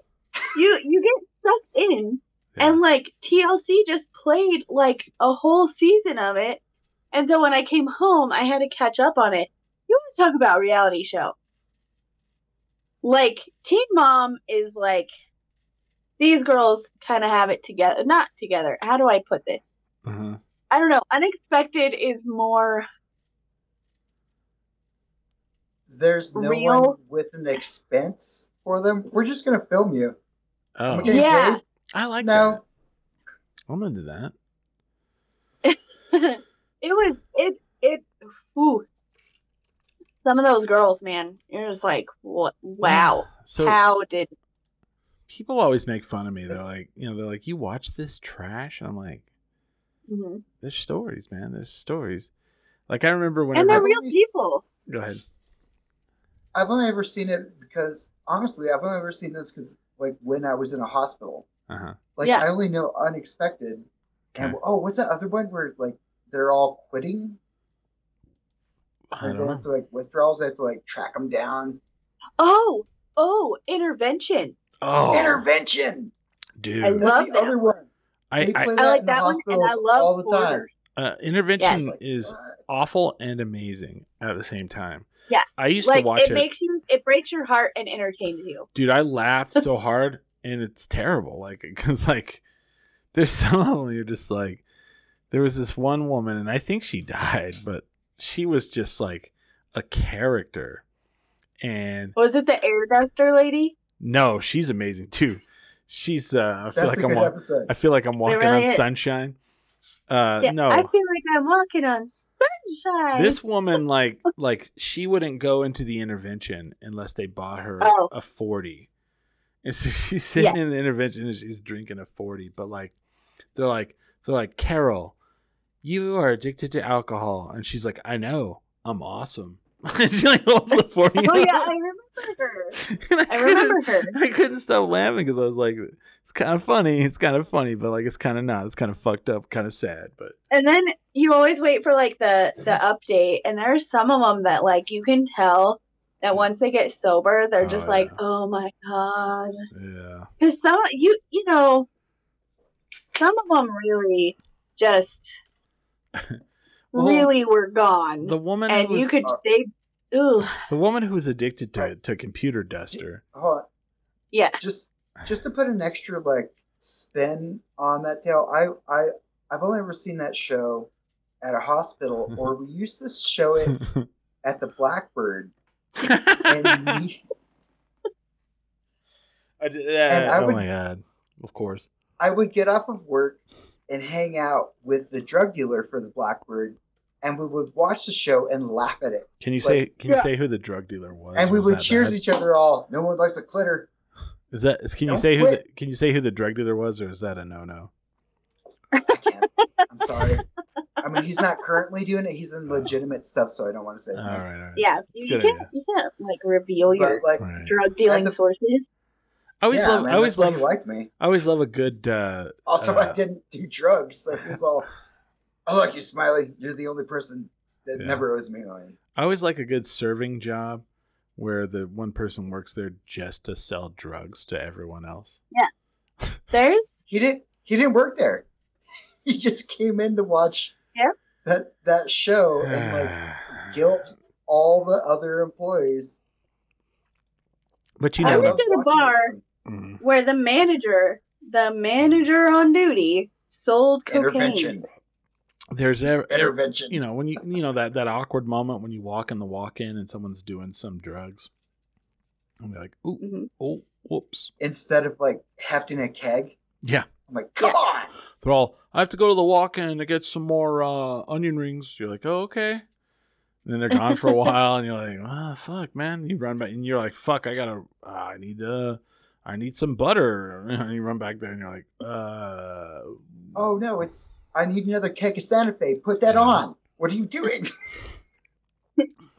D: You you get sucked in
B: Yeah.
D: And like TLC just played like a whole season of it. And so when I came home, I had to catch up on it. You want to talk about reality show? Like Teen Mom is like these girls kind of have it together, not together. How do I put this?
B: uh-huh.
D: I don't know. Unexpected is more
C: There's no
D: Real?
C: one with an expense for them. We're just gonna film you.
B: Oh,
C: I'm getting
D: Yeah. [LAUGHS]
C: paid.
B: I like
C: No,
B: that. I'm into that.
D: it was it it ooh. Some of those girls, man, you're just like, what? Wow,
B: So
D: how did
B: people always make fun of me. They're
C: It's-
B: like, you know, they're like, you watch this trash, and I'm like,
D: Mhm.
B: there's stories, man. There's stories. Like I remember
D: they're
B: whenever.
D: real
C: I've
D: people.
C: only-
B: Go ahead.
C: I've only ever seen it because honestly, I've only ever seen this because like when I was in a hospital.
B: Uh huh.
C: Like
D: Yeah.
C: I only know unexpected. And
B: Okay.
C: oh, what's that other one where like they're all quitting?
B: I
C: They're
B: don't
C: going
B: know.
C: through like withdrawals. They have to like track them down.
D: Oh, oh, intervention.
B: Oh,
C: Intervention.
D: I
B: dude,
C: That's
D: love
C: the
D: that.
C: other one.
B: I,
C: they
B: I,
C: play that
D: I like
C: in the
D: that one, and I
C: hospitals
D: love
C: all the time.
D: Hoarders.
B: uh, intervention
C: It's like,
B: is
C: uh,
B: awful and amazing at the same time.
D: Yeah.
B: I used
D: Like
B: to watch it,
D: it, makes you, it breaks your heart and entertains you.
B: dude. I
D: [LAUGHS]
B: laughed so hard, and it's terrible. Like, because like, there's [LAUGHS] some of them you're just like, there was this one woman, and I think she died, but she was just like a character, and
D: Was it the air duster lady?
B: no, she's amazing too. She's uh, I feel
C: That's
B: like
C: a
B: I'm
C: good
B: wa-
C: episode.
B: I feel like I'm walking
D: really
B: on
D: is.
B: sunshine. Uh,
D: Yeah,
B: no,
D: I feel like I'm walking on sunshine.
B: this woman like like she wouldn't go into the intervention unless they bought her
D: Oh.
B: a 40 and so [LAUGHS] she's sitting in the intervention and she's drinking a 40 but like they're like they're like carol you are addicted to alcohol and she's like i know i'm awesome [LAUGHS] and she like holds the 40
D: [LAUGHS] [LAUGHS] oh,
B: up. [LAUGHS] And
D: yeah, I remember her. I
B: couldn't-
D: remember her.
B: I couldn't stop laughing because I was like, "It's kind of funny. It's kind of funny, but like, it's kind of not. It's kind of fucked up. Kind of sad, but
D: And then you always wait for like the the update, and there are some of them that like you can tell that once they get sober, they're just
B: Mm. Oh,
D: like,
B: yeah.
D: oh my god,
B: yeah,
D: because some you you know, some of them really just
B: [LAUGHS] Well,
D: really were gone.
B: the woman
D: and
B: who was, uh,
D: you could they ooh
B: the woman who was addicted to to computer duster.
C: Hold on.
D: yeah
C: Just just to put an extra like spin on that tale, I I
B: [LAUGHS]
C: I've only ever seen that show at a hospital, or we used to show it at the Blackbird,
B: [LAUGHS]
C: and we,
B: I did-
C: And I
B: oh
C: would-
B: my god! Of course.
C: I would get off of work and hang out with the drug dealer for the Blackbird, and we would watch the show and laugh at it,
B: Can you
C: Like,
B: say Can you
C: yeah.
B: say who the drug dealer was?
C: and we
B: Was
C: would
B: that
C: cheers
B: bad?
C: each other all. No one likes a clitter.
B: Is that is, can you
C: Don't
B: say who the,
C: quit.
B: Can you say who the drug dealer was, or is that a no no?
C: I can't. I'm
B: [LAUGHS]
C: sorry. I mean, he's not currently doing it. He's in legitimate stuff, so I don't want to say.
B: All
C: His
B: right,
C: name.
B: all right.
D: Yeah,
B: It's a
D: you
B: good
D: can't,
B: idea.
D: you can't like reveal your
C: But like,
B: All right.
D: drug dealing
C: At the-
D: sources.
B: I always
C: yeah,
B: love.
C: man,
B: I always
C: that's why he
B: love.
C: liked me.
B: I always love a good. Uh,
C: Also,
B: Uh,
C: I didn't do drugs, so he was all, [LAUGHS] "I like you, Smiley. You're the only person that
B: Yeah.
C: never owes me money."
B: I always like a good serving job, where the one person works there just to sell drugs to everyone else.
D: There's
C: He didn't. He didn't work there. [LAUGHS] He just came in to watch
D: Yeah.
C: that that show Oh, and
B: [SIGHS]
C: like guilt all the other employees.
B: but you
D: I
B: know,
D: worked at a
C: watching
D: bar.
C: them.
B: mm,
D: where the manager, the manager on duty, sold cocaine.
C: Intervention.
B: there's ever,
C: Intervention.
B: you know when you you know that that awkward moment when you walk in the walk in and someone's doing some drugs, and you're like, ooh,
C: Mm-hmm.
D: Mhm.
B: oh, whoops,
C: Instead of like hefting a keg,
B: yeah.
C: I'm like, "Come
D: Yeah.
C: on."
B: They're all, I have to go to the walk in to get some more uh, onion rings. You're like, oh, okay. And then they're gone for a while, and you're like, ah, fuck, man. You run back, and you're like, fuck, I gotta, uh, I need, uh, I need some butter. [LAUGHS] And you run back there, and you're like, uh,
C: Oh no, it's I need another keg of Santa Fe. Put that on. What are you doing?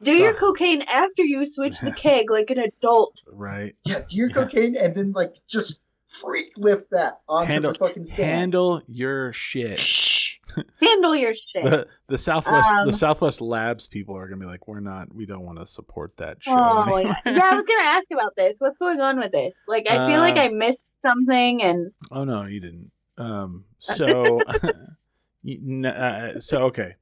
D: Do your cocaine after you switch
B: [LAUGHS]
D: the keg like an adult.
B: right.
C: yeah, do your
B: Yeah.
C: cocaine and then like just freak lift that onto
B: Handle-
C: the fucking stand.
B: Handle your shit.
C: Shh.
D: Handle your shit.
B: The, the Southwest, the
D: Um,
B: Southwest Labs people are gonna be like, we're not, we don't want to support that show.
D: Oh my
B: anymore."
D: god. Yeah, I was gonna ask about this. What's going on with this? Like I feel like
B: Uh,
D: I missed something and
B: [LAUGHS] Oh no, you didn't. Um,
D: Uh,
B: so, [LAUGHS] you, n- uh, so okay.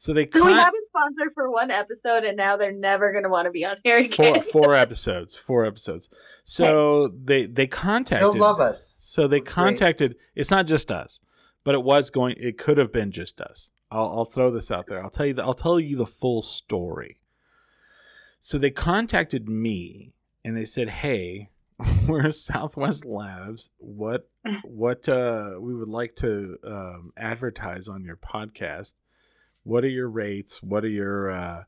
B: So they
D: so we
B: con-
D: have a sponsor for one episode and now they're never gonna want to be on here again.
B: four, four episodes, four episodes. So they they contacted.
C: They'll love us.
B: So they
C: Great.
B: contacted. It's not just us, but it was going. It could have been just us. I'll, I'll throw this out there. I'll tell you. The, I'll tell you the full story. So they contacted me and they said, "Hey, [LAUGHS] we're Southwest Labs. What what uh, we would like to um, advertise on your podcast. What are your rates? What are your uh,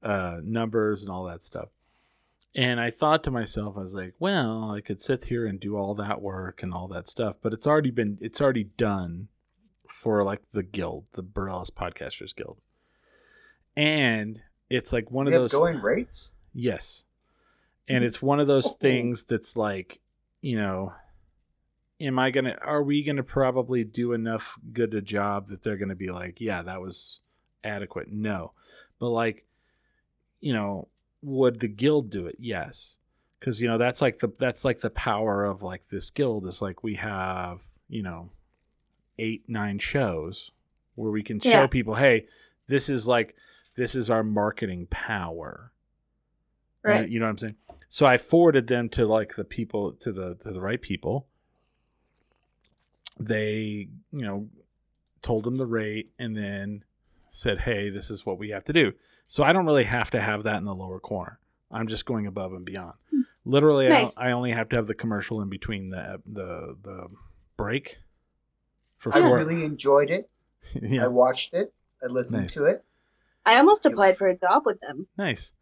B: uh, numbers and all that stuff?" And I thought to myself, I was like, well, I could sit here and do all that work and all that stuff, but it's already been, it's already done for like the guild, the Burlesque Podcasters Guild. And it's like one
C: We
B: of
C: have
B: those.
C: going rates.
B: Yes. And it's one of those things that's like, you know, am I going to, are we going to probably do enough good a job that they're going to be like, yeah, that was adequate? No. But like, you know, would the guild do it? Yes. Cause you know, that's like the, that's like the power of like this guild is like we have, you know, eight, nine shows where we can show
D: Yeah.
B: people, hey, this is like, this is our marketing power. You know-
D: [LAUGHS] right.
B: You know what I'm saying? So I forwarded them to like the people to the to the right people. They, you know, told them the rate and then said, "Hey, this is what we have to do." So I don't really have to have that in the lower corner. I'm just going above and beyond. Literally,
D: Hmm. Nice.
B: I, I only have to have the commercial in between the the the break for
D: Oh,
C: I
B: four.
C: really enjoyed it. I
B: [LAUGHS] yeah,
C: watched it. I listened
B: Nice.
C: to it.
D: I almost applied for a job with them.
B: nice.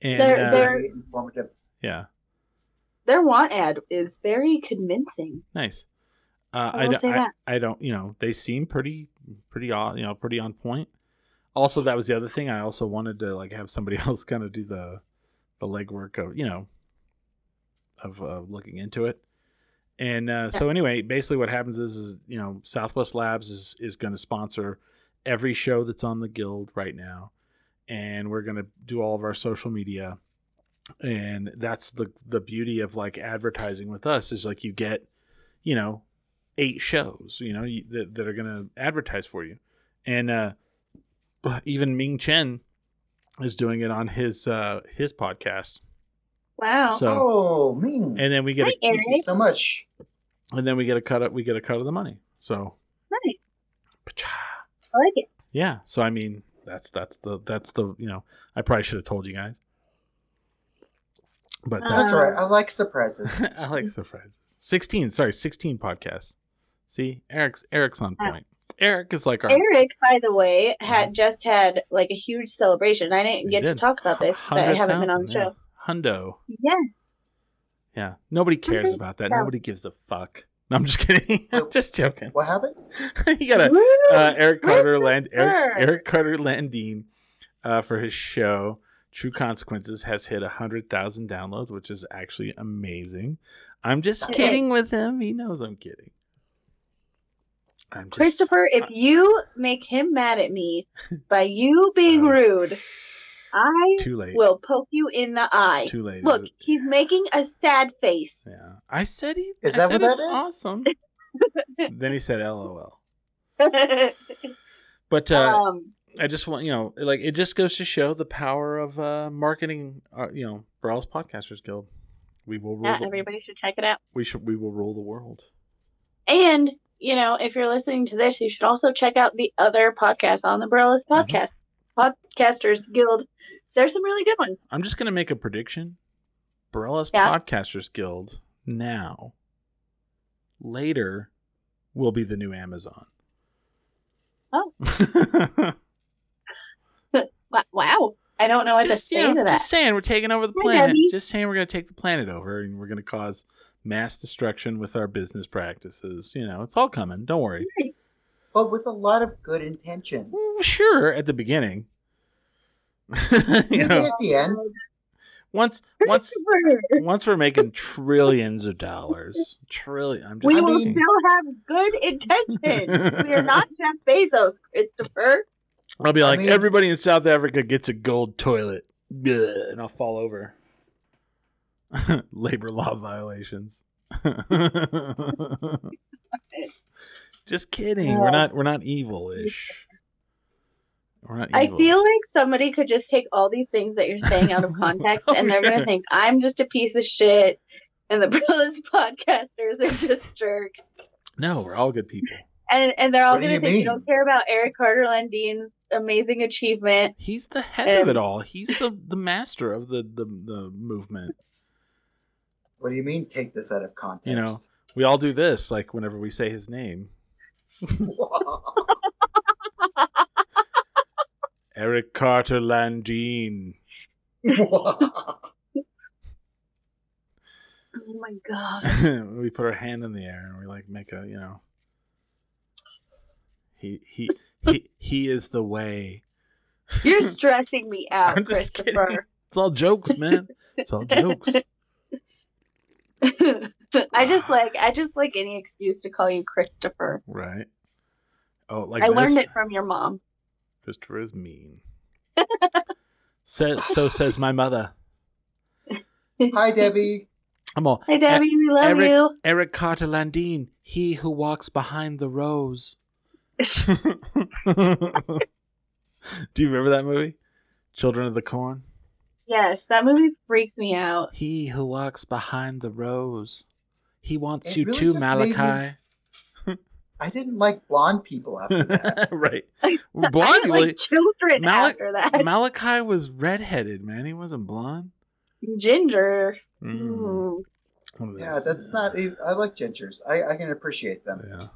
B: And
D: They're-
B: uh,
D: they're-
C: Very informative.
B: yeah,
D: Their want ad is very convincing.
B: Nice. Uh,
D: I
B: I,
D: will
B: don't,
D: say
B: I,
D: that.
B: I don't, you know, they seem pretty, pretty on, you know, pretty on point. Also, that was the other thing. I also wanted to like have somebody [LAUGHS] else kind of do the, the legwork of, you know, of uh, looking into it. And uh, so anyway, basically what happens is, is you know, Southwest Labs is is going to sponsor every show that's on the guild right now, and we're going to do all of our social media. And that's the the beauty of like advertising with us is like you get, you know, eight shows, you know, you, that, that are going to advertise for you. And uh, [CLEARS THROAT] even Ming Chen is doing it on his uh, his podcast.
D: Wow.
B: So
C: Oh, mean.
B: and then we get
D: Hi,
B: a,
D: Eric.
C: Thank you so much.
B: and then we get a cut up we get a cut of the money. So
D: Nice.
B: pacha.
D: I like it.
B: yeah, so I mean that- That's that's the that's the you know I probably should have told you guys. But that's
C: That's all right. I
B: [LAUGHS]
C: like surprises.
B: I like surprises. Sixteen, sorry, sixteen podcasts. See, Eric's Eric's on
D: Yeah.
B: point. Eric is like our
D: Eric, by the way, had just had like a huge celebration. I didn't
B: Mm-hmm. He
D: get to
B: did.
D: talk about this, but I haven't been
B: 100,000,
D: on the
B: yeah.
D: show.
B: Hundo.
D: Yeah,
B: Yeah. Nobody cares
D: Mhm.
B: about that.
D: Yeah.
B: Nobody gives a fuck. No, I'm just kidding. [LAUGHS] I'm
C: Nope.
B: just joking.
C: What happened?
B: you got a
D: Woo!
B: uh, Eric
D: Woo!
B: Carter Land Eric,
D: her.
B: Eric Carter Landine uh, for his show True Consequences has hit hundred thousand downloads, which is actually amazing. I'm just
D: Okay.
B: kidding with him. He knows I'm kidding. I'm just uh,
D: Christopher, if you make him mad at
B: [LAUGHS]
D: me by you being
B: Uh,
D: rude, I
B: too late.
D: will poke you in the eye.
B: too late.
D: Look,
B: Is it-
D: he's making a sad face. [LAUGHS]
B: Yeah. I said he
C: Is
B: I
C: that
B: said
C: what
B: it's
C: that is?
B: awesome. then he said LOL. Uh, But uh
D: um,
B: I just want you know, like it just goes to show the power of uh, marketing. Uh, you know, Brawl's Podcasters Guild. We will rule.
D: yeah,
B: the,
D: everybody should check it out.
B: We should. We will rule the world.
D: And, you know, if you're listening to this, you should also check out the other podcast on the Burlesque
B: Mhm.
D: Podcast, Podcasters Guild. There's some really good ones. [LAUGHS]
B: I'm just gonna make a prediction. Brawl's
D: Yeah.
B: Podcasters Guild now. Later, will be the new Amazon. [LAUGHS]
D: Oh.
B: just,
D: Wa- Wow. I don't know what to
B: you
D: say
B: know,
D: to that.
B: just saying, we're taking over the
D: Hi,
B: planet.
D: Debbie.
B: just saying, we're gonna take the planet over, and we're gonna cause mass destruction with our business practices. You know, it's all coming. Don't worry.
C: But with a lot of good intentions.
B: Well, Sure, at the beginning. [LAUGHS] you
C: Maybe
B: know,
C: at the end.
B: once once
D: [LAUGHS] Christopher,
B: once we're making trillions of dollars, trillion. I'm just
D: we
C: I
D: will
C: mean-
D: still have good
B: [LAUGHS]
D: intentions. we are not Jeff Bezos, Christopher.
B: I'll be like
C: mean-
B: everybody in South Africa gets a gold toilet, Bleh, and I'll fall over. [LAUGHS] Labor law violations. [LAUGHS] just kidding. We're not. We're not evil-ish. We're not
D: I
B: evil.
D: feel like somebody could just take all these things that you're saying
B: [LAUGHS]
D: out of context
B: Oh,
D: and they're going
B: yeah.
D: to think I'm just a piece of shit and the [LAUGHS] Burlesque podcasters are
B: [LAUGHS]
D: just jerks.
B: no. We're all good people.
D: And, and they're all
C: What do
D: going to
C: you
D: think
C: mean?
D: you don't care about Eric Carter Landine's amazing achievement.
B: He's the head of
D: And-
B: it all. He's the, the master of the, the, the movement.
C: What do you mean take this out of context?
B: You
C: [LAUGHS]
B: know. We all do this, like whenever we say his name. Eric Carter Landine.
D: [LAUGHS] Oh my
B: [LAUGHS]
D: God.
B: [LAUGHS] we put our hand in the air and we like make a you know. He he he he is the way.
D: You're stressing me out,
B: I'm just kidding.
D: Christopher.
B: It's all jokes, man. It's all
D: [LAUGHS]
B: jokes. [SIGHS]
D: I just like I just like any excuse to call you Christopher.
B: Right. Oh, like
D: I
B: this?
D: learned it from your mom.
B: Christopher is mean. says, so says my mother.
C: Hi, Debbie.
B: I'm all
D: Hi, Debbie. We love
B: Eric-
D: you.
B: Eric Carter Landine, he who walks behind the [LAUGHS] rose. Do you remember that movie? Children of the Corn?
D: [LAUGHS] Yes, that movie freaked me out.
B: He who walks behind the rose. He wants
C: It
B: you
C: really
B: too,
C: just made me-
B: Malachi.
C: I didn't like blonde people
B: [LAUGHS]
C: after that. [LAUGHS]
B: right.
D: I
B: Blonde,
D: didn't like children
B: Malik-
D: after that. [LAUGHS]
B: really- Malachi was redheaded, man. He wasn't blonde.
D: Ginger.
B: Mm.
D: Mm.
B: One of
C: Yeah,
B: those-
C: that's not. e- I like gingers. I, I can appreciate them.
B: Yeah.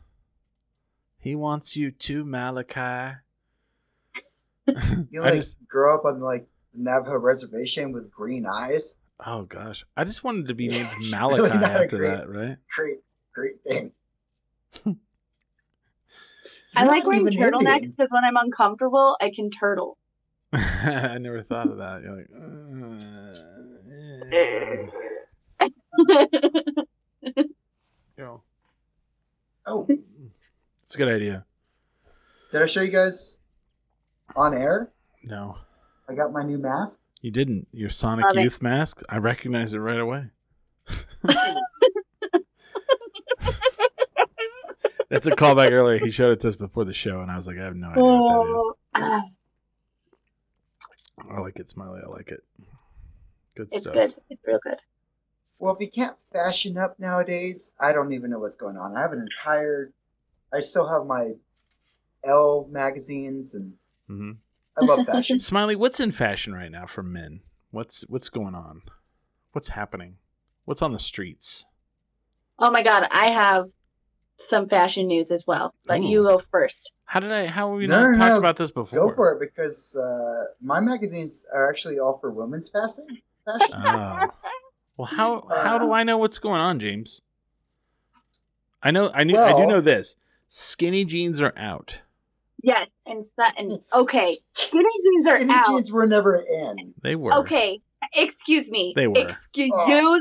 B: He wants you too, Malachi.
C: You
B: I
C: like
B: just-
C: grow up on like the Navajo reservation with green eyes.
B: Oh gosh, I just wanted to be
C: Yeah,
B: named
C: it's
B: Malachi
C: really not a
B: after
C: great-
B: that, right?
C: Great, great thing.
D: [LAUGHS] I
C: You're
D: like
C: not
D: wearing
C: even
D: turtlenecks
C: Indian.
D: because when I'm uncomfortable, I can turtle.
B: [LAUGHS] I never thought of that. You're "Uh, like, uh, you know,
C: Oh,
B: it's a good idea.
C: did I show you guys on air?
B: No,
C: I got my new mask.
B: you didn't. Your Sonic
D: Love it.
B: Youth mask. I recognize it right away. [LAUGHS] That's a callback earlier. He showed it to us before the show, and I was like, I have no idea what that is.
D: Oh, ah,
B: I like it, Smiley. I like it. Good
D: it's
B: stuff.
D: good. It's real good.
C: Well, if you can't fashion up nowadays, I don't even know what's going on. I have an entire. I still have my L magazines and
B: Mhm.
C: I love
D: [LAUGHS]
C: fashion.
B: Smiley, what's in fashion right now for men? What's what's going on? What's happening? What's on the streets?
D: Oh my god, I have some fashion news as well, but you
B: Ooh.
D: go first.
B: How did I? How have we
C: No,
B: not
C: no,
B: talked
C: no.
B: about this before?
C: Go for it because uh, my magazines are actually all for women's fashion. Fashion.
B: Oh. Well, how how do
C: [LAUGHS] Uh.
B: I know what's going on, James? I know I knew I do
C: Well-
B: know this. Skinny jeans are out.
D: Yes, and
B: Mm.
D: Sutton. Okay, skinny jeans are
C: Skinny
D: out.
C: jeans were never in.
B: They were
D: Okay, excuse me.
B: They were.
D: Excuse
C: Oh.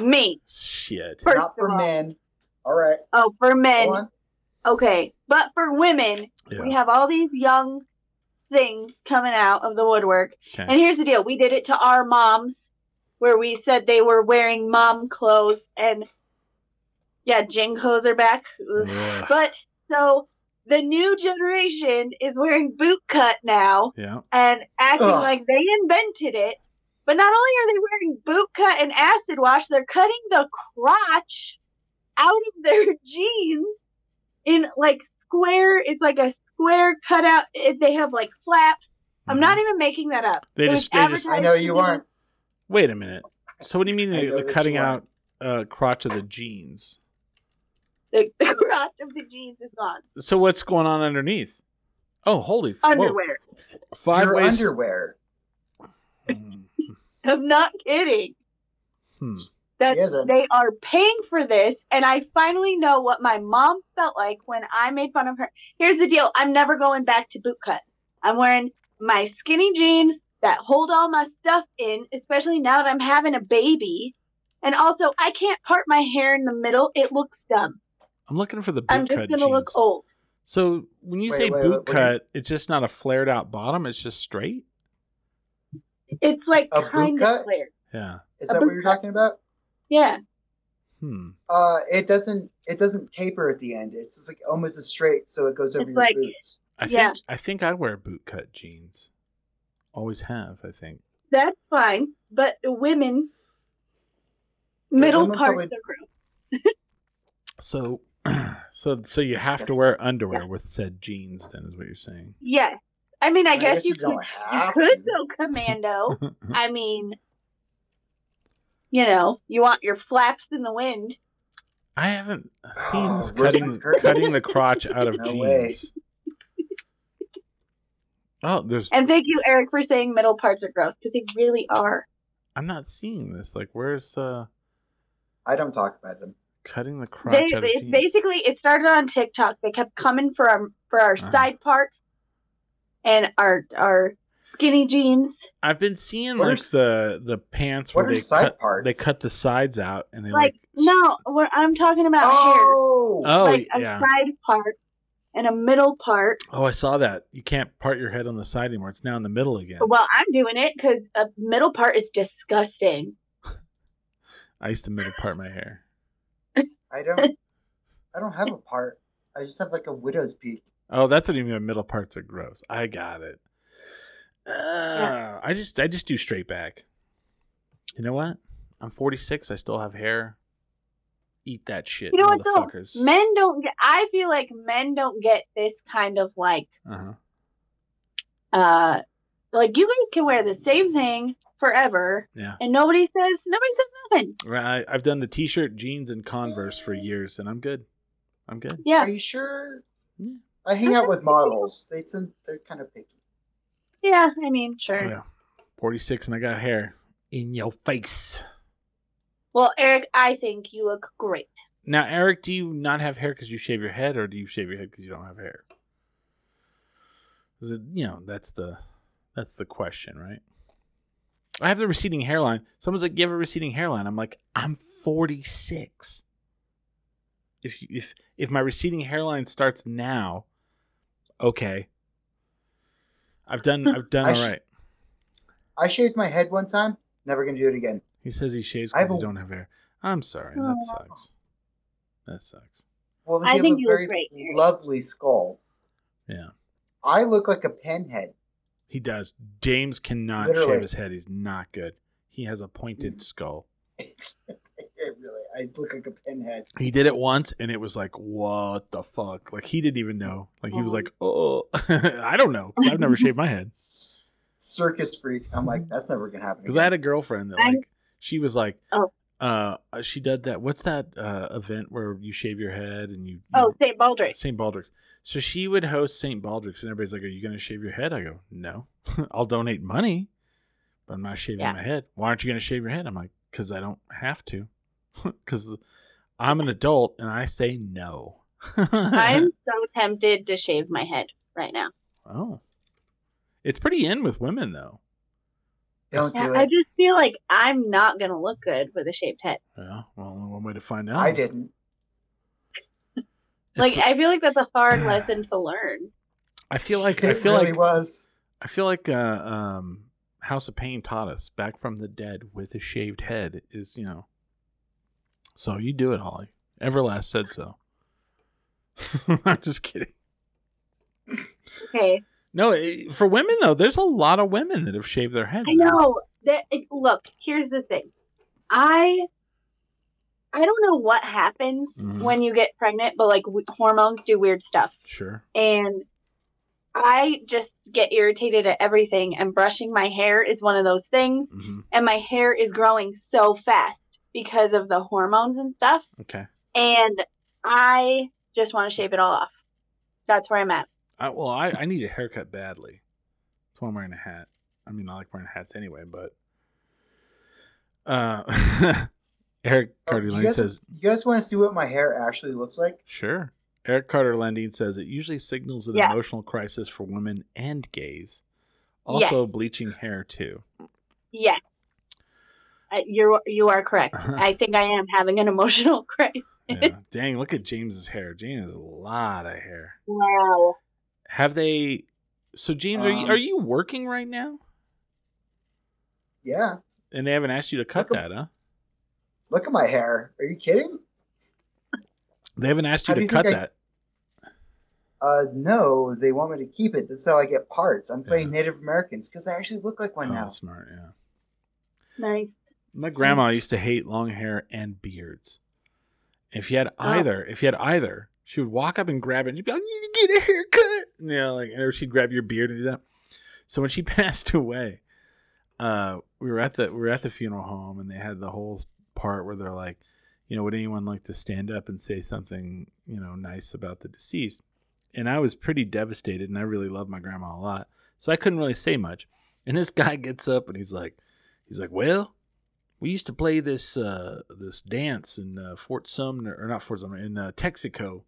D: me.
B: shit.
D: First
C: Not for
D: of all.
C: men. All right.
D: Oh, for
C: Go
D: men.
C: on.
D: Okay, but for women, we
B: Yeah.
D: have all these young things coming out of the woodwork.
B: Okay.
D: And here's the deal: we did it to our moms, where we said they were wearing mom clothes, and yeah, jinkos are back. Ugh.
B: Ugh.
D: But so the new generation is wearing boot cut now
B: Yeah.
D: and acting
C: Ugh.
D: like they invented it. But not only are they wearing boot cut and acid wash, they're cutting the crotch out of their [LAUGHS] jeans in like square. It's like a square cutout. It, they have like flaps. I'm not even making that up.
B: Mm-hmm. They
D: It
B: just-
D: was
B: they just-
C: I
D: advertised
C: know
D: to
C: you
D: me.
C: aren't.
B: Wait a minute. So what do you mean
C: I
B: the,
C: know
B: the
C: that
B: cutting
C: you are.
B: out uh, crotch of the jeans?
D: The, the [LAUGHS] crotch of the jeans is gone.
B: So what's going on underneath? Oh, holy f- whoa.
D: Underwear.
B: Five
C: your
B: ways.
C: underwear.
B: Hmm.
D: I'm not kidding.
B: Hmm.
D: that
C: Yes, and-
D: they are paying for this and i finally know what my mom felt like when i made fun of her here's the deal i'm never going back to boot cut i'm wearing my skinny jeans that hold all my stuff in especially now that i'm having a baby and also i can't part my hair in the middle it looks dumb
B: I'm looking for the boot
D: i'm just
B: cut
D: gonna
B: jeans.
D: look old
B: So when you
C: Wait,
B: say boot
C: wait, wait, what do you-
B: cut, it's just not a flared out bottom. It's just straight.
D: it's like
C: A boot
D: kind of
C: cut?
D: clear
B: Yeah.
C: Is
D: A
C: that
D: boot
C: what you're talking about?
D: yeah
B: Hmm.
C: Uh, it doesn't. It doesn't taper at the end. It's just like almost as straight, so it goes over
D: It's
C: your
D: like-
C: boots.
B: I
D: Yeah.
B: think I think I wear boot cut jeans. Always have. I think.
D: that's fine but the women middle
C: women
D: parts
C: probably-
D: are gross
B: So, [CLEARS THROAT] so so you have to
C: Yes.
B: wear underwear with said jeans. Then is what you're saying.
D: yes i mean i,
C: I
D: guess,
C: guess
D: you
C: you
D: could
C: don't
D: you
C: have
B: [LAUGHS]
C: to.
D: could go commando I mean, you know, you want your flaps in the wind.
B: I haven't seen this
C: [GASPS] Oh, where's my
B: cutting
C: curtains?
B: cutting the
C: [LAUGHS]
B: crotch out of
C: No way.
B: jeans. Oh, there's.
D: And thank you, Eric, for saying middle parts are gross because they really are.
B: I'm not seeing this. Like, where's uh
C: I don't talk about them.
B: cutting the crotch
D: They,
B: out
D: they
B: of jeans?
D: basically it started on TikTok. They kept coming for our for our
B: Uh-huh.
D: side parts and our our skinny jeans.
B: I've been seeing
C: What are
B: like
C: s-
B: the the pants
C: what
B: where
C: are
B: they
C: side
B: cut
C: parts?
B: they cut the sides out and they like,
D: Like no, what I'm talking about
C: Oh,
D: hair.
B: oh
D: like a
B: yeah
D: side part and a middle part.
B: oh I saw that you can't part your head on the side anymore it's now in the middle again
D: Well, I'm doing it because a middle part is disgusting.
B: I used to middle part my hair
C: I don't. I don't have a part. I just have like a widow's peak.
B: oh that's what you mean middle parts are gross I got it uh, I just I just do straight back you know what I'm 46 I still have hair eat that shit
D: You know what, though?
B: motherfuckers
D: Men don't get. I feel like men don't get this kind of like
B: uh-huh.
D: uh like you guys can wear the same thing forever
B: yeah
D: and nobody says nobody says nothing.
B: I, I've done the t-shirt jeans and Converse for years and I'm good I'm good
D: Yeah,
C: Are you sure?
B: Yeah.
C: I hang out with models. They tend, they're kind of picky.
D: yeah. I mean, sure.
B: Oh, yeah. 46 and I got hair in your face.
D: Well, Eric, I think you look great.
B: Now, Eric, do you not have hair because you shave your head, or do you shave your head because you don't have hair? Is it you know that's the that's the question, right? I have the receding hairline. Someone's like, "You have a receding hairline." I'm like, "I'm 46." If you, if if my receding hairline starts now, okay. I've done I've done
C: I
B: all
C: sh-
B: right.
C: I shaved my head one time. Never gonna do it again.
B: He says he shaves
C: I
B: because he
C: don't-
B: don't have hair. I'm sorry.
D: Oh.
B: That sucks. That sucks.
C: Well,
D: I
C: you have
D: think
C: a
D: you look
C: very
D: great, Eric.
C: lovely skull.
B: Yeah.
C: I look like a pinhead. [LAUGHS]
B: He does. James cannot
C: Literally.
B: shave his head. He's not good. He has a pointed skull.
C: it really, I I look like a pinhead.
B: He did it once, and it was like, what the fuck? Like he didn't even know. Like he was like, oh, [LAUGHS] I don't know, because I've never shaved my head.
C: S- Circus freak. I'm like, that's never gonna happen.
B: Because I had
C: again.
B: a girlfriend that
D: I-
B: like she was like,
D: Oh.
B: uh, she did that. What's that uh, event where you shave your head and you? you-
D: Oh,
B: [LAUGHS]
D: St. Baldrick's.
B: St. Baldrick's. So she would host St. Baldrick's, and everybody's like, "Are you going to shave your head?" I go, "No, [LAUGHS] I'll donate money, but I'm not shaving
D: Yeah.
B: my head." Why aren't you going to shave your head? I'm like, "Cause I don't have to, [LAUGHS] because I'm an adult and I say no." [LAUGHS]
D: I'm so tempted to shave my head right now.
B: oh, it's pretty in with women though.
C: Don't
D: Yeah,
C: do
D: I
C: it.
D: just feel like I'm not gonna look good with a shaved head.
B: Yeah, well, only one way to find out.
C: I didn't.
B: It's-
D: Like I feel like that's a
B: [SIGHS]
D: hard lesson to learn.
B: I feel like
C: It
B: I feel
C: really
B: like
C: was.
B: I feel like uh, um, House of Pain taught us back from the dead with a shaved head is, you know. So you do it, Holly. Everlast said so. [LAUGHS] I'm just kidding.
D: Okay,
B: No, it, for women though, there's a lot of women that have shaved their heads.
D: I
B: now.
D: know that. It, look, here's the thing. I I don't know what happens
B: Mhm.
D: when you get pregnant, but like w- hormones do weird stuff,
B: Sure.
D: and I just get irritated at everything. And brushing my hair is one of those things.
B: hmm
D: and my hair is growing so fast because of the hormones and stuff
B: Okay.
D: and i just want to shave it all off that's where i'm at
B: I, well, I, I need a haircut badly. That's why I'm wearing a hat. I mean, I like wearing hats anyway, but. Uh, [LAUGHS] Eric Cardi
C: Oh, you
B: Lane
C: guys-
B: says,
C: You guys want to see what my hair actually looks like?
B: Sure. Eric Carter Lending says it usually signals an
D: Yeah.
B: emotional crisis for women and gays. Also,
D: Yes.
B: bleaching hair
C: [LAUGHS]
B: too. [LAUGHS]
D: yes I, you're you are
B: [LAUGHS]
D: correct i think i am having an emotional [LAUGHS] crisis
B: Yeah. Dang, look at James's hair. James has a lot of hair.
D: wow
B: Have they? So, James, are you,
C: Um,
B: are you working right now?
C: Yeah.
B: And they haven't asked you to cut
C: Look at-
B: that, huh?
C: Look at my hair. Are you kidding?
B: They haven't asked
C: How
B: you
C: do
B: to
C: you
B: cut
C: think I-
B: that.
C: Uh, no, they want me to keep it. That's how I get parts. I'm playing Native Americans because I actually look like one
B: oh,
C: now.
B: smart. Yeah.
D: nice
B: My grandma used to hate long hair and beards. If you had
D: Oh.
B: either, if you had either, she would walk up and grab it and she'd be like, You need to get a haircut. You know, like or she'd grab your beard and do that. So when she [LAUGHS] passed away, uh, we were at the we were at the funeral home and they had the whole part where they're like, you know, would anyone like to stand up and say something, you know, nice about the deceased? And I was pretty devastated and I really loved my grandma a lot. So I couldn't really say much. And this guy gets up and he's like he's like, Well, we used to play this uh, this dance in uh, Fort Sumner or not Fort Sumner in uh, Texaco.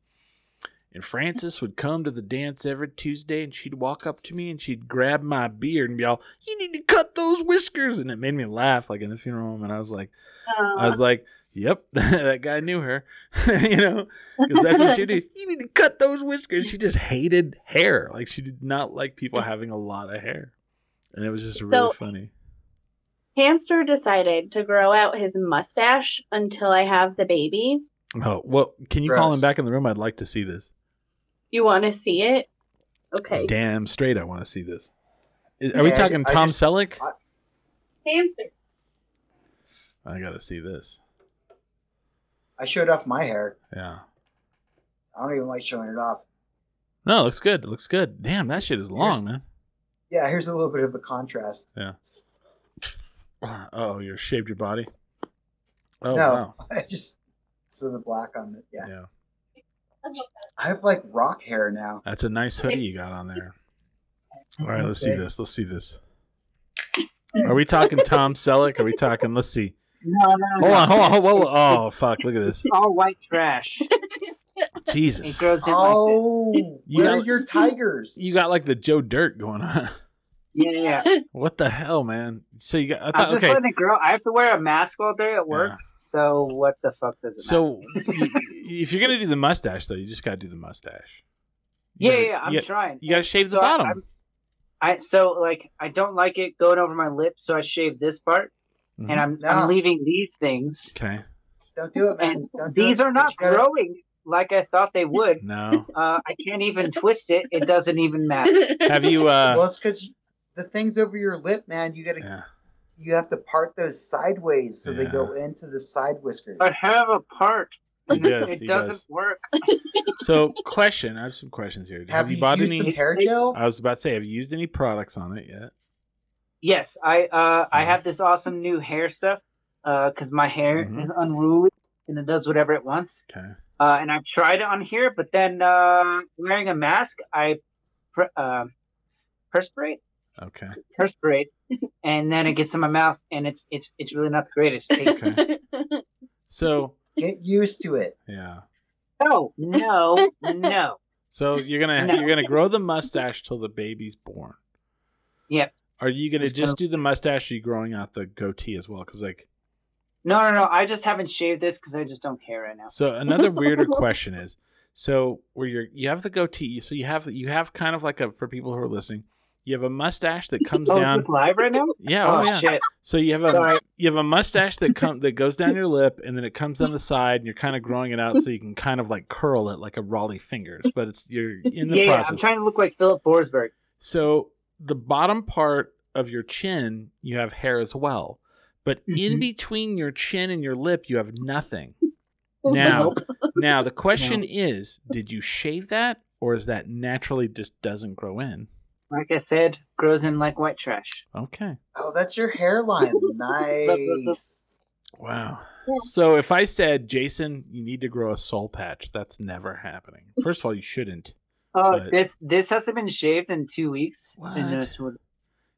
B: And Frances would come to the dance every Tuesday, and she'd walk up to me and she'd grab my beard and be all, "You need to cut those whiskers," and it made me laugh like in the funeral home. And I was like,
D: Um,
B: I was like, "Yep, [LAUGHS] that guy knew her," [LAUGHS] you know, because that's what she would do. You need to cut those whiskers. She just hated hair. Like she did not like people having a lot of hair, and it was just really
D: So-
B: funny.
D: hamster decided to grow out his mustache until i have the baby
B: Oh well, can you call him
C: Gross.
B: back in the room? I'd like to see this.
D: you want to see it okay
B: Damn straight, I want to see this. Is- Are we
C: Yeah, I-
B: talking
C: I
B: Tom
C: just-
B: Selleck?
E: [LAUGHS]
D: hamster
B: I gotta see this.
C: I showed off my hair.
B: Yeah.
C: I don't even like showing it off.
B: No, it looks good. It looks good. Damn, that shit is long, man.
C: Yeah, here's a little bit of a contrast. [LAUGHS]
B: Oh, you shaved your body. Oh
C: no,
B: wow.
C: I just so the black on it. Yeah.
B: Yeah.
C: I have like rock hair now.
B: That's a nice hoodie you got on there. All right, let's see
C: Okay.
B: this. Let's see this. Are we talking Tom Selleck? Are we talking? Let's see.
E: No, no,
B: Hold on, hold on, hold on. Whoa, whoa. Oh fuck! Look at
C: [LAUGHS]
B: this.
E: It's all white [LAUGHS] trash. It
B: Jesus,
E: grows in like this. [LAUGHS]
C: Oh,
B: You
C: where
B: got-
C: are your tigers?
B: you got like the Joe Dirt going on.
E: Yeah, yeah.
B: [LAUGHS] What the hell, man? So you got? I
E: I'm
B: thought
E: just
B: okay.
E: letting it grow. I have to wear a mask all day at work. So what the fuck does it matter?
B: So y- y- if you're gonna do the mustache, though, you just gotta do the mustache. You
E: Yeah,
B: gotta-
E: yeah. I'm
B: you gotta,
E: trying.
B: you gotta shave the
E: So I-
B: bottom.
E: I'm- I so like I don't like it going over my lips, so I shave this part,
B: Mhm.
E: and I'm
C: No.
E: I'm leaving these things, [LAUGHS]
B: okay.
C: Don't do it, man.
E: and
C: Don't do
E: these
C: it.
E: are not
C: You gotta-
E: growing like I thought they would.
B: No.
E: Uh, I can't even twist it. It doesn't even matter.
B: Have you? uh
C: Well, it's because the things over your lip, man. You gotta
B: yeah.
C: you have to part those sideways so they
B: Yeah.
C: go into the side whiskers.
E: I have a part.
B: Yes,
E: [LAUGHS] it
B: he
E: doesn't
B: does.
E: work.
B: So, question. I have some questions here. Have, you, bought
C: used
B: any?
C: some hair gel?
E: uh,
B: I was about to say, have you used any products on it yet?
E: Yes, I uh, I
B: Mhm.
E: have this awesome new hair stuff because my hair
B: Mhm.
E: is unruly and it does whatever it wants.
B: Okay.
E: Uh, and I've tried it on here, but then uh, wearing a mask, I pr- uh, perspirate,
B: Okay.
E: perspirate, and then it gets in my mouth, and it's it's it's really not the greatest taste. [LAUGHS]
B: Okay. So,
C: Get used to it.
B: yeah.
E: No, no, no.
B: So you're gonna
E: No.
B: you're gonna grow the mustache till the baby's born.
E: Yep.
B: Are you gonna
E: Just
B: just do the mustache? Or are you growing out the goatee as well? Because like,
E: No, no, no. I just haven't shaved this because I just don't care right now.
B: so another
E: [LAUGHS]
B: weirder question is, so where you're you have the goatee, so you have you have kind of like a for people who are listening, you have a mustache that comes
E: Oh, is
B: down.
E: this live right now?
B: Yeah. Oh,
E: oh
B: yeah.
E: shit!
B: So you have a
E: Sorry.
B: you have a mustache that come that goes down your lip and then it comes
E: [LAUGHS]
B: down the side and you're kind of growing it out so you can kind of like curl it like a Raleigh fingers, but it's you're in the
E: Yeah, yeah,
B: process.
E: I'm trying to look like Philip Forsberg.
B: So the bottom part of your chin, you have hair as well. But in
E: Mhm.
B: between your chin and your lip, you have nothing. Now, now the question is, did you shave that or is that naturally just doesn't grow in?
E: Like I said, grows in like white trash.
B: Okay.
C: Oh, that's your
E: [LAUGHS]
C: hairline. Nice.
B: Wow. So if I said, Jason, you need to grow a soul patch, that's never happening. First of all, you shouldn't.
E: Oh,
B: But-
E: this this hasn't been shaved in two weeks.
B: What?
E: And that's what-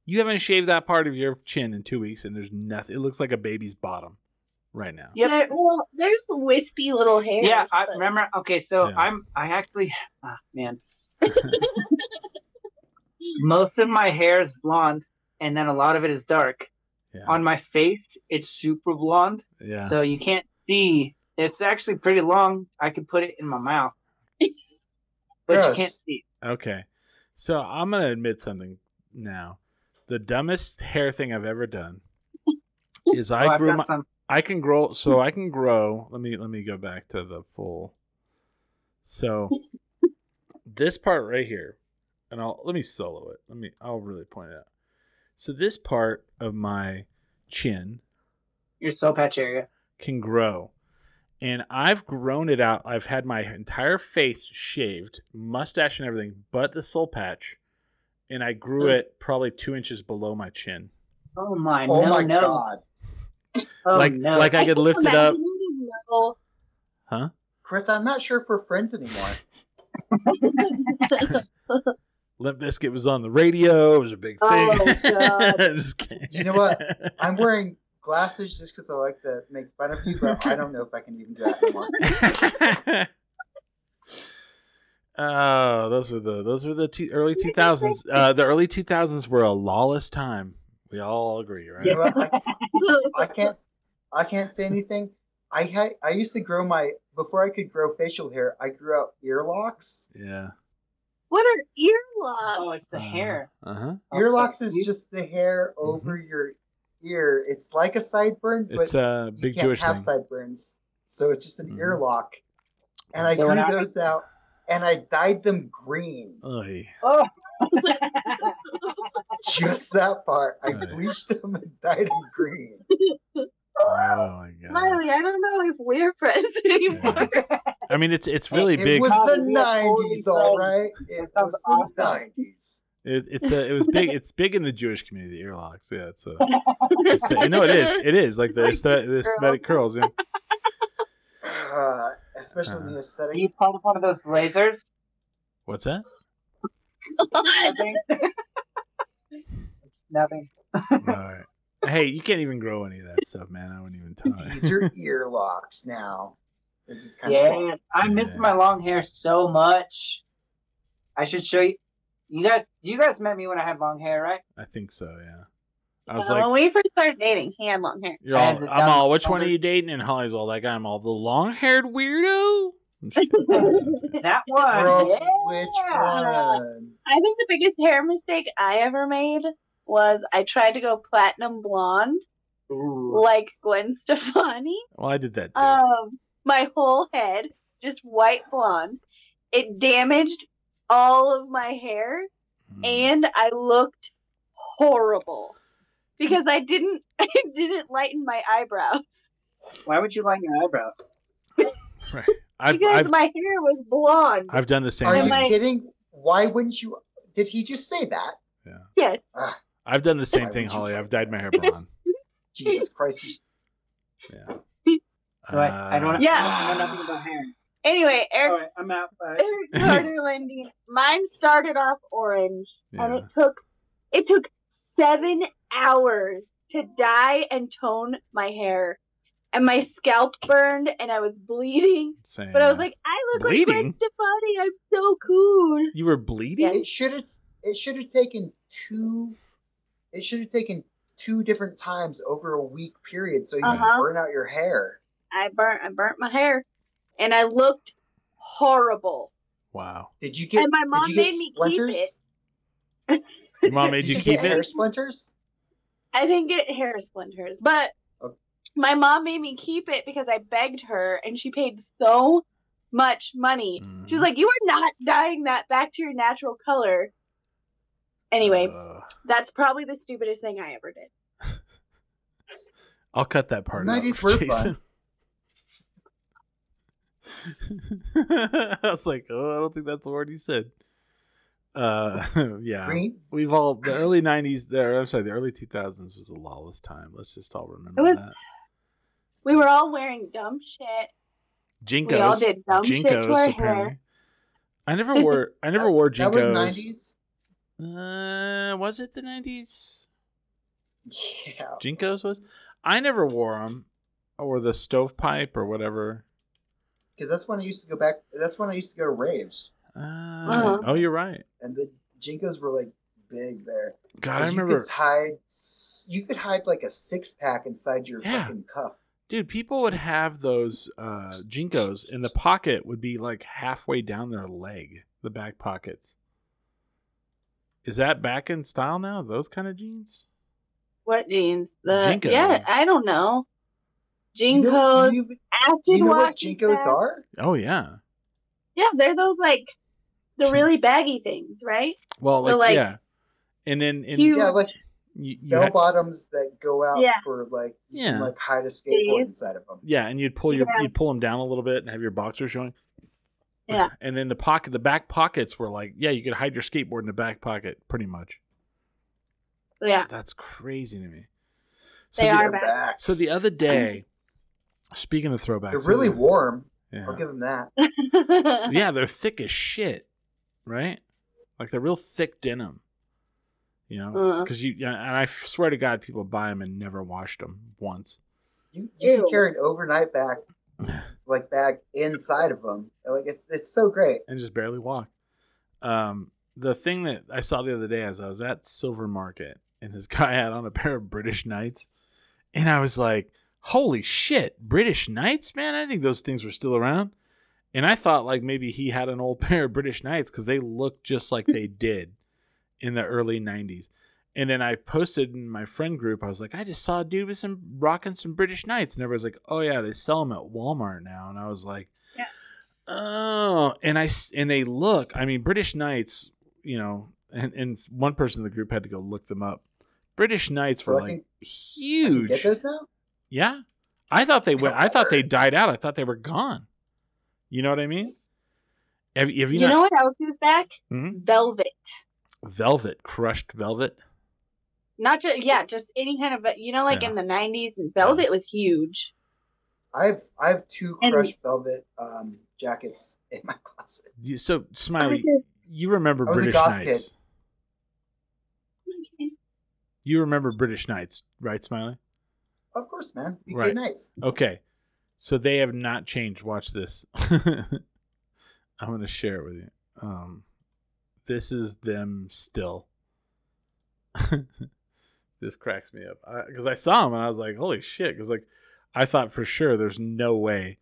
B: You haven't shaved that part of your chin in two weeks and there's nothing. It looks like a baby's bottom right now.
E: Yep.
D: There, well, there's wispy little hair.
E: yeah, I remember. Okay, so
B: Yeah.
E: I'm I actually ah
B: [LAUGHS]
E: man, most of my hair is blonde, and then a lot of it is dark.
B: Yeah.
E: On my face, it's super blonde,
B: yeah.
E: so you can't see. It's actually pretty long. I could put it in my
B: [LAUGHS]
E: mouth, but you
C: Gross.
E: can't see.
B: Okay. So I'm going to admit something now. The dumbest hair thing I've ever done
E: [LAUGHS]
B: is
E: Oh,
B: I
E: I've
B: grew
E: got
B: my
E: some.
B: I can grow so I can grow. Let me let me go back to the full.
E: [LAUGHS]
B: So this part right here and I'll let me solo it. Let me I'll really point it out. So this part of my chin
E: Your soul patch area.
B: can grow. And I've grown it out. I've had my entire face shaved, mustache and everything, but the soul patch. And I grew it probably two inches below my chin.
E: Oh my!
C: oh
E: no,
C: my
E: no.
C: god.
E: Oh
B: like
E: no!
B: like I could lift it up.
D: up.
C: Chris, I'm not sure if we're friends anymore.
B: Limp Biscuit was on the radio. It was a big thing.
D: Oh, God.
B: [LAUGHS] I'm just kidding.
C: You know what? I'm wearing glasses just because I like to make fun of you, but I don't know if I can even do that
B: [LAUGHS]
C: anymore.
B: [LAUGHS] oh, those were the those were the two, early 2000s. Uh, the early 2000s were a lawless time. We all agree, right?
C: You know what? I, I can't. I can't say anything. I had. I used to grow my before I could grow facial hair. I grew out earlocks.
B: Yeah.
D: [LAUGHS] What are earlocks?
E: Oh, it's the hair.
B: Uh huh.
C: Earlocks is
E: Oh, You- Mm-hmm.
C: just the hair over your ear. It's like a sideburn, but
B: It's a
C: you
B: big
C: can't
B: Jewish
C: have
B: thing.
C: sideburns, so it's just an
B: Mhm.
C: earlock. And I
E: So
C: grew
E: when I-
C: those out, and I dyed them green.
B: Oy.
E: Oh,
C: Just that part. I
B: Right.
C: bleached them and dyed them green.
B: Oh
C: [LAUGHS]
B: my god!
D: Miley, I don't know if we're friends [LAUGHS] anymore.
B: I mean, it's it's really
C: [LAUGHS] it
B: big.
C: was
E: Oh,
C: the
E: we are totally
C: nineties, all right. It
E: That
C: was
E: sounds
C: the
E: awesome.
C: nineties.
B: [LAUGHS] It, it's a, it was
C: [LAUGHS]
B: big. It's big in the Jewish community. The earlocks. Yeah. It's a. It's
C: [LAUGHS]
B: a no, it is. It is like the, aesthet- the aesthetic curls. Yeah.
C: Uh, especially in the
E: are
C: aesthetic.
E: you part of one of those lasers?
B: What's
C: [LAUGHS]
B: that?
E: Nothing. it's nothing.
B: All right. Hey, you can't even grow any of that stuff, man. I wouldn't even
C: These
B: tell
C: are earlocks now. They're just kind of
E: Yeah, I miss
B: Yeah.
E: my long hair so much. I should show you. You guys, you guys met me when I had long
B: [LAUGHS]
E: hair, right?
B: [LAUGHS] I think so. Yeah. I
D: I
B: was
D: when
B: like,
D: we first started dating, he had long hair.
B: you're
E: I had
B: all.
E: the
B: I'm all.
E: dumbest
B: Which one are
E: shoulders."
B: you dating? And Holly's all like, I'm all the long-haired weirdo. I'm just kidding.
C: [LAUGHS]
E: That one.
C: Girl,
E: yeah.
C: which one?
D: I think the biggest hair mistake I ever made was I tried to go platinum blonde
E: Ooh.
D: like Gwen [LAUGHS] Stefani.
B: well, I did that too.
C: Uh,
D: Um, my whole head, just white blonde. It damaged all of my hair,
B: Mm.
D: and I looked horrible. because I didn't [LAUGHS] I didn't lighten my eyebrows
E: Why would you line your eyebrows?
B: I've,
D: because
B: I've,
D: my hair was blonde.
B: I've done the same
C: Are
D: I
C: you
B: thing.
D: might-
C: kidding? Why wouldn't you? Did he just say that?
D: yes,
B: I've done the same
C: Why
B: thing,
C: would you-
B: Holly. I've dyed
D: [LAUGHS]
B: my hair blonde.
C: Jesus Christ! you-
B: Yeah.
E: Do I, I
B: Uh,
E: don't.
C: [SIGHS]
D: Yeah.
E: I don't know nothing about hair.
D: Anyway,
E: All
D: Eric
E: right, I'm out. Bye.
D: Eric
B: [LAUGHS]
D: Carter Lindy. Mine started off orange, and it
B: Yeah.
D: took it took seven hours to dye and tone my hair, and my scalp burned, and I was bleeding.
B: Same.
D: But I was like, I look like
B: Bleeding?
D: Gwen Stefani. I'm so cool.
B: you were bleeding.
C: It should have. It should have taken two. It should have taken two different times over a week period, so you can
D: Uh-huh.
C: burn out your hair.
D: I burnt I burnt my hair, and I looked horrible.
B: Wow.
D: [LAUGHS]
C: Did you get?
D: And my mom
C: did you get
D: made me keep
C: splinters?
D: it.
B: Your mom made
C: Did
B: you
C: you
B: keep
C: get hair
B: it.
C: splinters?
D: I didn't get hair splinters, but
C: Okay.
D: my mom made me keep it because I begged her, and she paid so much money. She
B: Mhm.
D: was like, "You are not dyeing that back to your natural color." Anyway,
B: Uh,
D: that's probably the stupidest thing I ever did.
B: I'll cut that part out,
C: 90s were
B: Jason. [LAUGHS] I was like, oh, I don't think that's the word you said. Uh, [LAUGHS] yeah,
C: Green.
B: we've all the early '90s. There, I'm sorry, the early 2000s was a lawless time. Let's just all remember
D: It was-
B: that.
D: We were all wearing dumb shit.
B: Jinkos,
D: We all did dumb shit to our
B: Jinkos.
D: hair.
B: Apparently, I never wore.
D: [LAUGHS]
B: I never wore
C: That was
B: Jinkos.
C: nineties.
B: Uh, was it the '90s?
C: Yeah.
B: Jinkos was. I never wore them, or the stovepipe or whatever.
C: Because that's when I used to go back. That's when I used to go to raves,
B: Uh,
D: Uh-huh.
B: Oh, you're right.
C: and the jinkos were like big there.
B: God, I
C: 'Cause you
B: remember,
C: could hide. s- You could hide like a six pack inside your
B: Yeah.
C: fucking cuff.
B: dude. People would have those uh, jinkos, and the pocket would be like halfway down their leg, the back pockets. Is that back in style now? Those kind of jeans?
D: What jeans? The
B: Jinko.
D: yeah, I don't know. Jean
C: You know-
D: code,
C: you, know-
D: acid
C: you know what
D: wash.
C: jinkos are?
B: Oh yeah.
D: Yeah, they're those like the
B: Jin-
D: really baggy things, right?
B: Well, like,
D: They're like
B: yeah, and then and
D: huge.
C: Yeah, like
B: you, you
C: bell
B: had-
C: bottoms that go out
D: Yeah.
C: for like you
B: Yeah.
C: can, like hide a skateboard
D: Please.
C: inside of them.
B: Yeah, and you'd pull your
D: Yeah.
B: you'd pull them down a little bit and have your boxer showing. [CLEARS THROAT]
D: Yeah.
B: And then the pocket the back pockets were like, yeah, you could hide your skateboard in the back pocket pretty much.
D: [LAUGHS]
C: [LAUGHS]
D: Yeah.
B: That's crazy to me.
D: They
B: the,
D: are
C: They're
D: back.
C: back.
B: So the other day, speaking of throwbacks,
C: They're really
B: so-
C: warm. I'll
B: Yeah.
C: give them that.
B: yeah, they're thick as shit, right? Like they're real thick denim. You know,
D: Uh.
B: because you yeah, and I swear to God, people buy them and never washed them once.
C: You you
D: Ew.
C: can carry an overnight
B: [SIGHS]
C: bag, like bag inside of them. Like it's it's so great.
B: and just barely walk. Um, the thing that I saw the other day is I was at Silver Market and this [LAUGHS] guy had on a pair of British Knights, and I was like, "Holy shit, British Knights, man! I think those things were still around." And I thought like maybe he had an old [LAUGHS] pair of British Knights because they looked just like they did in the early '90s. And then I posted in my friend group. I was like, "I just saw a dude with some rocking some British Knights," and everybody's like, "Oh yeah, they sell them at Walmart now." And I was like, Oh, and I s- and they look. I mean, British Knights. You know, and and one person in the group had to go look them up. British Knights
C: So
B: were
C: I
B: like
C: can- You
B: huge.
C: get those now?
B: yeah, I thought they went. I thought they died out. I thought they were gone. You know what I mean? Have, have you,
D: you
B: not
D: know what else is back?
B: Hmm?
D: Velvet.
B: velvet crushed velvet?
D: Not just yeah, just any kind of you know, like
B: Yeah.
D: in the '90s, velvet was huge.
C: I've I have two
D: And-
C: crushed velvet um, jackets in my [LAUGHS] closet.
B: You, so Smiley,
D: Oh,
B: you remember
C: I was a
B: British
C: goth
B: Knights? You remember British Knights, right, Smiley?
C: Of course, man. You
B: Right.
C: get nights.
B: Okay. So they have not changed. Watch this. [LAUGHS] I'm going to share it with you. Um, this is them still. [LAUGHS] this cracks me up because I, saw them and I was like, "Holy shit!" Because like I thought for sure there's no way,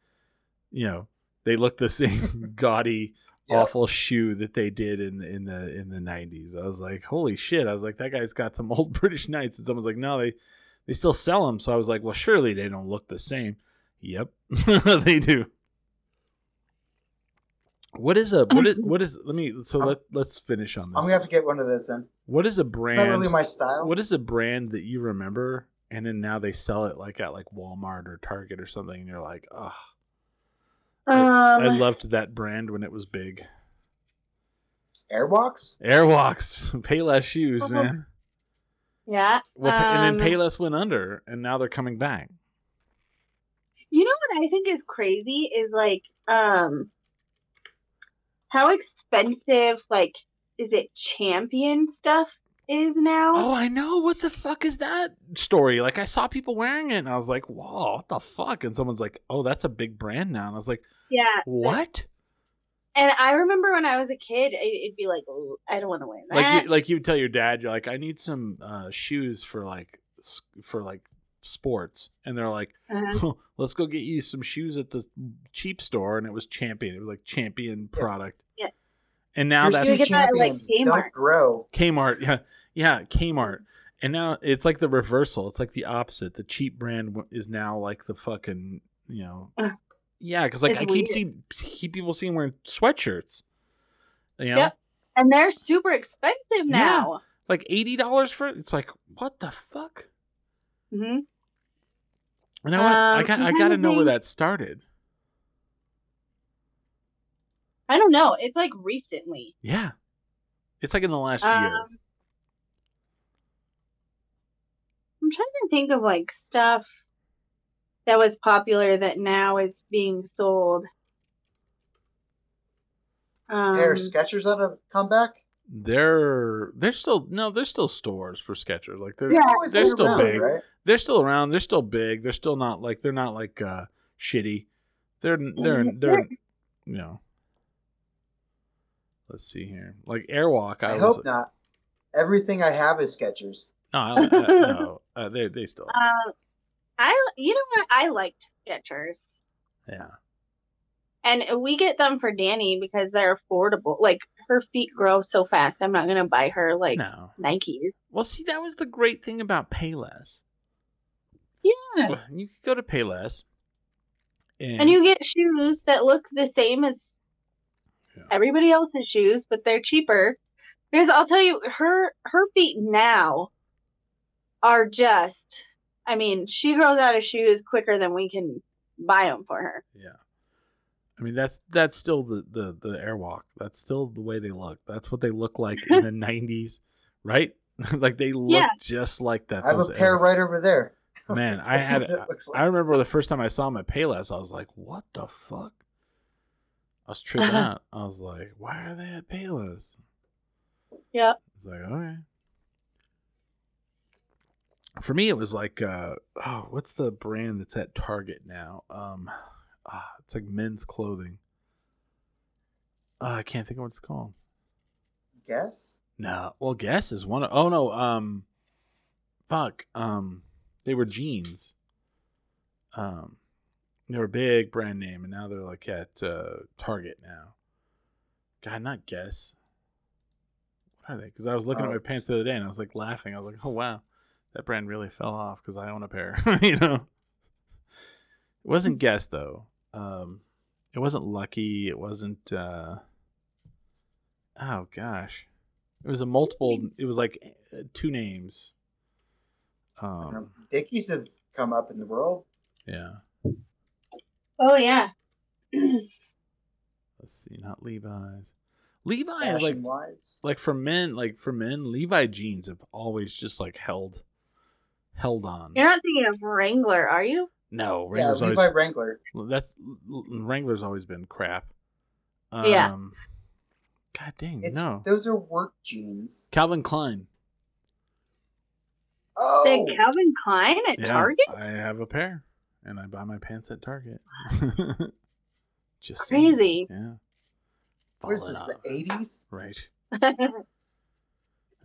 B: you know, they look the [LAUGHS] same gaudy,
C: Yeah.
B: awful shoe that they did in in the in the '90s. I was like, "Holy shit!" I was like, "That guy's got some old [LAUGHS] British Knights," and someone's like, "No, they they still sell them." So I was like, "Well, surely they [LAUGHS] don't look the same." Yep, they do. What is a what is what is? Let me so let let's finish on
C: Oh. I'm
B: this.
C: gonna have to get one of those then.
B: what is a
C: It's
B: brand?
C: not really my style.
B: What is a brand that you remember and then now they sell it like at like Walmart or Target or something and you're like, "Ugh, I
D: Um,
B: loved that brand when it was big."
C: Airwalks?
B: Airwalks, [LAUGHS] Payless shoes, man.
D: yeah.
B: Well, Pa- and then
D: um,
B: Payless went under and now they're coming back.
D: You know what I think is crazy is like um how expensive like is it champion stuff is now?
B: Oh, I know. What the fuck is that story? Like I saw people wearing it and I was like, "Wow, what the fuck?" And someone's like, "Oh, that's a big brand now." And I was like,
D: Yeah.
B: "What?"
D: And I remember when I was a kid, it- it'd be like, "Ooh, I don't want to wear that.
B: like you, like you would tell your dad you're like i need some uh shoes for like s- for like sports and they're like
D: Uh-huh.
B: let's go get you some shoes at the cheap store and it was champion it was like champion
C: Yeah.
B: product
D: Yeah.
B: and now
C: Your
D: Did
B: that's
D: you
C: shoe
D: get that at, like,
C: champions don't
D: Kmart?
C: grow.
B: kmart yeah yeah kmart and now it's like the reversal it's like the opposite the cheap brand w- is now like the fucking you know
D: Ugh.
B: yeah because like
D: It's
B: i keep
D: weird.
B: seeing keep people seeing wearing sweatshirts you know
D: Yep. and they're super expensive now.
B: like $80 for it it's like what the fuck
D: hmm
B: You know what? I
D: Um,
B: got
D: I'm
B: I
D: trying
B: got to
D: to
B: know where
D: think.
B: that started.
D: I don't know. It's like recently.
B: Yeah, it's like in the last
D: Um,
B: year.
D: I'm trying to think of like stuff that was popular that now is being sold. Um,
C: Are Skechers on a comeback?
B: They're they're still no, there's still stores for Skechers. Like they're
D: Yeah,
C: always
B: they're
C: been
B: still
C: around,
B: big.
C: right?
B: they're still around. They're still big. They're still not like they're not like uh shitty. They're they're they're you know. Let's see here. Like Airwalk, I,
C: I
B: was
C: hope not. Everything I have is Skechers.
B: no, I, I,
D: [LAUGHS]
B: no, uh, they they still
D: uh, I you know what I liked Skechers,
B: yeah.
D: and we get them for Danny because they're affordable. Like her feet grow so fast. I'm not gonna buy her like
B: No,
D: Nikes.
B: well, see, that was the great thing about Payless.
D: Yeah.
B: You could go to Payless,
D: And you get shoes that look the same as
B: Yeah.
D: everybody else's shoes, but they're cheaper. Because I'll tell you, her her feet now are just. I mean, she grows out of shoes quicker than we can buy them for her.
B: Yeah. I mean that's that's still the the the airwalk. That's still the way they look. That's what they look like in the nineties, right? [LAUGHS] like they look
D: Yeah.
B: just like that.
C: I have
B: those
C: a pair
B: Airwalk-
C: right over there.
B: Man, I
C: That's
B: had
C: what it looks
B: I
C: like.
B: remember the first time I saw him at Payless, I was like, "What the fuck?" I was tripping out. I was like, "Why are they at Payless?"
D: Yep.
B: It's like, all right. For me, it was like, uh, oh, what's the brand that's at Target now? Um, ah, it's like men's clothing. Uh, I can't think of what it's called.
C: Guess?
B: No, well, Guess is one. Of, oh no, um, fuck, um, they were jeans. Um, they were a big brand name, and now they're like at uh, Target now. God, not Guess. What are they? Because I was looking at
C: Oh.
B: my pants the other day, and I was like laughing. I was like, oh wow, that brand really fell off because I own a pair. [LAUGHS] you know, it wasn't Guess though. Um, it wasn't Lucky. It wasn't. uh Oh gosh. It was a multiple. It was like uh, two names.
C: You know,
B: Um.
C: Dickies have come up in the world.
B: Yeah.
D: Oh yeah.
B: Mm. Let's see. Not Levi's. Levi is like
C: Fashion wise.
B: like for men. Like for men, Levi jeans have always just like held, held on.
D: You're not thinking of Wrangler, are you?
B: No,
C: Yeah,
B: Wrangler's
C: Levi
B: always.
C: Wrangler.
B: That's Wrangler's always been crap. Um,
D: Yeah.
B: God dang
C: It's
B: no.
C: those are work jeans.
B: Calvin Klein.
C: Oh,
D: They had Calvin Klein at
B: Yeah,
D: Target.
B: I have a pair, and I buy my pants at Target. [LAUGHS] Just saying.
D: Crazy.
B: Yeah.
C: what is
B: Falling
C: this?
B: off.
C: The eighties?
D: [LAUGHS]
B: Right. I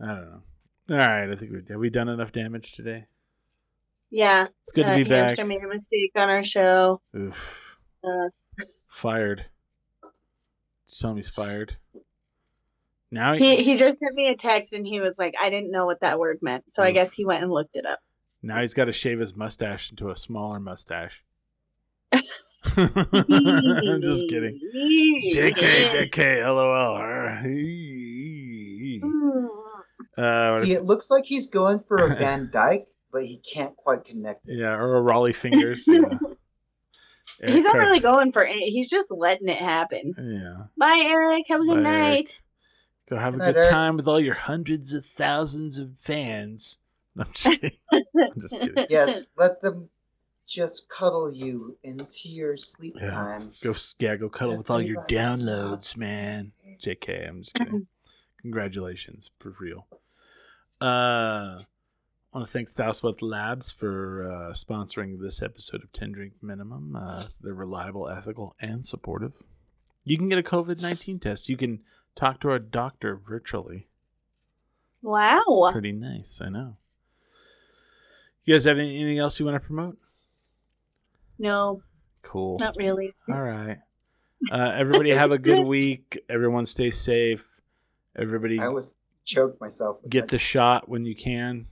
B: don't know. All right. I think we have we done enough damage today.
D: yeah.
B: It's good
D: uh,
B: to be back.
D: Hamster made a mistake on our show.
B: Oof.
D: Uh,
B: Fired. Just tell him he's fired. Now
D: he
B: he,
D: he just sent me a text and he was like, I didn't know what that word meant, so I
B: Oof.
D: guess he went and looked it up. [LAUGHS]
B: now he's got to shave his mustache into a smaller mustache. [LAUGHS] I'm just kidding. JK,
D: JK,
B: JK, E, LOL. E,
D: Mm.
B: Uh,
C: See, it looks like he's going
B: [LAUGHS]
C: for a Van Dyke, but he can't quite connect. it.
B: yeah, or a Raleigh fingers.
D: [LAUGHS]
B: Yeah.
D: He's not
B: Eric
D: really going for it. He's just letting it happen.
B: Car- Yeah.
D: Bye, Eric. Have a good
B: Bye,
D: night.
B: Go have a
C: Good night,
B: good
C: Eric.
B: time with all your hundreds of thousands of fans. I'm just
D: [LAUGHS]
B: kidding. I'm just kidding. [LAUGHS]
C: Yes, let them just cuddle you into your sleep
B: Yeah.
C: time.
B: Go, s- yeah, go cuddle with all your
C: Everybody
B: downloads,
C: loves
B: man. JK, I'm just kidding. Congratulations, for real. Uh, I want to thank Stoutsworth Labs for uh, sponsoring this episode of 10 Drink Minimum. Uh, they're reliable, ethical, and supportive. You can get a COVID 19 test. You can talk to a doctor virtually. It's
D: Wow.
B: pretty nice. I know. You guys have any- anything else you want to promote?
D: No,
B: Cool.
D: not really.
B: All right. Uh, everybody have a good week. Everyone stay safe. Everybody
C: I always choked myself. with
B: get
C: that.
B: the shot when you can.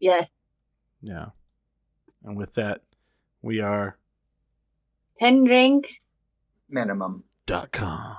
D: Yes.
B: Yeah. And with that, we are
D: Ten drink.
C: minimum.
B: dot com.